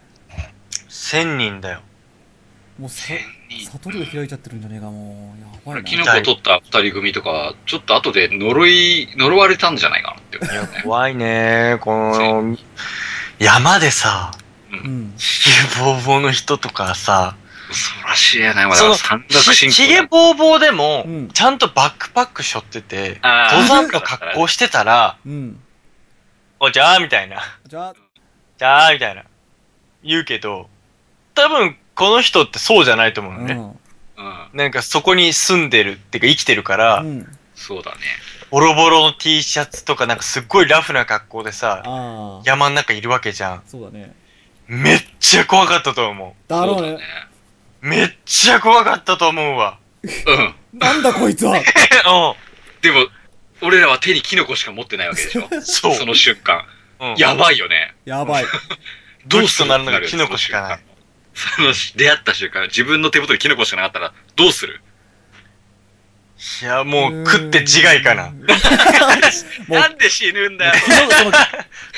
Speaker 4: 1000人だよ。
Speaker 3: もうさ、悟りが開いちゃってるんじゃねえかもう。やばい
Speaker 2: キ
Speaker 3: な
Speaker 2: ノ。コ取った二人組とか、ちょっと後で呪い、呪われたんじゃないかなって思うよね。
Speaker 4: 怖いねこの、山でさ、
Speaker 3: うん。
Speaker 4: ヒゲボーボーの人とかさ、
Speaker 2: そらしいやないわ。だ
Speaker 4: そ
Speaker 2: か
Speaker 4: の
Speaker 2: ら山岳
Speaker 4: ひ
Speaker 2: 信
Speaker 4: ひげ
Speaker 2: 仰。
Speaker 4: ぼうぼうでも、
Speaker 3: うん
Speaker 4: ちゃんとバックパックしょってて、
Speaker 2: あー
Speaker 4: 登山の格好してたら、
Speaker 3: うん。
Speaker 4: おじゃあみたいな、
Speaker 3: じゃあ、
Speaker 4: じゃあみたいな、言うけど、多分この人ってそうじゃないと思う
Speaker 3: う
Speaker 4: のね。
Speaker 3: ん。
Speaker 2: うん。
Speaker 4: なんかそこに住んでるっていうか生きてるから、
Speaker 3: うん。
Speaker 2: そうだね。
Speaker 4: ボロボロの T シャツとかなんかすっごいラフな格好でさ、
Speaker 3: ああ。
Speaker 4: 山の中いるわけじゃん。
Speaker 3: そうだね。
Speaker 4: めっちゃ怖かったと思
Speaker 3: だろう
Speaker 2: そう
Speaker 3: ね。
Speaker 4: う。めっちゃ怖かったと思うわ。 (laughs)
Speaker 2: だね。
Speaker 3: なんだこいつは。
Speaker 2: う
Speaker 4: う
Speaker 2: ん。でも、俺らは手にキノコしか持ってないわけでしょ。
Speaker 4: ん。 (laughs) そう。
Speaker 2: その瞬間。
Speaker 4: うん、
Speaker 2: やばいよね。
Speaker 3: やばい。
Speaker 4: どうしとなるのがキノコしかない。
Speaker 2: その出会った瞬間、自分の手元にキノコしかなかったら、どうする
Speaker 4: いや、もう食って自害かな。
Speaker 3: もう、
Speaker 2: なんで死ぬん
Speaker 4: (laughs)
Speaker 2: だよ。
Speaker 3: キノコその、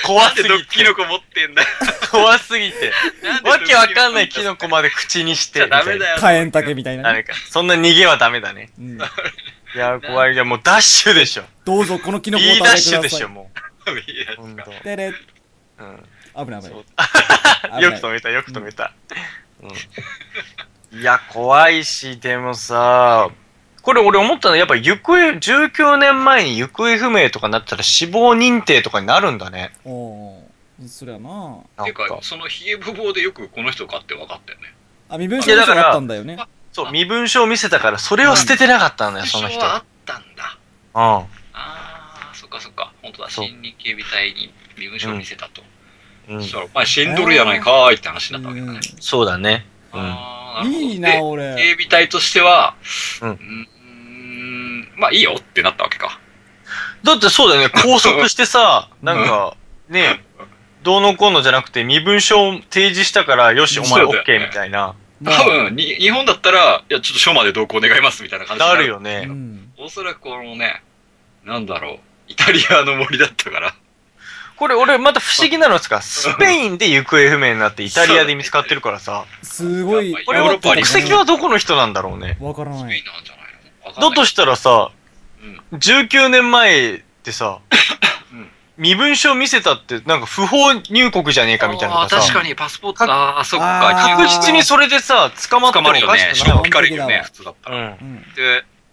Speaker 4: 怖
Speaker 2: なん
Speaker 4: す
Speaker 2: で
Speaker 4: ぎ
Speaker 2: ドッキ
Speaker 4: て。
Speaker 2: ノコ持ってんだよ。
Speaker 4: 怖すぎて。
Speaker 2: なんで
Speaker 4: わけわかんないキノコまで口にして。
Speaker 2: じゃダメだよ。
Speaker 3: 火炎竹みたいな
Speaker 4: みたいな。ダ
Speaker 3: ね。
Speaker 4: メか。そんな逃げはダメだね。
Speaker 3: うん。
Speaker 4: いや、怖い。いや、もうダッシュでしょ。
Speaker 3: どうぞ、このキノコを
Speaker 4: B
Speaker 3: 食
Speaker 4: ダッ
Speaker 3: べ
Speaker 4: シ
Speaker 3: て
Speaker 4: ュ
Speaker 3: くだ
Speaker 4: でし
Speaker 3: さ
Speaker 4: ょ、
Speaker 3: い。
Speaker 4: も
Speaker 2: (laughs) いや
Speaker 4: う。ほんと。
Speaker 3: でれ、
Speaker 4: うん。
Speaker 3: 危ない危
Speaker 4: そう (laughs)
Speaker 3: ない。
Speaker 4: よく止めた、よく止めた。うん。いや、怖いし、でもさ、これ俺思ったのは、やっぱ行方、19年前に行方不明とかになったら死亡認定とかになるんだね。
Speaker 3: おーそりゃな
Speaker 4: な
Speaker 2: て
Speaker 4: ん
Speaker 2: か
Speaker 4: か、。
Speaker 2: そのヒゲボボでよくこの人かって分かったよね。
Speaker 3: あ、身分証明書があったんだよね。
Speaker 4: そう、身分証を見せたから、それを捨ててなかったんだよ、その
Speaker 2: 印象
Speaker 4: 人。
Speaker 2: はあったんだ。
Speaker 4: うん。
Speaker 2: あー、そっかそっか。本当だ。
Speaker 4: そう
Speaker 2: 新日警備隊に身分証を見せたと。
Speaker 4: うん
Speaker 2: そしたら、お前死んどるやないかーいって話になったわけだね。
Speaker 3: う
Speaker 4: そうだね。うん
Speaker 2: あー
Speaker 3: ん
Speaker 2: るほど
Speaker 3: いいな、
Speaker 2: で
Speaker 3: 俺。
Speaker 2: 警備隊としては、
Speaker 4: うん
Speaker 2: うーん、まあいいよってなったわけか。
Speaker 4: だってそう
Speaker 2: (laughs)
Speaker 4: だよね、拘束してさ、なんか、ね、どうのこうのじゃなくて、身分証を提示したから、よし、お前
Speaker 2: そうだよね
Speaker 4: OK みたいな、
Speaker 3: ま
Speaker 2: 多
Speaker 3: あ
Speaker 2: 分に、日本だったら、いや、ちょっと署まで同行願いますみたいな感じに
Speaker 4: なる。よ
Speaker 3: う
Speaker 4: ね。
Speaker 3: ん。
Speaker 2: おそらくこのね、なんだろう、イタリアの森だったから。
Speaker 4: これ、俺、また不思議なのですか、スペインで行方不明になって、イタリアで見つかってるからさ、
Speaker 3: すごい
Speaker 2: やっ。ぱ
Speaker 4: これ
Speaker 2: ヨーロ
Speaker 4: は
Speaker 2: ッパに
Speaker 4: 国籍はどこの人なんだろうね。
Speaker 3: わから
Speaker 2: ス
Speaker 3: な
Speaker 2: ペイ
Speaker 3: い
Speaker 2: ン。なんじゃないのわかんな
Speaker 4: だ
Speaker 2: い
Speaker 4: としたらさ、
Speaker 2: う
Speaker 4: 19年前ってさ
Speaker 2: うん、
Speaker 4: 身分証見せたって、なんか不法入国じゃねえかみたいなの
Speaker 2: あ
Speaker 4: が
Speaker 2: ー
Speaker 4: さ、
Speaker 2: 確かにパスポート、ああ、そっ
Speaker 3: あ
Speaker 2: か。
Speaker 4: 確実にそれでさ、捕まって
Speaker 2: 捕
Speaker 4: も
Speaker 2: ま
Speaker 4: お
Speaker 2: るよ
Speaker 4: かし
Speaker 2: ね。
Speaker 4: く
Speaker 2: し
Speaker 4: ない
Speaker 2: か
Speaker 4: わ
Speaker 2: も
Speaker 4: け
Speaker 2: 聞かれるよね、普通だった
Speaker 4: う
Speaker 2: ら。
Speaker 4: ん。
Speaker 3: うん。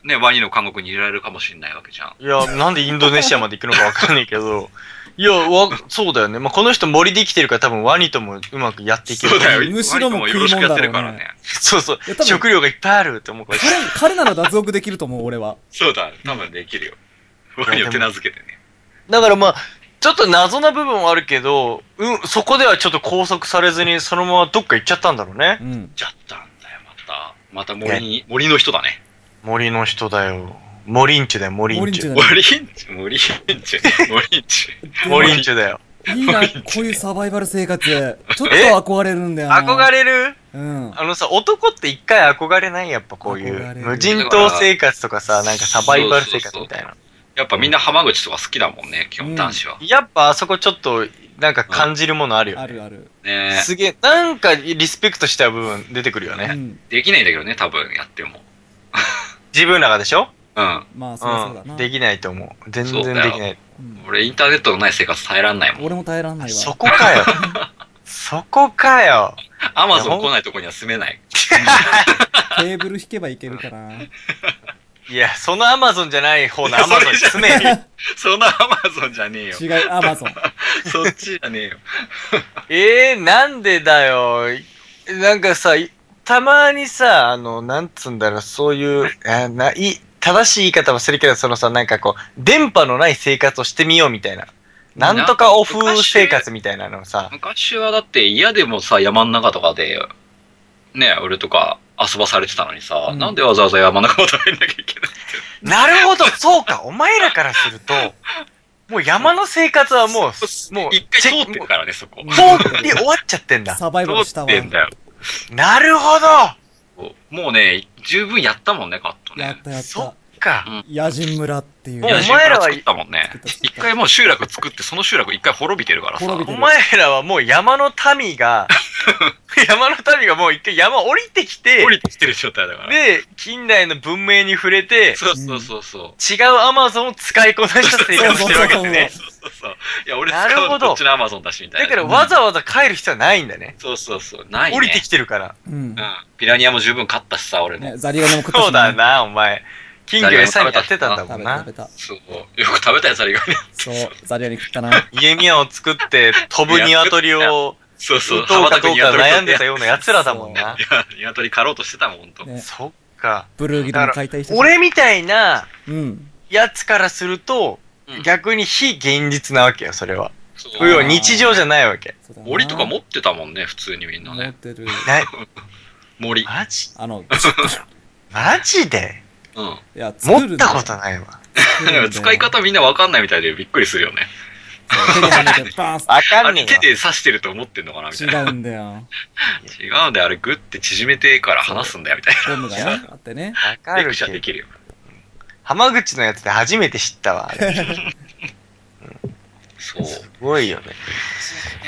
Speaker 2: で、ね、ワニの監獄に入れられるかもしれないわけじゃん。
Speaker 4: いや、なんでインドネシアまで行くのかわかんない
Speaker 3: (laughs)
Speaker 4: けど、いや、わ、そうだよね。まあ、この人森で生きてるから多分ワニともうまくやっていける。
Speaker 2: そうだよ、
Speaker 3: むしろも
Speaker 2: ワ
Speaker 3: う
Speaker 2: ニとよろしくやってるから
Speaker 3: 食い
Speaker 2: ね。
Speaker 4: (laughs) そうそう
Speaker 3: いや多分
Speaker 4: 食料がいっぱいあるって思うから。
Speaker 3: 彼、彼なら脱獄できると思う、俺は。
Speaker 2: そうだ、多分できるよ。ワニを手なずけてね。
Speaker 4: だからまあ、ちょっと謎な部分はあるけど、うん、そこではちょっと拘束されずにそのままどっか行っちゃったんだろうね
Speaker 3: う。ん。
Speaker 2: ちゃったんだよ、また。また森に、森の人だね。
Speaker 4: 森の人だよ。森んちだよ、森ん
Speaker 3: 森ん
Speaker 4: ち
Speaker 3: ち。だね。
Speaker 2: 森んち、森んち、森んち。
Speaker 4: 森んちだよ。
Speaker 3: いいな、こういうサバイバル生活。
Speaker 4: (laughs)
Speaker 3: ちょっと憧れるんだよな。
Speaker 4: 憧れる
Speaker 3: うん。
Speaker 4: あのさ、男って一回憧れないやっぱこうい
Speaker 3: 憧れる
Speaker 4: う。無人島生活とかさ、なんかサバイバル生活みたいな。
Speaker 2: やっぱみんな浜口とか好きだもんね、基
Speaker 3: う
Speaker 2: 本
Speaker 3: ん
Speaker 2: 男子は。
Speaker 4: やっぱあそこちょっとなんか感じるものあるよ
Speaker 3: あ
Speaker 4: ね。
Speaker 3: るある。
Speaker 2: ね
Speaker 4: すげえ、なんかリスペクトした部分出てくるよ
Speaker 3: う
Speaker 4: ね。
Speaker 3: ん。
Speaker 2: できないんだけどね、多分やっても。
Speaker 4: 自分らがでしょ
Speaker 2: うん。
Speaker 3: まあ、そうそうだ
Speaker 4: うん。
Speaker 3: な。
Speaker 4: できないと思う。全然
Speaker 2: そうだよ
Speaker 4: できない。
Speaker 3: うん
Speaker 2: 俺、インターネットのない生活耐えらんないもん。
Speaker 3: 俺も耐えらんないわ。
Speaker 4: そこかよ。そこかよ。
Speaker 2: アマゾン来ないとこには住めない。
Speaker 3: テーブル引けばいけるかな。
Speaker 4: いや、そのアマゾンじゃない方のアマゾンに
Speaker 2: そ
Speaker 4: 住
Speaker 2: れ
Speaker 4: め
Speaker 2: じゃ
Speaker 4: よ。
Speaker 2: そんなアマゾンじゃね
Speaker 3: (laughs)
Speaker 2: えよ。
Speaker 3: 違う、アマゾン。
Speaker 2: そっちじゃねえよ。
Speaker 4: えー、なんでだよ。なんかさ、いたまにさ、あの、なんつうんだろう、そういう、あない正しい言い方はするけど、そのさ、なんかこう、電波のない生活をしてみようみたいな。なんとかオフ生活みたいなのをさ、
Speaker 2: 昔はだって嫌でもさ、山の中とかで、ね、俺とか遊ばされてたのにさ、
Speaker 3: うん
Speaker 2: なんでわざわざ山の中を食べなきゃいけない
Speaker 4: なるほど、そうか、お前らからすると、もう山の生活はもう、もう、
Speaker 2: 一回通
Speaker 4: チェ
Speaker 2: ってるからね、そこ。
Speaker 4: 通り終わっちゃってんだ。
Speaker 3: サバイバルし
Speaker 2: 通
Speaker 3: た
Speaker 2: っ
Speaker 3: わ。
Speaker 2: てんだよ。
Speaker 4: なるほど
Speaker 2: もうね、十分やったもんね、カット
Speaker 3: や
Speaker 2: ね
Speaker 3: っ。たやっ。
Speaker 4: そったか。
Speaker 3: 野人村っていう
Speaker 4: もう
Speaker 2: 野
Speaker 3: ね。
Speaker 2: 人村
Speaker 4: お前らは
Speaker 2: 作ったもんね
Speaker 3: 作った。作
Speaker 2: 一
Speaker 3: った
Speaker 2: 回もう集落作って、その集落一回滅びてるからさ。
Speaker 3: 滅びて
Speaker 4: お前らはもう山の民が、
Speaker 2: (laughs)
Speaker 4: 山の民がもう一回山降りてきて
Speaker 2: 降、りてきてる状態だから。
Speaker 4: で、近代の文明に触れて、
Speaker 2: そうそうそうそう。
Speaker 4: 違うアマゾンを使いこなした生活してるわけですね。
Speaker 2: そうそうそう。いや、俺
Speaker 4: な
Speaker 2: 使
Speaker 4: る
Speaker 2: うの
Speaker 4: ほ
Speaker 2: こ
Speaker 4: ど
Speaker 2: っちのアマゾンだし、みたい
Speaker 4: だ
Speaker 2: な。
Speaker 4: からわざわざ帰る必要はないんだね。
Speaker 2: そうそうそう。ない、ね。
Speaker 4: 降りてきてるから。
Speaker 3: うん
Speaker 2: う。ん。ピラニアも十分勝ったしさ、俺も
Speaker 3: ね。ザリガニも食ったしね
Speaker 4: そうだ。な、お前。金魚餌にやってたんだも
Speaker 3: 食
Speaker 4: ん
Speaker 3: べた
Speaker 4: な
Speaker 3: 食べ。た。
Speaker 2: そう。よく食べたやつあるよね。 (laughs)
Speaker 3: そう、ザリガニ食った
Speaker 4: (laughs)
Speaker 3: な。
Speaker 4: 家宮を作って飛ぶ鶏を
Speaker 2: そうそう。
Speaker 4: 打とうかどうか悩んでた
Speaker 2: よ。
Speaker 4: ような奴らだもんな。
Speaker 2: いや、鶏狩ろうとしてたもん、ほんと。
Speaker 3: ね、
Speaker 4: そっか。
Speaker 3: ブルーギルも解体してた。
Speaker 4: 俺みたいな
Speaker 3: うん。
Speaker 4: やつからすると
Speaker 2: うん、
Speaker 4: 逆に非現実なわけよ、それは。
Speaker 2: そう
Speaker 4: 要は日常じゃないわけ。
Speaker 3: そうだな
Speaker 2: 森とか持ってたもんね、普通にみんな
Speaker 3: 持っ
Speaker 2: ね。
Speaker 3: てる。
Speaker 4: な、
Speaker 2: 森。
Speaker 4: マジ
Speaker 3: あの、
Speaker 4: マジで
Speaker 2: うん。
Speaker 3: いや、作
Speaker 4: 持
Speaker 3: るん
Speaker 4: っ
Speaker 3: だ
Speaker 4: た
Speaker 3: よ
Speaker 4: ことないわ。
Speaker 3: 作
Speaker 4: (laughs)
Speaker 3: るんだ
Speaker 2: (laughs)
Speaker 3: よ
Speaker 2: 使い方みんなわかんないみたいでびっくりするよね。
Speaker 3: 手にはめてバーン
Speaker 4: わか
Speaker 2: あ
Speaker 4: んね
Speaker 2: れ
Speaker 4: え
Speaker 2: 手
Speaker 4: よ。
Speaker 2: で刺してると思ってんのかなみたいな。
Speaker 3: 違うんだよ。
Speaker 2: 違うんだよ、あれグッて縮めてから離すんだよ、みたい
Speaker 3: ゴムがね、あってね。
Speaker 4: わか
Speaker 2: な。レ
Speaker 4: る
Speaker 2: クチャーでき
Speaker 4: けど。
Speaker 2: るよ。
Speaker 4: 浜口のやつで初めて知ったわ。あれす
Speaker 2: そう。
Speaker 4: ごいよね。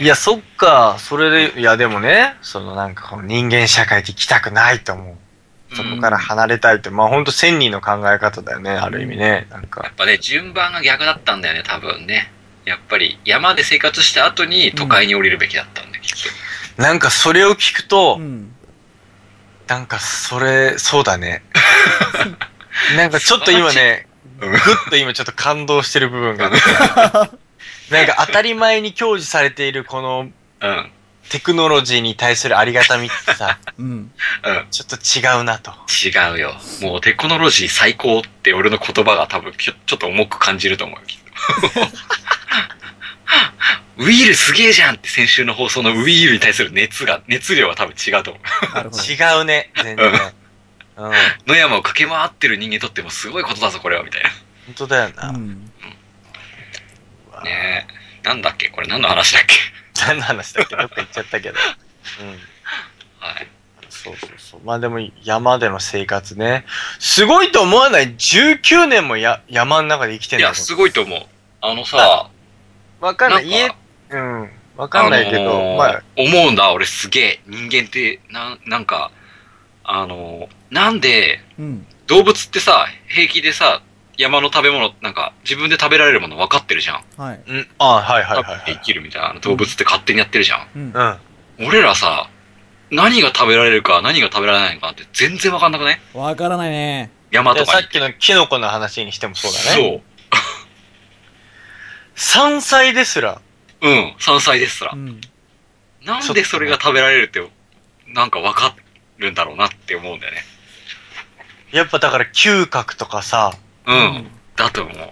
Speaker 4: いや、そっか。それで、いや、でもね、そのなんかこう人間社会で行きたくないと思う。そこから離れたいって、まあほんと千人の考え方だよね、ある意味ね。なん
Speaker 2: や
Speaker 4: か
Speaker 2: っ。ぱね、順番が逆だったんだよね、多分ね。やっぱり山で生活した後に都会に降りるべきだったんだよ、きっ
Speaker 4: なんかそれを聞くと、
Speaker 3: うん。
Speaker 4: なんかそれ、そうだね。なんかちょっと今ね、
Speaker 2: と。
Speaker 4: ぐっと今ちょっと感動してる部分がある。なんか当たり前に享受されているこの
Speaker 2: うん。うん。
Speaker 4: テクノロジーに対するありがたみってさ、
Speaker 3: うん。
Speaker 4: ちょっと違うなと。
Speaker 2: 違うよ。もうテクノロジー最高って俺の言葉が多分ちょちょっと重く感じると (laughs) 思うよ、きっと。ウイールすげえじゃんって先週の放送のウイールに対する熱が、熱量は多分違うと思う。
Speaker 3: なるほど。
Speaker 4: 違うね、全然。うん。本
Speaker 2: 野山を駆け回ってる人間にとってもすごいことだぞ、これは、みたい
Speaker 4: 当だよな。
Speaker 3: うん。
Speaker 2: な。ねえ。なんだっけこれ何の話だっけ
Speaker 4: 何の話だっけどっか行っちゃったけど。うん。
Speaker 2: はい。
Speaker 4: そうそうそう。まあでも山での生活ね。すごいと思わない ?19 年もや山の中で生きてん
Speaker 2: い
Speaker 4: だ
Speaker 2: や、
Speaker 4: もん
Speaker 2: すごいと思う。あのさ、
Speaker 4: わかんない。
Speaker 2: なん
Speaker 4: 家
Speaker 2: か、
Speaker 4: うん。わかんないけど、
Speaker 2: あのー
Speaker 4: まあ、
Speaker 2: 思うんだ、俺すげえ。人間って、なん、なんか、あのーなんで、
Speaker 3: うん。
Speaker 2: 動物ってさ、平気でさ、山の食べ物、なんか、自分で食べられるもの分かってるじゃん。
Speaker 3: はい。
Speaker 4: うん。あはいは
Speaker 2: 食
Speaker 4: いはい、
Speaker 2: べ
Speaker 4: は
Speaker 2: て
Speaker 4: い
Speaker 2: 生。きるみたいな。あの動物って勝手にやってるじゃん。
Speaker 3: うん。
Speaker 2: 俺らさ、何が食べられるか、何が食べられないのかなんて全然分かんなくね
Speaker 3: わからないね。
Speaker 2: 山
Speaker 4: うん。で
Speaker 2: と
Speaker 4: さ
Speaker 2: かに
Speaker 4: っ。きのキノコの話にしてもそうだね。
Speaker 2: そう。
Speaker 4: 山菜ですら、
Speaker 2: うん、山菜ですら
Speaker 3: う。ん。
Speaker 2: なんでそれが食べられるって、なんか分かるんだろうなって思うんだよね。
Speaker 4: やっぱだから嗅覚とかさ、
Speaker 2: うん、だと思う。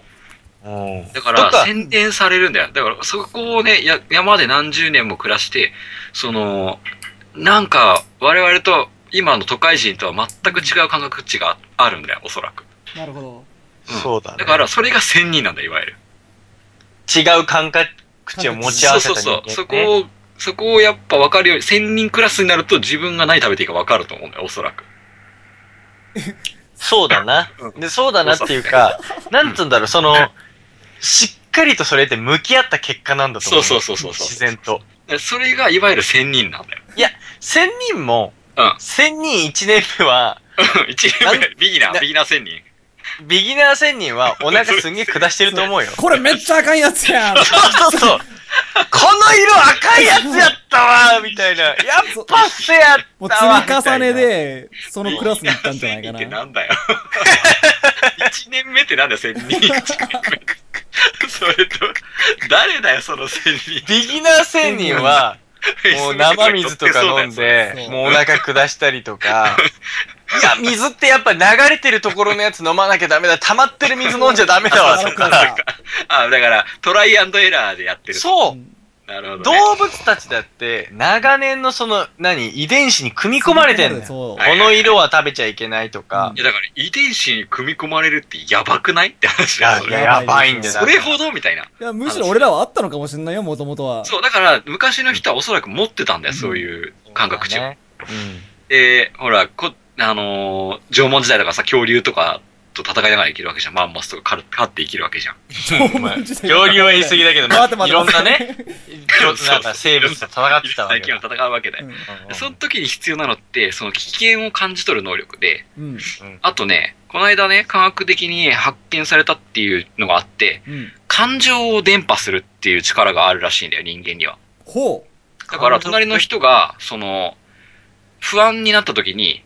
Speaker 4: うん。
Speaker 2: だか
Speaker 4: と
Speaker 2: ら、宣伝されるんだよ。だから、そこをね、や山で何十年も暮らして、その、なんか、我々と、今の都会人とは全く違う感覚値があるんだよ、おそらく。
Speaker 3: なるほど。。
Speaker 2: うん
Speaker 4: そうだね。
Speaker 2: だから、それが仙人なんだよ、いわゆる。
Speaker 4: 違う感覚口を持ち合
Speaker 2: そう
Speaker 4: わせ
Speaker 2: そう
Speaker 4: た人
Speaker 2: そ
Speaker 4: 間、ね、
Speaker 2: う。そこを、そこをやっぱ分かるように、仙人クラスになると自分が何食べていいか分かると思うんだよ、おそらく。
Speaker 4: そうだな。で、そうだなっていうか、なんつうんだろう、その、しっかりとそれって向き合った結果なんだと思う。
Speaker 2: そうそうそうそうそう
Speaker 4: 自然と。
Speaker 2: それが、いわゆる仙人なんだよ。
Speaker 4: 千人も、
Speaker 2: うん (laughs)
Speaker 4: 千人一年目は、
Speaker 2: 一年目、ビギナー、
Speaker 4: な
Speaker 2: ビギナー仙人。
Speaker 4: ビギナー千人はお腹すんげえ下してると思うよ
Speaker 3: (laughs) これめっちゃあかんやつ
Speaker 4: (laughs)
Speaker 3: やん。
Speaker 4: そうそうそう。この色赤いやつやったわみたいな。やっぱせやったわ
Speaker 3: もう積み重ね
Speaker 4: みたいな
Speaker 3: で、そのクラスに行ったんじゃないか
Speaker 2: 仙人って
Speaker 3: な。
Speaker 2: なんだよ。一年目ってなんだよ、仙人。それと、誰だよ、その仙人。
Speaker 4: ビギナー千人は、もう生水とか飲んで、もうお腹下したりとか。いや、水ってやっぱ流れてるところのやつ飲まなきゃダメだ。溜まってる水飲んじゃダメだ
Speaker 3: (laughs)
Speaker 4: わ、
Speaker 3: あ
Speaker 4: そ
Speaker 3: そ
Speaker 4: っ
Speaker 3: っ
Speaker 4: か。
Speaker 3: からら
Speaker 2: あ、だから、トライアンドエラーでやってる。
Speaker 4: そう
Speaker 2: なるほど、ね。
Speaker 4: 動物たちだって、長年のその、何、遺伝子に組み込まれてんだよ。
Speaker 3: そ
Speaker 4: こ
Speaker 3: う
Speaker 2: はい
Speaker 4: の色は食べちゃいけないとか
Speaker 2: い。や、だから、遺伝子に組み込まれるってやばくないって話
Speaker 4: い
Speaker 2: だよ
Speaker 4: や
Speaker 2: そ
Speaker 4: い
Speaker 2: れ
Speaker 4: や、
Speaker 2: は
Speaker 4: やばいんだよ。
Speaker 2: それほどみたいな。
Speaker 3: いや、むしろ俺らはあったのかもしれないよ、もともとは。
Speaker 2: そう、だから、昔の人はおそらく持ってたんだよ、そういう感覚値を。
Speaker 4: ね。
Speaker 2: で、ほら、こ、あのー縄文時代とかさ、恐竜とかと戦いながら生きるわけじゃん。マンモスとか狩る飼って生きるわけじゃん。
Speaker 3: (laughs)
Speaker 4: 恐竜は言い過ぎだけど、まあ
Speaker 3: 待って待っ、て
Speaker 4: いろん
Speaker 3: (laughs)
Speaker 4: なね、ちょっとなんか生物と戦ってたわ
Speaker 2: 最
Speaker 4: け
Speaker 2: 近は
Speaker 4: だ。
Speaker 2: 戦うわけだよ。
Speaker 4: うん
Speaker 2: その時に必要なのって、その危険を感じ取る能力で、
Speaker 3: うん。
Speaker 2: あとね、この間ね、科学的に発見されたっていうのがあって、
Speaker 3: うん。
Speaker 2: 感情を伝播するっていう力があるらしいんだよ、人間には。
Speaker 3: ほ
Speaker 2: だから、隣の人が、その、不安になった時に、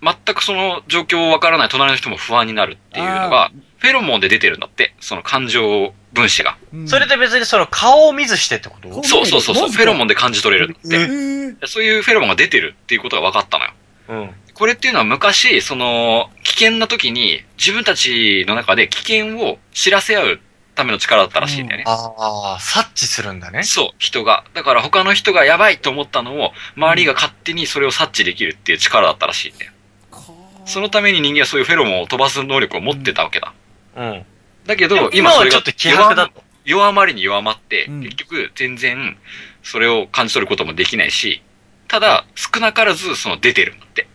Speaker 2: 全くその状況わからない隣の人も不安になるっていうの
Speaker 3: あ
Speaker 2: が、フェロモンで出てるんだって、その感情分子が。
Speaker 3: ううん。
Speaker 4: それで別にその顔を見ずしてってこと
Speaker 3: ほ
Speaker 2: そうそうそうそう、
Speaker 3: マジ
Speaker 2: フ
Speaker 3: か
Speaker 2: ェロモンで感じ取れるんだって。
Speaker 3: えー
Speaker 2: そういうフェロモンが出てるっていうことが分かったのよ。
Speaker 4: うん。
Speaker 2: これっていうのは昔、その、危険な時に自分たちの中で危険を知らせ合うための力だったらしいんだよね。
Speaker 4: ああ、察知するんだね。
Speaker 2: そう、人が。だから他の人がやばいと思ったのを、周りが勝手にそれを察知できるっていう力だったらしいんだよ。そのために人間はそういうフェロモンを飛ばす能力を持ってたわけだ。
Speaker 4: うん。
Speaker 2: だけ
Speaker 4: でも
Speaker 2: ど、
Speaker 4: 今
Speaker 2: そ
Speaker 4: は
Speaker 2: れ
Speaker 4: ちょ
Speaker 2: が
Speaker 4: っと希薄だと。
Speaker 2: 弱弱まりに弱まって、
Speaker 3: うん
Speaker 2: 結局全然それを感じ取ることもできないし、ただ少なからずその出てるんだって。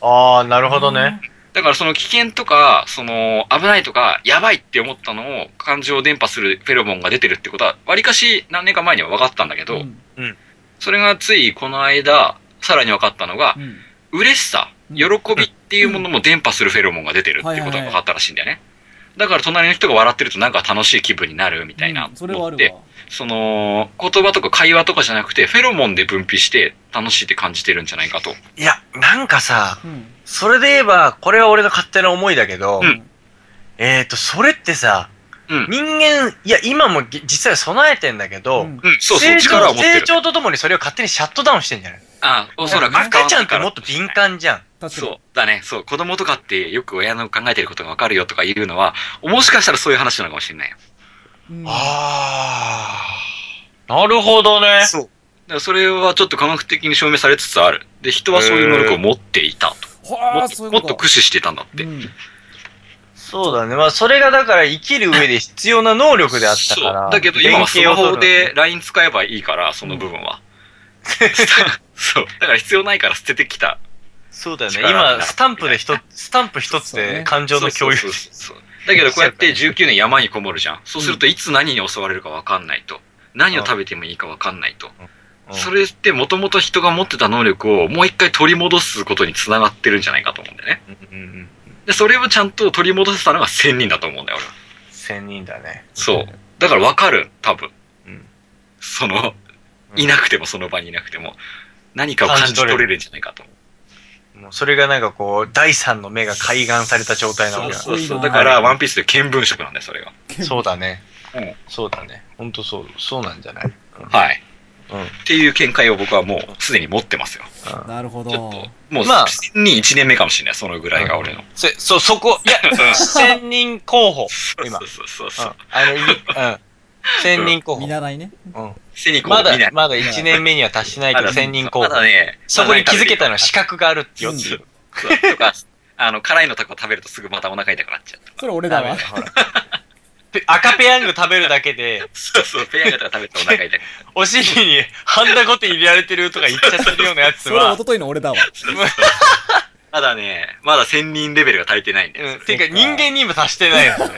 Speaker 4: ああ、なるほどね。
Speaker 2: だからその危険とか、その危ないとか、やばいって思ったのを感情を伝播するフェロモンが出てるってことは、わりかし何年か前には分かったんだけど、
Speaker 3: うん
Speaker 2: それがついこの間、さらに分かったのが
Speaker 3: う、ん
Speaker 2: 嬉しさ、
Speaker 3: うん
Speaker 2: 喜びっていうものも伝播するフェロモンが出てるっていうことが分かったらしいんだよね。だから隣の人が笑ってるとなんか楽しい気分になるみたいな。
Speaker 3: うんそれはある
Speaker 2: で
Speaker 3: わ。
Speaker 2: その、言葉とか会話とかじゃなくて、フェロモンで分泌して楽しいって感じてるんじゃないかと。
Speaker 4: いや、なんかさ、
Speaker 3: うん。
Speaker 4: それで言えば、これは俺の勝手な思いだけど、
Speaker 2: うん
Speaker 4: えっと、それってさ、
Speaker 2: うん
Speaker 4: 人間、いや、今もぎ実際備えてんだけど、
Speaker 3: うん
Speaker 2: うん、そうそ
Speaker 4: 成
Speaker 2: う、力
Speaker 4: 長
Speaker 2: を持って
Speaker 4: 成
Speaker 2: る。
Speaker 4: 長とともにそれを勝手にシャットダウンしてんじゃない
Speaker 2: あ、おそらく。
Speaker 4: 赤ちゃんってもっと敏感じゃん。
Speaker 3: 確か
Speaker 2: そ
Speaker 3: に。
Speaker 2: う。だね。そう。子供とかってよく親の考えてることがわかるよとか言うのは、もしかしたらそういう話なのかもしれないよ。
Speaker 3: うん
Speaker 4: ああ。なるほどね。
Speaker 2: そう。だからそれはちょっと科学的に証明されつつある。で、人はそういう能力を持っていたと。
Speaker 3: は
Speaker 2: も
Speaker 3: あ、
Speaker 2: っ
Speaker 3: そうい
Speaker 2: とも
Speaker 3: うこ
Speaker 2: っと
Speaker 3: と。
Speaker 2: 駆使してたんだって。
Speaker 3: うん
Speaker 4: そうだね。まあ、それがだから生きる上で必要な能力であったから。
Speaker 2: そうだけど今はスマホ
Speaker 4: 連携を取
Speaker 2: で
Speaker 4: る。
Speaker 2: LINE 使えばいいから、その部分
Speaker 4: (laughs)
Speaker 2: は。そう。だから必要ないから捨ててきた。
Speaker 4: そうだよね。
Speaker 2: 力が
Speaker 4: 今、スタンプで一つ、スタンプ一つ
Speaker 3: そう
Speaker 4: で
Speaker 3: ね
Speaker 4: 感情の共有
Speaker 2: そうそうそうそうだけどこうやって19年山にこもるじゃん。そうするといつ何に襲われるかわかんないと。何を食べてもいいかわかんないと。
Speaker 4: うん
Speaker 2: それってもともと人が持ってた能力をもう一回取り戻すことにつながってるんじゃないかと思うんだよね。
Speaker 4: うんうん
Speaker 2: で、それをちゃんと取り戻せたのが1000人だと思うんだよ、俺は。
Speaker 4: 千人だね。
Speaker 2: そう。だからわかる、多分。
Speaker 4: うん
Speaker 2: その、
Speaker 4: うん
Speaker 2: いなくてもその場にいなくても、何かを感じ取れるんじゃないかと思う。
Speaker 4: もうそれがなんかこう、第三の目が開眼された状態なわ
Speaker 2: そう
Speaker 4: けだ。
Speaker 2: そうそう。
Speaker 3: か
Speaker 2: だ
Speaker 3: っこいいな
Speaker 2: から、ワンピースで見聞色なんだよ、それが。
Speaker 4: そうだね
Speaker 2: うん。
Speaker 4: そうだね。ほんとそう、そうなんじゃない
Speaker 2: はい。
Speaker 4: うん
Speaker 2: っていう見解を僕はもうすでに持ってますよ。
Speaker 3: なるほど
Speaker 2: ち。ょっと、もう、
Speaker 4: まあ
Speaker 2: 1000人1年目かもしれない、そのぐらいが俺の。
Speaker 4: せそう、そこ、いや、 (laughs) 千人候補。今
Speaker 2: そう。そうそう
Speaker 4: う
Speaker 2: そ
Speaker 4: ん
Speaker 2: う。
Speaker 4: あの、いうん。千人候補
Speaker 3: 見。習いね。
Speaker 4: うん
Speaker 2: 1000人こう
Speaker 4: まだ
Speaker 2: 見ない、。
Speaker 4: まだ1年目には達してないけど、
Speaker 2: まだ
Speaker 4: 1000人候補
Speaker 2: ま。だね、
Speaker 4: そこに気づけたのは資
Speaker 2: か
Speaker 4: 格があるって
Speaker 2: よ
Speaker 4: よ
Speaker 2: っ
Speaker 4: ってて
Speaker 2: い
Speaker 4: いうう。
Speaker 2: そうとか、あの、辛いのとか食べるとすぐまたお腹痛くなっちゃう。
Speaker 3: それ俺だ
Speaker 4: ダメ
Speaker 3: わ
Speaker 4: だ、。ほら。ペ赤ペヤング食べるだけで、
Speaker 2: そうそう、ペヤングとか食べてお腹痛く
Speaker 4: お尻にハンダゴテ入れられてるとか言っちゃってるようなやつ
Speaker 3: それ一
Speaker 4: は、
Speaker 3: 昨日の俺だわ。
Speaker 2: まだね、まだ1000人レベルが足りてないんだよ。 (laughs)
Speaker 4: うん、ていうか人間にも達してないのね。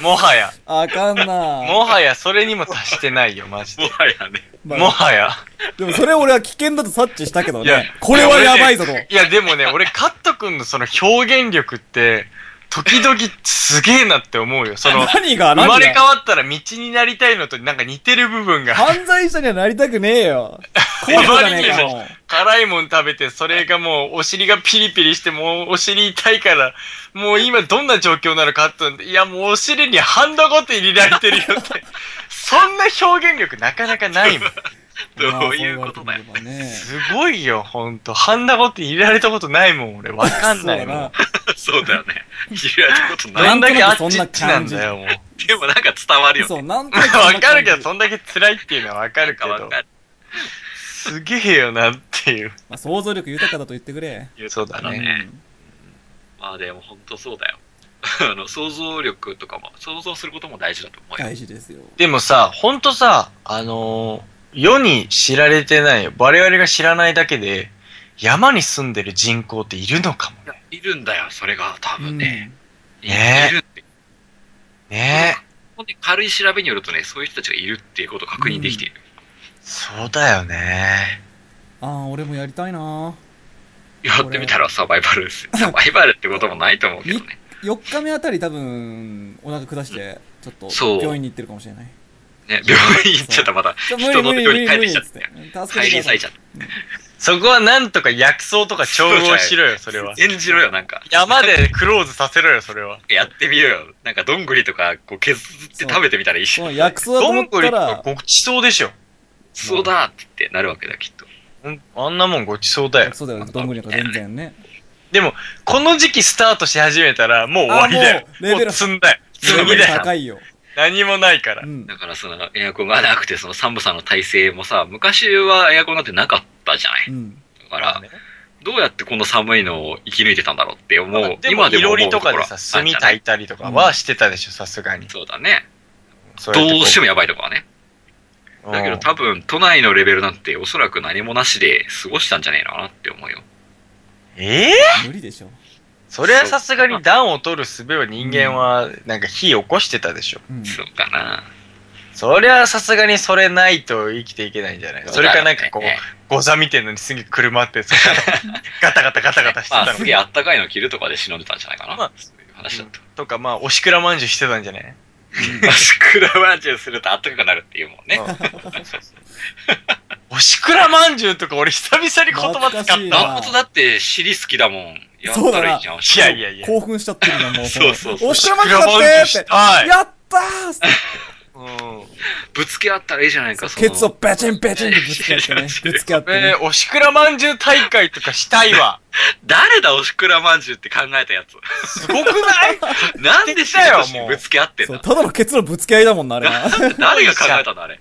Speaker 4: もはや。
Speaker 3: あかんな
Speaker 4: もはや、それにも達してないよ、マジ
Speaker 2: も
Speaker 4: で。
Speaker 2: はやね。
Speaker 3: まあ
Speaker 4: もはや。
Speaker 3: でもそれ俺は危険だと察知したけど
Speaker 4: いや
Speaker 3: ね。これはやばいぞと。
Speaker 4: いや、でもね、俺、カット君のその表現力って、時々すげえなって思うよ。 (laughs) その、
Speaker 3: 何が
Speaker 4: 生ま
Speaker 3: 何
Speaker 4: れ変
Speaker 3: が
Speaker 4: わったら道になりたいのとなんか似てる部分が。
Speaker 3: 犯罪者にはなりたくねえよ。怖いじゃねえかも。
Speaker 4: 辛いもん食べて、それがもうお尻がピリピリして、もうお尻痛いから、もう今どんな状況なのかって、いやもうお尻にハンドゴテ入れられてるよって。そんな表現力なかなかないもん。
Speaker 2: どういうことだよ。
Speaker 3: まあそう言われてみればね
Speaker 4: すごいよ、ほんと。ハンダゴテ入れられたことないもん、俺。わかんない
Speaker 3: そうだ
Speaker 4: もん
Speaker 3: な。
Speaker 2: そうだよね。嫌いなことな
Speaker 4: ど
Speaker 2: い。
Speaker 4: んだけあっちっちなんだよ、もう。
Speaker 2: でもなんか伝わるよね。
Speaker 3: そう、なんとなくそんな
Speaker 4: わ
Speaker 3: 感じ
Speaker 4: かるけど、そんだけ辛いっていうのはわかるけ
Speaker 2: なんかわ
Speaker 4: ど
Speaker 2: か、る。
Speaker 4: すげえよなっていう。
Speaker 3: まあ想像力豊かだと言ってくれ。
Speaker 4: そうだ
Speaker 2: ね
Speaker 4: ね。
Speaker 2: (laughs) まあでも本当そうだよ。 (laughs) あの、想像力とかも、想像することも大事だと思うよ。
Speaker 3: 大事ですよ。
Speaker 4: でもさ、ほんとさ、あのー世に知られてない、我々が知らないだけで、山に住んでる人口っているのかも。
Speaker 2: いるんだよ、それが、多分ね。
Speaker 4: んね
Speaker 2: いるって。
Speaker 4: ね
Speaker 2: ほんで軽い調べによるとね、そういう人たちがいるっていうことを確認できている。
Speaker 4: え。そうだよね。
Speaker 3: ああ、俺もやりたいな
Speaker 2: やってみたらサバイバルですよ。サバイバルってこともないと思うけどね。
Speaker 3: 4日目あたり多分、お腹下して、ちょっと
Speaker 2: そう、
Speaker 3: 病院に行ってるかもしれない。
Speaker 2: ね、病院行っちゃったらまた
Speaker 3: ちょ無
Speaker 2: 人の
Speaker 3: 理無理
Speaker 2: 病
Speaker 3: 無
Speaker 2: 院帰って
Speaker 3: 理無
Speaker 2: き
Speaker 3: 理っ
Speaker 2: ちゃっ
Speaker 3: つってて。。助
Speaker 2: 帰
Speaker 3: けて
Speaker 2: り
Speaker 3: くださ
Speaker 2: 咲い
Speaker 3: い
Speaker 2: ち。ゃった。
Speaker 4: そこはなんとか薬草とか調合しろよ、それは。
Speaker 2: 演じろよ、なんか。
Speaker 4: 山でクローズさせろよ、それは。
Speaker 2: やってみようよ。なんか、どんぐりとか、こう、削って食べてみたらいいし
Speaker 3: そ。の薬草だと
Speaker 4: ど
Speaker 3: 思
Speaker 4: ん
Speaker 3: っ
Speaker 4: ぐり
Speaker 3: た、
Speaker 4: とからごちそうでしょ。
Speaker 2: そうだって言ってなるわけだ、きっと。
Speaker 4: うんあんなもんごちそうだよ。
Speaker 3: そうだよ、どんぐりなんか全然ね。
Speaker 4: でも、この時期スタートし始めたら、もう終わりだよ
Speaker 3: あも。うレ
Speaker 4: も
Speaker 3: ベル
Speaker 4: う積んだよ。積
Speaker 2: レ
Speaker 4: み
Speaker 2: ベル
Speaker 4: だよ。
Speaker 3: 高いよ。
Speaker 4: 何もないから
Speaker 3: う。ん。
Speaker 2: だから、その、エアコンがなくて、その寒さの耐性もさ、昔はエアコンなんてなかったじゃない。
Speaker 3: うん。
Speaker 2: だから、どうやってこの寒いのを生き抜いてたんだろうって思
Speaker 4: まあ
Speaker 2: う。
Speaker 4: でも、
Speaker 2: 今で
Speaker 4: い
Speaker 2: も
Speaker 4: ろ
Speaker 2: 思
Speaker 4: り
Speaker 2: う
Speaker 4: と
Speaker 2: こ
Speaker 4: か
Speaker 2: ろ
Speaker 4: で
Speaker 2: は
Speaker 4: さ、炭
Speaker 2: あった
Speaker 4: 炊
Speaker 2: ん
Speaker 4: いたりとかはしてたでしょ、さすがに
Speaker 2: じゃない。そうだね。
Speaker 4: そやってこ
Speaker 2: どうしてもやばいとかはね。
Speaker 4: うん
Speaker 2: だけど多分、都内のレベルなんておそらく何もなしで過ごしたんじゃねえのかなって思うよ。
Speaker 4: ええ
Speaker 3: 無理でしょ。
Speaker 4: それはさすがに暖を取る術を人間は、なんか火起こしてたでしょ。
Speaker 3: うん。
Speaker 2: そうかな。
Speaker 4: そりゃさすがにそれないと生きていけないんじゃないそれかなんかこ
Speaker 2: ね
Speaker 4: う、ゴザみてんのにすげえ車って、そのガタガタガタガタして
Speaker 2: (laughs) ま
Speaker 4: た
Speaker 2: あ、
Speaker 4: の
Speaker 2: すげえあったかいの着るとかで忍んでたんじゃないかな。
Speaker 4: まあ
Speaker 2: そういう話だと。
Speaker 4: とか、まあ、おしくらまんじゅうしてたんじゃない
Speaker 2: スクラマンジュするとあったかくなるっていうもんね。
Speaker 4: おしくらまんじゅうとか俺久々に言葉使
Speaker 3: 懐
Speaker 4: っ
Speaker 3: かしいな
Speaker 4: た。
Speaker 2: なんとだって尻好きだもん。やったらいいじゃん。
Speaker 4: いやいやいや。
Speaker 3: 興奮しちゃってるじゃん、もう。
Speaker 2: そうそうそう
Speaker 3: おしゃま
Speaker 4: お
Speaker 3: き
Speaker 4: しくら
Speaker 3: だ
Speaker 4: まん
Speaker 3: っ
Speaker 4: じゅう
Speaker 3: て
Speaker 4: し
Speaker 3: って。
Speaker 4: たい。
Speaker 3: やったーっつって
Speaker 4: うん
Speaker 2: ぶつけ合ったらいいじゃないか、その
Speaker 3: ケツをペチンペチンってぶつけ合ってね。ぶつけ合って
Speaker 4: え
Speaker 3: ね。
Speaker 4: ー、おしくらまんじゅう大会とかしたいわ。
Speaker 2: 誰だ、おしくらまんじゅうって考えたやつ。
Speaker 4: す (laughs) ごくない
Speaker 2: なんで
Speaker 4: きたよ
Speaker 2: し
Speaker 4: もう
Speaker 2: ぶつけ合ってん
Speaker 3: そう、
Speaker 2: だ。
Speaker 3: ただのケツのぶつけ合いだもんな、あれな。
Speaker 2: 誰が考えたんだ、あれ。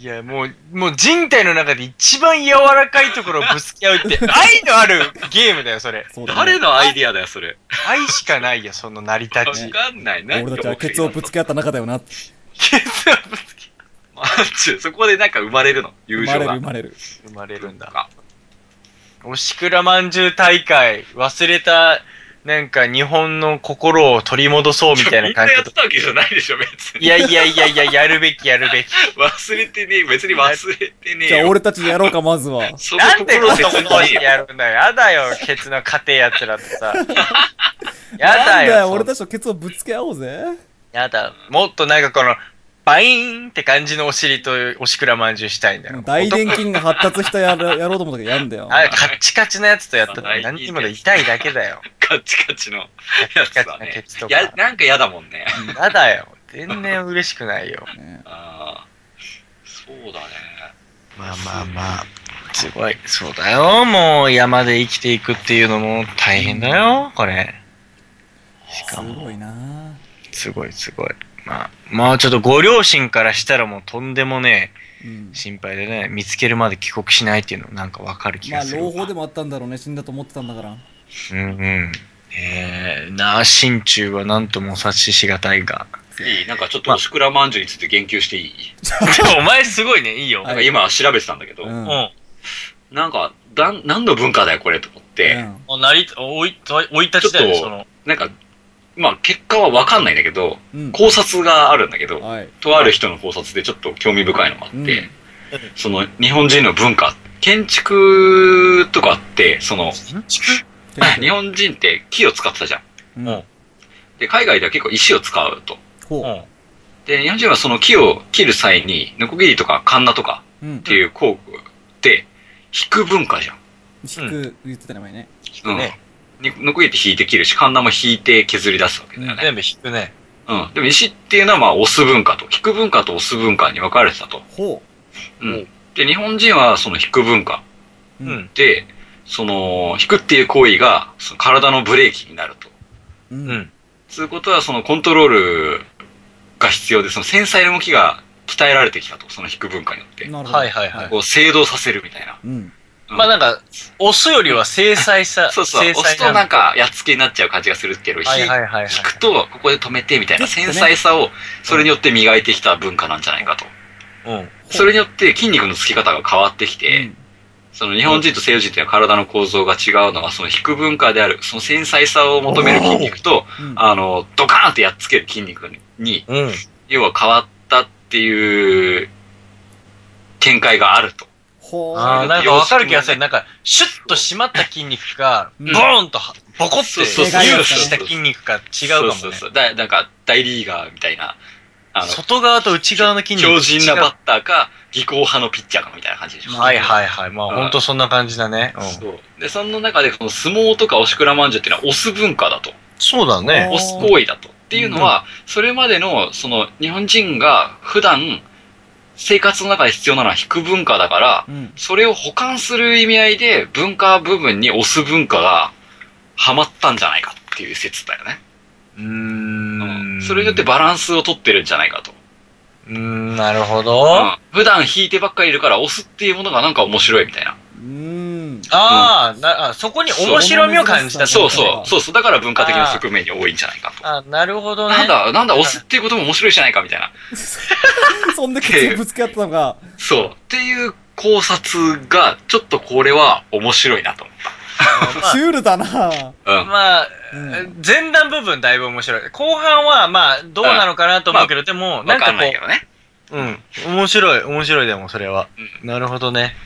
Speaker 4: いや、もう、もう人体の中で一番柔らかいところをぶつけ合うって、愛のあるゲームだよ、それ。
Speaker 3: そうだ
Speaker 2: (laughs)
Speaker 3: ね
Speaker 2: 誰のアイディアだよ、それ。
Speaker 4: 愛しかないよ、その成り
Speaker 2: わ
Speaker 4: 立ち。
Speaker 2: かんない。何
Speaker 3: 俺たちはケツをぶつけ合った仲だよな。
Speaker 4: ケツをぶつけ
Speaker 2: まんじゅ (laughs) う、そこでなんか生まれるの。友
Speaker 3: 生
Speaker 2: 情
Speaker 3: まれる
Speaker 2: が
Speaker 3: 生。まれる。
Speaker 4: 生まれるん
Speaker 2: なん
Speaker 4: だ。
Speaker 2: か
Speaker 4: おしくらまんじゅう大会、忘れた、なんか日本の心を取り戻そうみ
Speaker 2: みん
Speaker 4: た
Speaker 2: な
Speaker 4: いな
Speaker 2: や
Speaker 4: 感
Speaker 2: って
Speaker 4: じ
Speaker 2: たわけじゃないでしょ、別
Speaker 4: (laughs) い (laughs)
Speaker 2: に。
Speaker 4: やいやいやいや、やるべきやるべき。
Speaker 2: 忘れてねえ、別に忘れてねえ
Speaker 3: じゃあ
Speaker 2: よ。
Speaker 3: 俺たちでやろうか、まず
Speaker 4: (laughs)
Speaker 3: は。
Speaker 2: その
Speaker 4: なんでこ
Speaker 2: 心
Speaker 4: の
Speaker 2: を切
Speaker 4: こ
Speaker 2: ないよ。
Speaker 4: やるんだよ。やだよ、ケツの家庭やつらとさ。や
Speaker 3: な
Speaker 4: だ
Speaker 3: んだ
Speaker 4: よ、
Speaker 3: よ、俺たちとケツをぶつけ合おうぜ。
Speaker 4: やだ。もっとなんかこの、バイーンって感じのお尻とおしくらまんじゅうしたいんだよ。
Speaker 3: 大電筋が発達したやらやろうと思ったけど、やんだよ。
Speaker 4: あれ、カッチカチのやつとやったって何にもで痛いだけだよ。
Speaker 2: カッチカチのやつだね
Speaker 4: カチカチのケツと。か
Speaker 2: や、なんか嫌だもんね。
Speaker 4: やだよ。全然嬉しくないよ。
Speaker 3: ね
Speaker 2: ああ。そうだね。
Speaker 4: まあまあまあ。すごい。そうだよ。もう山で生きていくっていうのも大変だよ、これ。し
Speaker 3: す
Speaker 4: かも。
Speaker 3: ごいな
Speaker 4: すごいすごい。まあ、まあちょっとご両親からしたらもうとんでもね
Speaker 3: うん
Speaker 4: え、。心配でね、見つけるまで帰国しないっていうのなんかわかる気
Speaker 3: まあ、
Speaker 4: がする。
Speaker 3: 朗報でもあったんだろうね。死んだと思ってたんだから。
Speaker 4: うんうん。ええなあ、心中はなんとも察ししがたいが。 (laughs)
Speaker 2: いいなんかちょっとおしくらまんじゅうについて言及していい、
Speaker 4: でもお前すごいね、いいよ
Speaker 3: は
Speaker 2: なんか今調べてたんだけど、
Speaker 3: うん。
Speaker 4: うん。
Speaker 2: なんか、だん、何の文化だよこれと思って、
Speaker 3: うん
Speaker 4: お、なり、おい、おい立ちだよ、その。
Speaker 2: なんか、まあ結果はわかんないんだけど、
Speaker 3: うん。
Speaker 2: 考察があるんだけど、
Speaker 3: はい。
Speaker 2: とある人の考察でちょっと興味深いのがあって、
Speaker 3: うん
Speaker 2: その日本人の文化、建築とかって、その、
Speaker 6: 建築
Speaker 2: 日本人って木を使ってたじゃん。
Speaker 3: うん。
Speaker 2: で、海外では結構石を使うと。
Speaker 3: ほ
Speaker 2: で、日本人はその木を切る際に、ノコギリとかカンナとか
Speaker 3: う。うん
Speaker 2: っ。ていう工具って、引く文化じゃん。
Speaker 3: 低く言ってた名前ね。
Speaker 2: う。
Speaker 4: うんん
Speaker 2: ね、ノコギリって引いて切るし、カンナも引いて削り出すわけだよね。
Speaker 4: 全部引くね。
Speaker 2: うん。でも石っていうのはまあ押す文化と、引く文化と押す文化に分かれてたと。
Speaker 3: ほ
Speaker 2: うん。で、日本人はその引く文化
Speaker 3: う。
Speaker 4: う。ん。
Speaker 2: で、その、引くっていう行為が、その体のブレーキになると。
Speaker 3: う。
Speaker 4: うんん。
Speaker 2: つうことは、そのコントロールが必要で、その繊細な動きが鍛えられてきたと、その引く文化によって。
Speaker 3: なるほど。
Speaker 4: はいはいはい。
Speaker 2: こう、制動させるみたいな。
Speaker 3: うん。
Speaker 2: うん
Speaker 4: まあなんか、押すよりは精細
Speaker 2: (laughs)
Speaker 4: さ、
Speaker 2: そうそう、
Speaker 4: 精
Speaker 2: 押す
Speaker 4: 細
Speaker 2: となんか、やっつけになっちゃう感じがするけど、
Speaker 4: はいはいはいはい。
Speaker 2: 引くと、ここで止めてみたいな
Speaker 3: ちょっとね
Speaker 2: 繊細さを、それによって磨いてきた文化なんじゃないかと。
Speaker 4: うん。
Speaker 2: それによって筋肉のつき方が変わってきて、その日本人と西洋人というのは体の構造が違うのは、その引く文化である、その繊細さを求める筋肉と、
Speaker 3: うん。
Speaker 2: あの、ドカーンってやっつける筋肉に、
Speaker 4: うん。
Speaker 2: 要は変わったっていう、見解があると。
Speaker 3: ほう。
Speaker 4: ああ、なんかわかる気がする。なんか、シュッと締まった筋肉か、
Speaker 3: う
Speaker 4: ボ
Speaker 3: ん
Speaker 4: ーンとはボコって、
Speaker 2: そう
Speaker 3: そうそう
Speaker 4: ニュースした筋肉か違うか
Speaker 2: そ
Speaker 4: も
Speaker 2: うそう
Speaker 4: ね。
Speaker 2: そう。だ、なんか、大リーガーみたいな、あの、
Speaker 4: 外側と内側の筋肉。
Speaker 2: 強靭なバ
Speaker 4: 違
Speaker 2: ッターか、技巧派のピッチャーかみたいな感じでしょ。
Speaker 4: うはいはいはい。まあ本当そんな感じだね。うん
Speaker 2: そう。で、その中で、この相撲とかおしくらまんじゅうっていうのは押す文化だと。
Speaker 4: そうだね。
Speaker 2: 押す行為だと。っていうのは、それまでの、その、日本人が普段、生活の中で必要なのは引く文化だから、
Speaker 3: うん。
Speaker 2: それを補完する意味合いで、文化部分に押す文化が、ハマったんじゃないかっていう説だよね。
Speaker 4: うーん。
Speaker 2: それによって、バランスを取ってるんじゃないかと。
Speaker 4: うーん、なるほ
Speaker 2: う
Speaker 4: ど。
Speaker 2: ん普段引いてばっかりいるから、押すっていうものがなんか面白いみたいな。
Speaker 4: (laughs)
Speaker 3: うん。
Speaker 4: あーなあ、そこに面白みを感じたって
Speaker 2: そ
Speaker 4: こ
Speaker 2: う
Speaker 4: と
Speaker 3: そう
Speaker 2: そう。そうそう。だから文化的な側面に多いんじゃないかと。
Speaker 4: あ、なるほどね。
Speaker 2: なんだ、なんだ、押すっていうことも面白いじゃないかみたいな。
Speaker 3: そんだけぶつけ合ったのが、
Speaker 2: そう。っていう考察が、ちょっとこれは面白いなと思っ
Speaker 3: シュールだな
Speaker 2: た。うん。
Speaker 4: まあ、
Speaker 3: うん。
Speaker 4: 前段部分だいぶ面白い。後半は、まあ、どうなのかなと思うけど、でも、な
Speaker 2: わ
Speaker 4: んか
Speaker 2: かん
Speaker 4: こ
Speaker 2: ないけどね。
Speaker 4: う、うん。面白い、面白いでも、それは。なるほどね。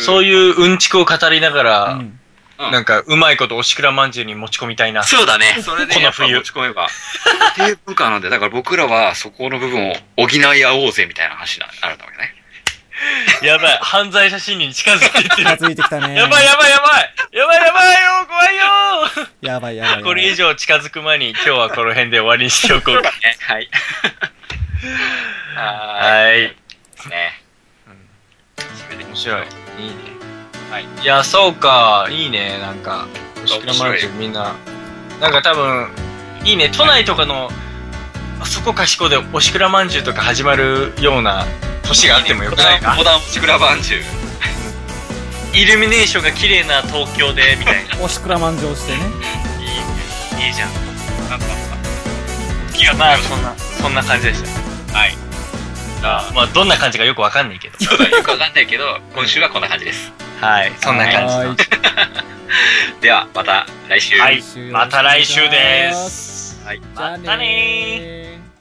Speaker 4: そう
Speaker 2: い
Speaker 4: いううんちくを語りながら、
Speaker 3: うん
Speaker 2: うん
Speaker 4: なんか、うまいことおしくらまんじゅうに持ち込みたいな。
Speaker 2: そうだ
Speaker 4: (laughs)
Speaker 2: ね。それで、
Speaker 4: この冬
Speaker 2: やっぱ持ち込めば。っていう文化なんで、だから僕らはそこの部分を補い合おうぜみたいな話になるんだわけね。
Speaker 4: やばい、犯罪者心理に近づいていってる。
Speaker 3: 近づいてきたね。
Speaker 4: やばいやばいやばいやばいやばいよ怖いよ
Speaker 3: やばいやばいやばい。
Speaker 4: これ以上近づく前に今日はこの辺で終わりにしておこうか。
Speaker 2: はい。は
Speaker 4: はい。
Speaker 2: い。ね。
Speaker 4: 面白い。いいね。
Speaker 2: はい。
Speaker 4: いや、そうか。いいね。なんか、おしくらまんじゅうみんな。なんか多分、いいね。都内とかの、あそこかしこでおしくらまんじゅうとか始まるような年があってもよくないか。
Speaker 2: モダンおちくらばんじゅう。
Speaker 4: (laughs) イルミネーションが綺麗な東京で、みたいな。
Speaker 3: おしくらまんじょうしてね。
Speaker 4: いいじゃん。いや、まあ、そんな、そんな感じでした。
Speaker 2: はい。
Speaker 4: あまあ、どんな感じかよくわかんないけど。
Speaker 2: そうだよくわかんないけど、今週はこんな感じです。
Speaker 4: はい。そんな感じ。
Speaker 3: じ。
Speaker 2: では、また来週。
Speaker 4: はい
Speaker 3: 来週
Speaker 4: また来週です。
Speaker 2: はい
Speaker 3: じゃあ
Speaker 4: またね
Speaker 3: ねー。